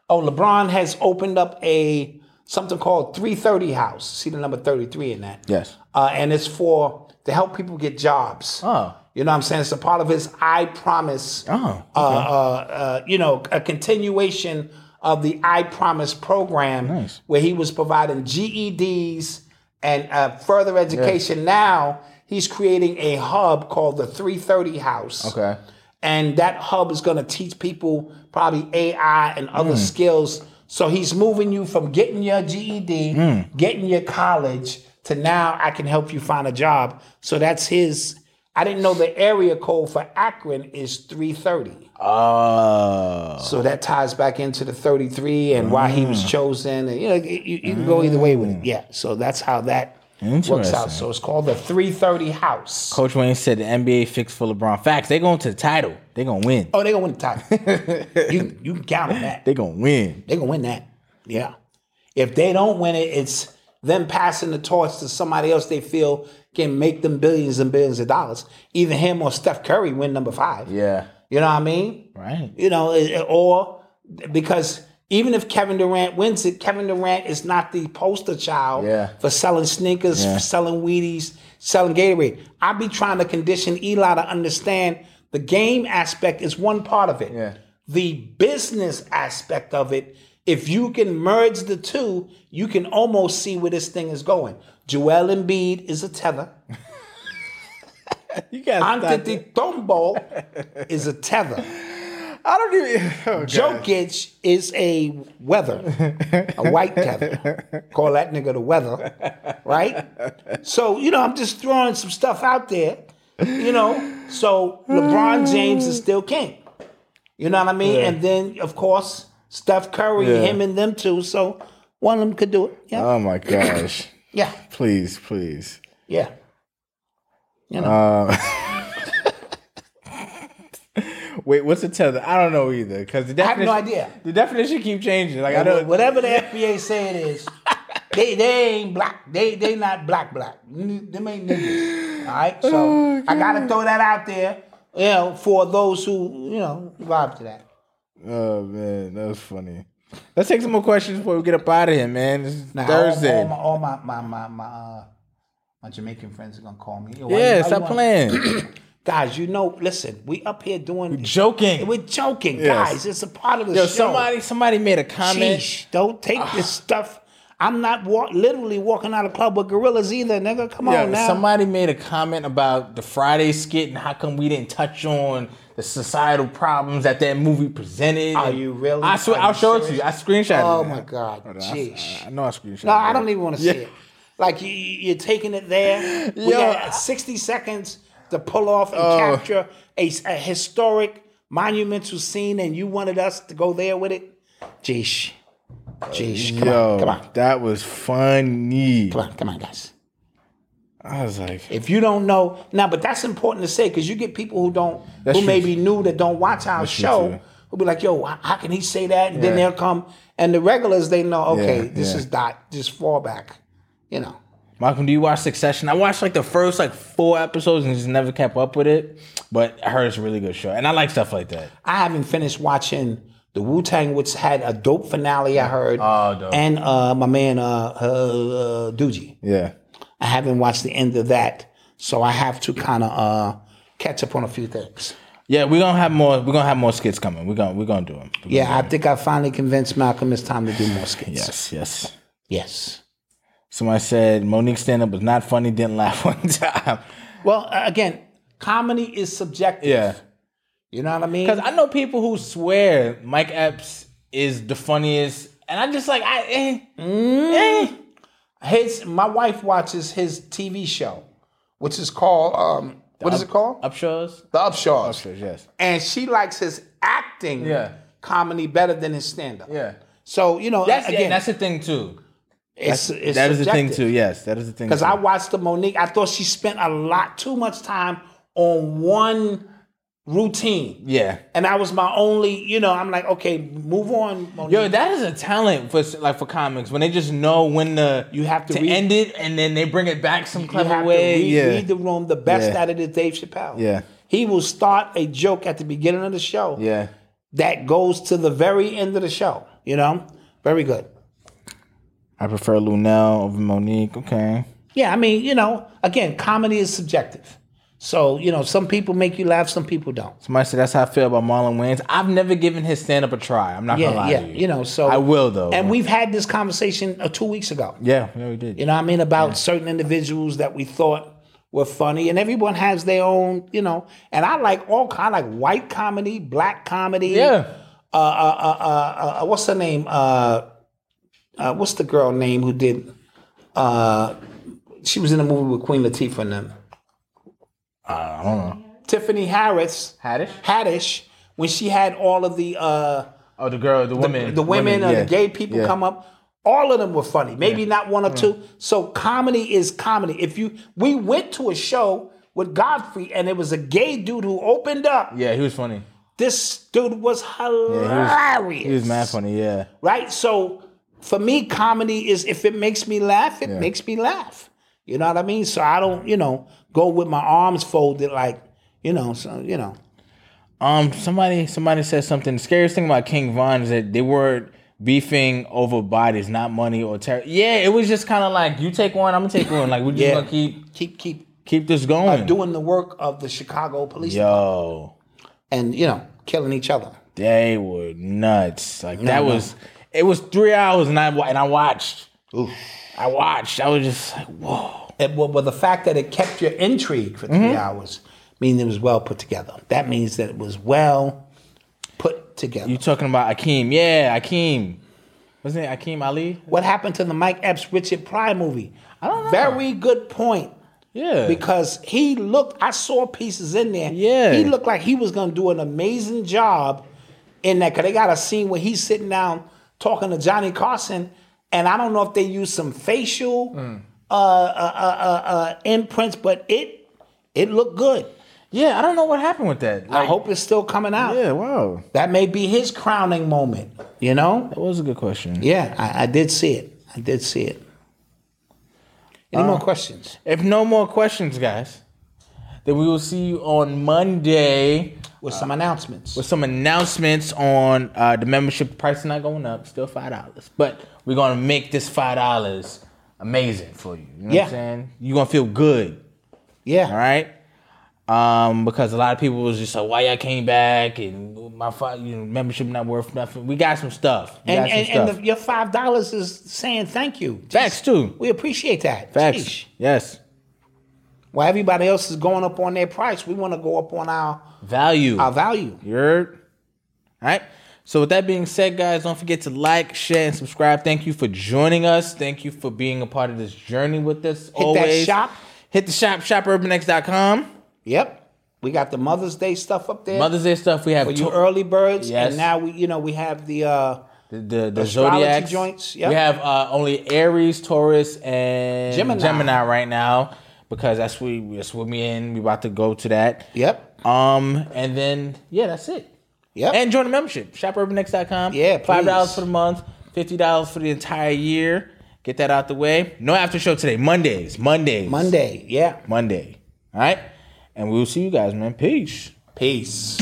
[SPEAKER 5] Oh, LeBron has opened up a something called 330 House. See the number 33 in that.
[SPEAKER 4] Yes.
[SPEAKER 5] Uh, and it's for to help people get jobs.
[SPEAKER 4] Oh.
[SPEAKER 5] You know what I'm saying? It's a part of his I promise
[SPEAKER 4] Oh,
[SPEAKER 5] uh, uh, uh, you know, a continuation of the I Promise program, where he was providing GEDs and uh, further education. Now he's creating a hub called the 330 House.
[SPEAKER 4] Okay.
[SPEAKER 5] And that hub is going to teach people probably AI and other skills. So he's moving you from getting your GED, getting your college, to now I can help you find a job. So that's his. I didn't know the area code for Akron is 330.
[SPEAKER 4] Oh.
[SPEAKER 5] So that ties back into the 33 and why he
[SPEAKER 4] Mm.
[SPEAKER 5] was chosen. And you know, you, you can go either way with it. Yeah. So that's how that works
[SPEAKER 4] Interesting.
[SPEAKER 5] out. So it's called the 330 house.
[SPEAKER 4] Coach Wayne said the NBA fixed for LeBron. Facts. They going to the title. They gonna win.
[SPEAKER 5] Oh, they gonna win
[SPEAKER 4] <laughs>
[SPEAKER 5] the title. you you can count on that.
[SPEAKER 4] They gonna win.
[SPEAKER 5] They gonna win that. Yeah. If they don't win it, it's them passing the torch to somebody else they feel can make them billions and billions of dollars. Either him or Steph Curry win number five.
[SPEAKER 4] Yeah.
[SPEAKER 5] You know what I mean?
[SPEAKER 4] Right.
[SPEAKER 5] You know, it- it- or because even if Kevin Durant wins it, Kevin Durant is not the poster child
[SPEAKER 4] Yeah.
[SPEAKER 5] for selling sneakers, for selling Wheaties, selling Gatorade. i be trying to condition Eli to understand the game aspect is one part of it.
[SPEAKER 4] Yeah.
[SPEAKER 5] The business aspect of it, if you can merge the two, you can almost see where this thing is going. Joel Embiid is a
[SPEAKER 4] <laughs>
[SPEAKER 5] tether.
[SPEAKER 4] You guys. <laughs>
[SPEAKER 5] Antetokounmpo is a tether.
[SPEAKER 4] I don't even.
[SPEAKER 5] Jokic is a weather, a white tether. Call that nigga the weather, right? So, you know, I'm just throwing some stuff out there, you know. So LeBron James is still king. You know what I mean? And then, of course, Steph Curry,
[SPEAKER 4] Yeah.
[SPEAKER 5] him and them two. So one of them could do it. Yeah.
[SPEAKER 4] <laughs> Oh my gosh.
[SPEAKER 5] yeah.
[SPEAKER 4] Please, please. Uh,
[SPEAKER 5] Yeah. You know.
[SPEAKER 4] <laughs> Wait, what's a tether? I don't know either. Cause the
[SPEAKER 5] have
[SPEAKER 4] definition,
[SPEAKER 5] no idea.
[SPEAKER 4] The definition keep changing. Like I
[SPEAKER 5] Wha-
[SPEAKER 4] don't.
[SPEAKER 5] whatever the FBA say it is, <laughs> they they ain't black. They they not black black. N- Them ain't niggas. All right, so
[SPEAKER 4] Oh,
[SPEAKER 5] I gotta throw that out there. You know, for those who you know vibe to that.
[SPEAKER 4] Oh man, that was funny. Let's take some more questions before we get up out of here, man. This is
[SPEAKER 5] Now, all-
[SPEAKER 4] Thursday.
[SPEAKER 5] All, my all my my my my, uh, my Jamaican friends are gonna call me. Yo, why you-
[SPEAKER 4] yeah,
[SPEAKER 5] why you
[SPEAKER 4] stop
[SPEAKER 5] <clears throat> wanna-
[SPEAKER 4] playing.
[SPEAKER 5] Guys, you know, listen, we up here doing
[SPEAKER 4] Joking.
[SPEAKER 5] We're joking,
[SPEAKER 4] Yes.
[SPEAKER 5] guys. It's a part of the
[SPEAKER 4] Yo,
[SPEAKER 5] show.
[SPEAKER 4] somebody somebody made a comment. Ah.
[SPEAKER 5] Sheesh, don't take this stuff. I'm not walk, literally walking out of club with gorillas either, nigga. Come
[SPEAKER 4] Yeah,
[SPEAKER 5] on now.
[SPEAKER 4] somebody made a comment about the Friday skit and how come we didn't touch on the societal problems that that movie presented.
[SPEAKER 5] Are
[SPEAKER 4] And
[SPEAKER 5] you really-
[SPEAKER 4] I swear,
[SPEAKER 5] are
[SPEAKER 4] I'll
[SPEAKER 5] you
[SPEAKER 4] show it to
[SPEAKER 5] serious?
[SPEAKER 4] you. I screenshot.
[SPEAKER 5] Oh my God, jeez.
[SPEAKER 4] I, know I screenshot.
[SPEAKER 5] No, I don't even want to see it. Like you, you're taking it there. We
[SPEAKER 4] Yo. Oh.
[SPEAKER 5] had 60 seconds to pull off and capture a, a historic, monumental scene, and you wanted us to go there with it. Jeesh, jeesh. Come on, come on,
[SPEAKER 4] that was funny.
[SPEAKER 5] come on, come on, guys.
[SPEAKER 4] I was like,
[SPEAKER 5] If you don't know now, but that's important to say because you get people who don't,
[SPEAKER 4] That's
[SPEAKER 5] who
[SPEAKER 4] true.
[SPEAKER 5] may be new that don't watch our
[SPEAKER 4] That's true, too.
[SPEAKER 5] show, who be like, "Yo, h- how can he say that?" And then
[SPEAKER 4] Yeah.
[SPEAKER 5] they'll come, and the regulars they know, okay,
[SPEAKER 4] Yeah,
[SPEAKER 5] this
[SPEAKER 4] yeah.
[SPEAKER 5] is not just fallback, you know.
[SPEAKER 4] Malcolm, do you watch Succession? I watched like the first like four episodes and just never kept up with it. But I heard it's a really good show, and I like stuff like that.
[SPEAKER 5] I haven't finished watching the Wu Tang, which had a dope finale. I heard,
[SPEAKER 4] Oh, dope.
[SPEAKER 5] and uh, my man uh, uh, Doogie.
[SPEAKER 4] Yeah,
[SPEAKER 5] I haven't watched the end of that, so I have to kind of uh, catch up on a few things.
[SPEAKER 4] yeah, we're gonna have more. We're gonna have more skits coming. We're gonna we're gonna do them.
[SPEAKER 5] Yeah, I think I finally convinced Malcolm it's time to do more skits.
[SPEAKER 4] yes, yes.
[SPEAKER 5] Yes.
[SPEAKER 4] Somebody said Monique stand up was not funny. Didn't laugh <laughs> one time.
[SPEAKER 5] Well, uh, again, comedy is subjective.
[SPEAKER 4] Yeah,
[SPEAKER 5] You know what I mean?
[SPEAKER 4] because I know people who swear Mike Epps is the funniest, and I just like I. Eh, eh.
[SPEAKER 5] his my wife watches his TV show, which is called um, what is it called?
[SPEAKER 4] Upshaws.
[SPEAKER 5] the Upshaws.
[SPEAKER 4] Yes.
[SPEAKER 5] And she likes his acting
[SPEAKER 4] Yeah.
[SPEAKER 5] comedy better than his stand up.
[SPEAKER 4] Yeah.
[SPEAKER 5] So you know,
[SPEAKER 4] That's
[SPEAKER 5] again,
[SPEAKER 4] again. That's the thing too.
[SPEAKER 5] it's, it's
[SPEAKER 4] That is the thing
[SPEAKER 5] subjective.
[SPEAKER 4] too. Yes, that is the thing.
[SPEAKER 5] Because I
[SPEAKER 4] too.
[SPEAKER 5] watched the Monique, I thought she spent a lot too much time on one routine,
[SPEAKER 4] yeah.
[SPEAKER 5] and that was my only. You know, I'm like, okay, move on, Monique.
[SPEAKER 4] Yo, that is a talent for like for comics when they just know when to
[SPEAKER 5] You have to read-
[SPEAKER 4] end it and then they bring it back some
[SPEAKER 5] you
[SPEAKER 4] clever
[SPEAKER 5] have
[SPEAKER 4] way.
[SPEAKER 5] to read,
[SPEAKER 4] yeah,
[SPEAKER 5] read the room. The best
[SPEAKER 4] Yeah.
[SPEAKER 5] out of it is Dave Chappelle.
[SPEAKER 4] Yeah.
[SPEAKER 5] he will start a joke at the beginning of the show.
[SPEAKER 4] yeah.
[SPEAKER 5] that goes to the very end of the show. You know, very good.
[SPEAKER 4] I prefer Lunel over Monique. Okay.
[SPEAKER 5] Yeah, I mean, you know, again, comedy is subjective. So, you know, some people make you laugh, some people don't.
[SPEAKER 4] Somebody said that's how I feel about Marlon Wayans. I've never given his stand up a try. I'm not gonna
[SPEAKER 5] Yeah,
[SPEAKER 4] lie
[SPEAKER 5] yeah,
[SPEAKER 4] to you.
[SPEAKER 5] you know, so.
[SPEAKER 4] I will, though.
[SPEAKER 5] And we've had this conversation uh, two weeks ago.
[SPEAKER 4] yeah, yeah, we did.
[SPEAKER 5] You know what I mean? About certain individuals that we thought were funny, and everyone has their own, you know. And I like all kind, I like white comedy, black comedy.
[SPEAKER 4] Yeah.
[SPEAKER 5] Uh, uh, uh, uh, uh, what's her name? Uh, uh, what's the girl name who did? Uh, she was in a movie with Queen Latifah and them.
[SPEAKER 4] Uh, I don't know.
[SPEAKER 5] Tiffany Harris,
[SPEAKER 4] Haddish?
[SPEAKER 5] Haddish, when she had all of the uh,
[SPEAKER 4] Oh, the girl, the woman,
[SPEAKER 5] the women, or
[SPEAKER 4] yeah.
[SPEAKER 5] the gay people
[SPEAKER 4] Yeah.
[SPEAKER 5] come up. All of them were funny. Maybe not one or two. So comedy is comedy. If you, we went to a show with Godfrey, and it was a gay dude who opened up.
[SPEAKER 4] Yeah, he was funny.
[SPEAKER 5] This dude was hilarious.
[SPEAKER 4] He was mad funny. Yeah.
[SPEAKER 5] Right. So for me, comedy is if it makes me laugh, it
[SPEAKER 4] Yeah.
[SPEAKER 5] makes me laugh. You know what I mean? So I don't, you know, go with my arms folded like, you know, so you know.
[SPEAKER 4] Um, somebody somebody said something. The scariest thing about King Von is that they were beefing over bodies, not money or terror. Yeah, it was just kind of like you take one, I'm gonna take one. Like we just
[SPEAKER 5] Yeah.
[SPEAKER 4] gonna keep
[SPEAKER 5] Keep keep
[SPEAKER 4] keep this going.
[SPEAKER 5] doing the work of the Chicago police
[SPEAKER 4] Yo,
[SPEAKER 5] and you know killing each other.
[SPEAKER 4] they were nuts. Like that was it was three hours, and I wa- and I watched. I watched. I was just like, whoa.
[SPEAKER 5] It, well, well, the fact that it kept your intrigue for 3
[SPEAKER 4] Mm-hmm.
[SPEAKER 5] hours means it was well put together. That means that it was well put together.
[SPEAKER 4] You talking about Akeem? Yeah, Akeem. Wasn't it Akeem Ali?
[SPEAKER 5] what happened to the Mike Epps Richard Pryor movie? I
[SPEAKER 4] don't know.
[SPEAKER 5] Very good point.
[SPEAKER 4] Yeah.
[SPEAKER 5] because he looked I saw pieces in there.
[SPEAKER 4] Yeah.
[SPEAKER 5] He looked like he was gonna do an amazing job in that cause they got a scene where he's sitting down talking to Johnny Carson, and I don't know if they used some facial
[SPEAKER 4] Mm.
[SPEAKER 5] uh, uh, uh, uh, uh, imprints, but it it looked good.
[SPEAKER 4] yeah, I don't know what happened with that.
[SPEAKER 5] I hope it's still coming out.
[SPEAKER 4] Yeah, wow.
[SPEAKER 5] That may be his crowning moment, you know?
[SPEAKER 4] That was a good question.
[SPEAKER 5] Yeah, I, I did see it. I did see it. Uh, Any more questions?
[SPEAKER 4] If no more questions, guys, then we will see you on Monday
[SPEAKER 5] With some announcements.
[SPEAKER 4] with some announcements on uh, the membership. The price is not going up, still five dollars, but we're gonna make this five dollars amazing for you. You know what
[SPEAKER 5] Yeah.
[SPEAKER 4] I'm saying? You're gonna feel good.
[SPEAKER 5] yeah.
[SPEAKER 4] All right. um, because a lot of people was just like, "Why y'all came back?" and my fi- you know, membership not worth nothing. We got some stuff. We
[SPEAKER 5] And
[SPEAKER 4] got some
[SPEAKER 5] and,
[SPEAKER 4] stuff.
[SPEAKER 5] and the, your five dollars is saying thank you.
[SPEAKER 4] Facts, too.
[SPEAKER 5] We appreciate that.
[SPEAKER 4] Facts.
[SPEAKER 5] Sheesh.
[SPEAKER 4] Yes.
[SPEAKER 5] While everybody else is going up on their price, we want to go up on our
[SPEAKER 4] Value.
[SPEAKER 5] our value.
[SPEAKER 4] You heard? All right. So with that being said, guys, don't forget to like, share, and subscribe. Thank you for joining us. Thank you for being a part of this journey with us. Hit
[SPEAKER 5] that
[SPEAKER 4] always.
[SPEAKER 5] shop.
[SPEAKER 4] Hit the shop, shopurbanx.com.
[SPEAKER 5] Yep. We got the Mother's Day stuff up there
[SPEAKER 4] Mother's Day stuff. We have
[SPEAKER 5] for you
[SPEAKER 4] to-
[SPEAKER 5] early birds,
[SPEAKER 4] Yes.
[SPEAKER 5] and now we you know we have the uh,
[SPEAKER 4] the, the, the
[SPEAKER 5] astrology
[SPEAKER 4] zodiacs.
[SPEAKER 5] joints, yep.
[SPEAKER 4] We have uh, only Aries, Taurus, and
[SPEAKER 5] Gemini.
[SPEAKER 4] Gemini right now because that's what we, that's what we in. We about to go to that.
[SPEAKER 5] yep
[SPEAKER 4] Um, and then yeah, that's it.
[SPEAKER 5] yep
[SPEAKER 4] And join the membership. ShopUrbanX.com.
[SPEAKER 5] Yeah,
[SPEAKER 4] Five
[SPEAKER 5] please.
[SPEAKER 4] dollars for the month, fifty dollars for the entire year. Get that out the way. No after show today. Mondays. Mondays.
[SPEAKER 5] Monday. Yeah.
[SPEAKER 4] Monday. All right. And we'll see you guys, man. Peace.
[SPEAKER 5] Peace.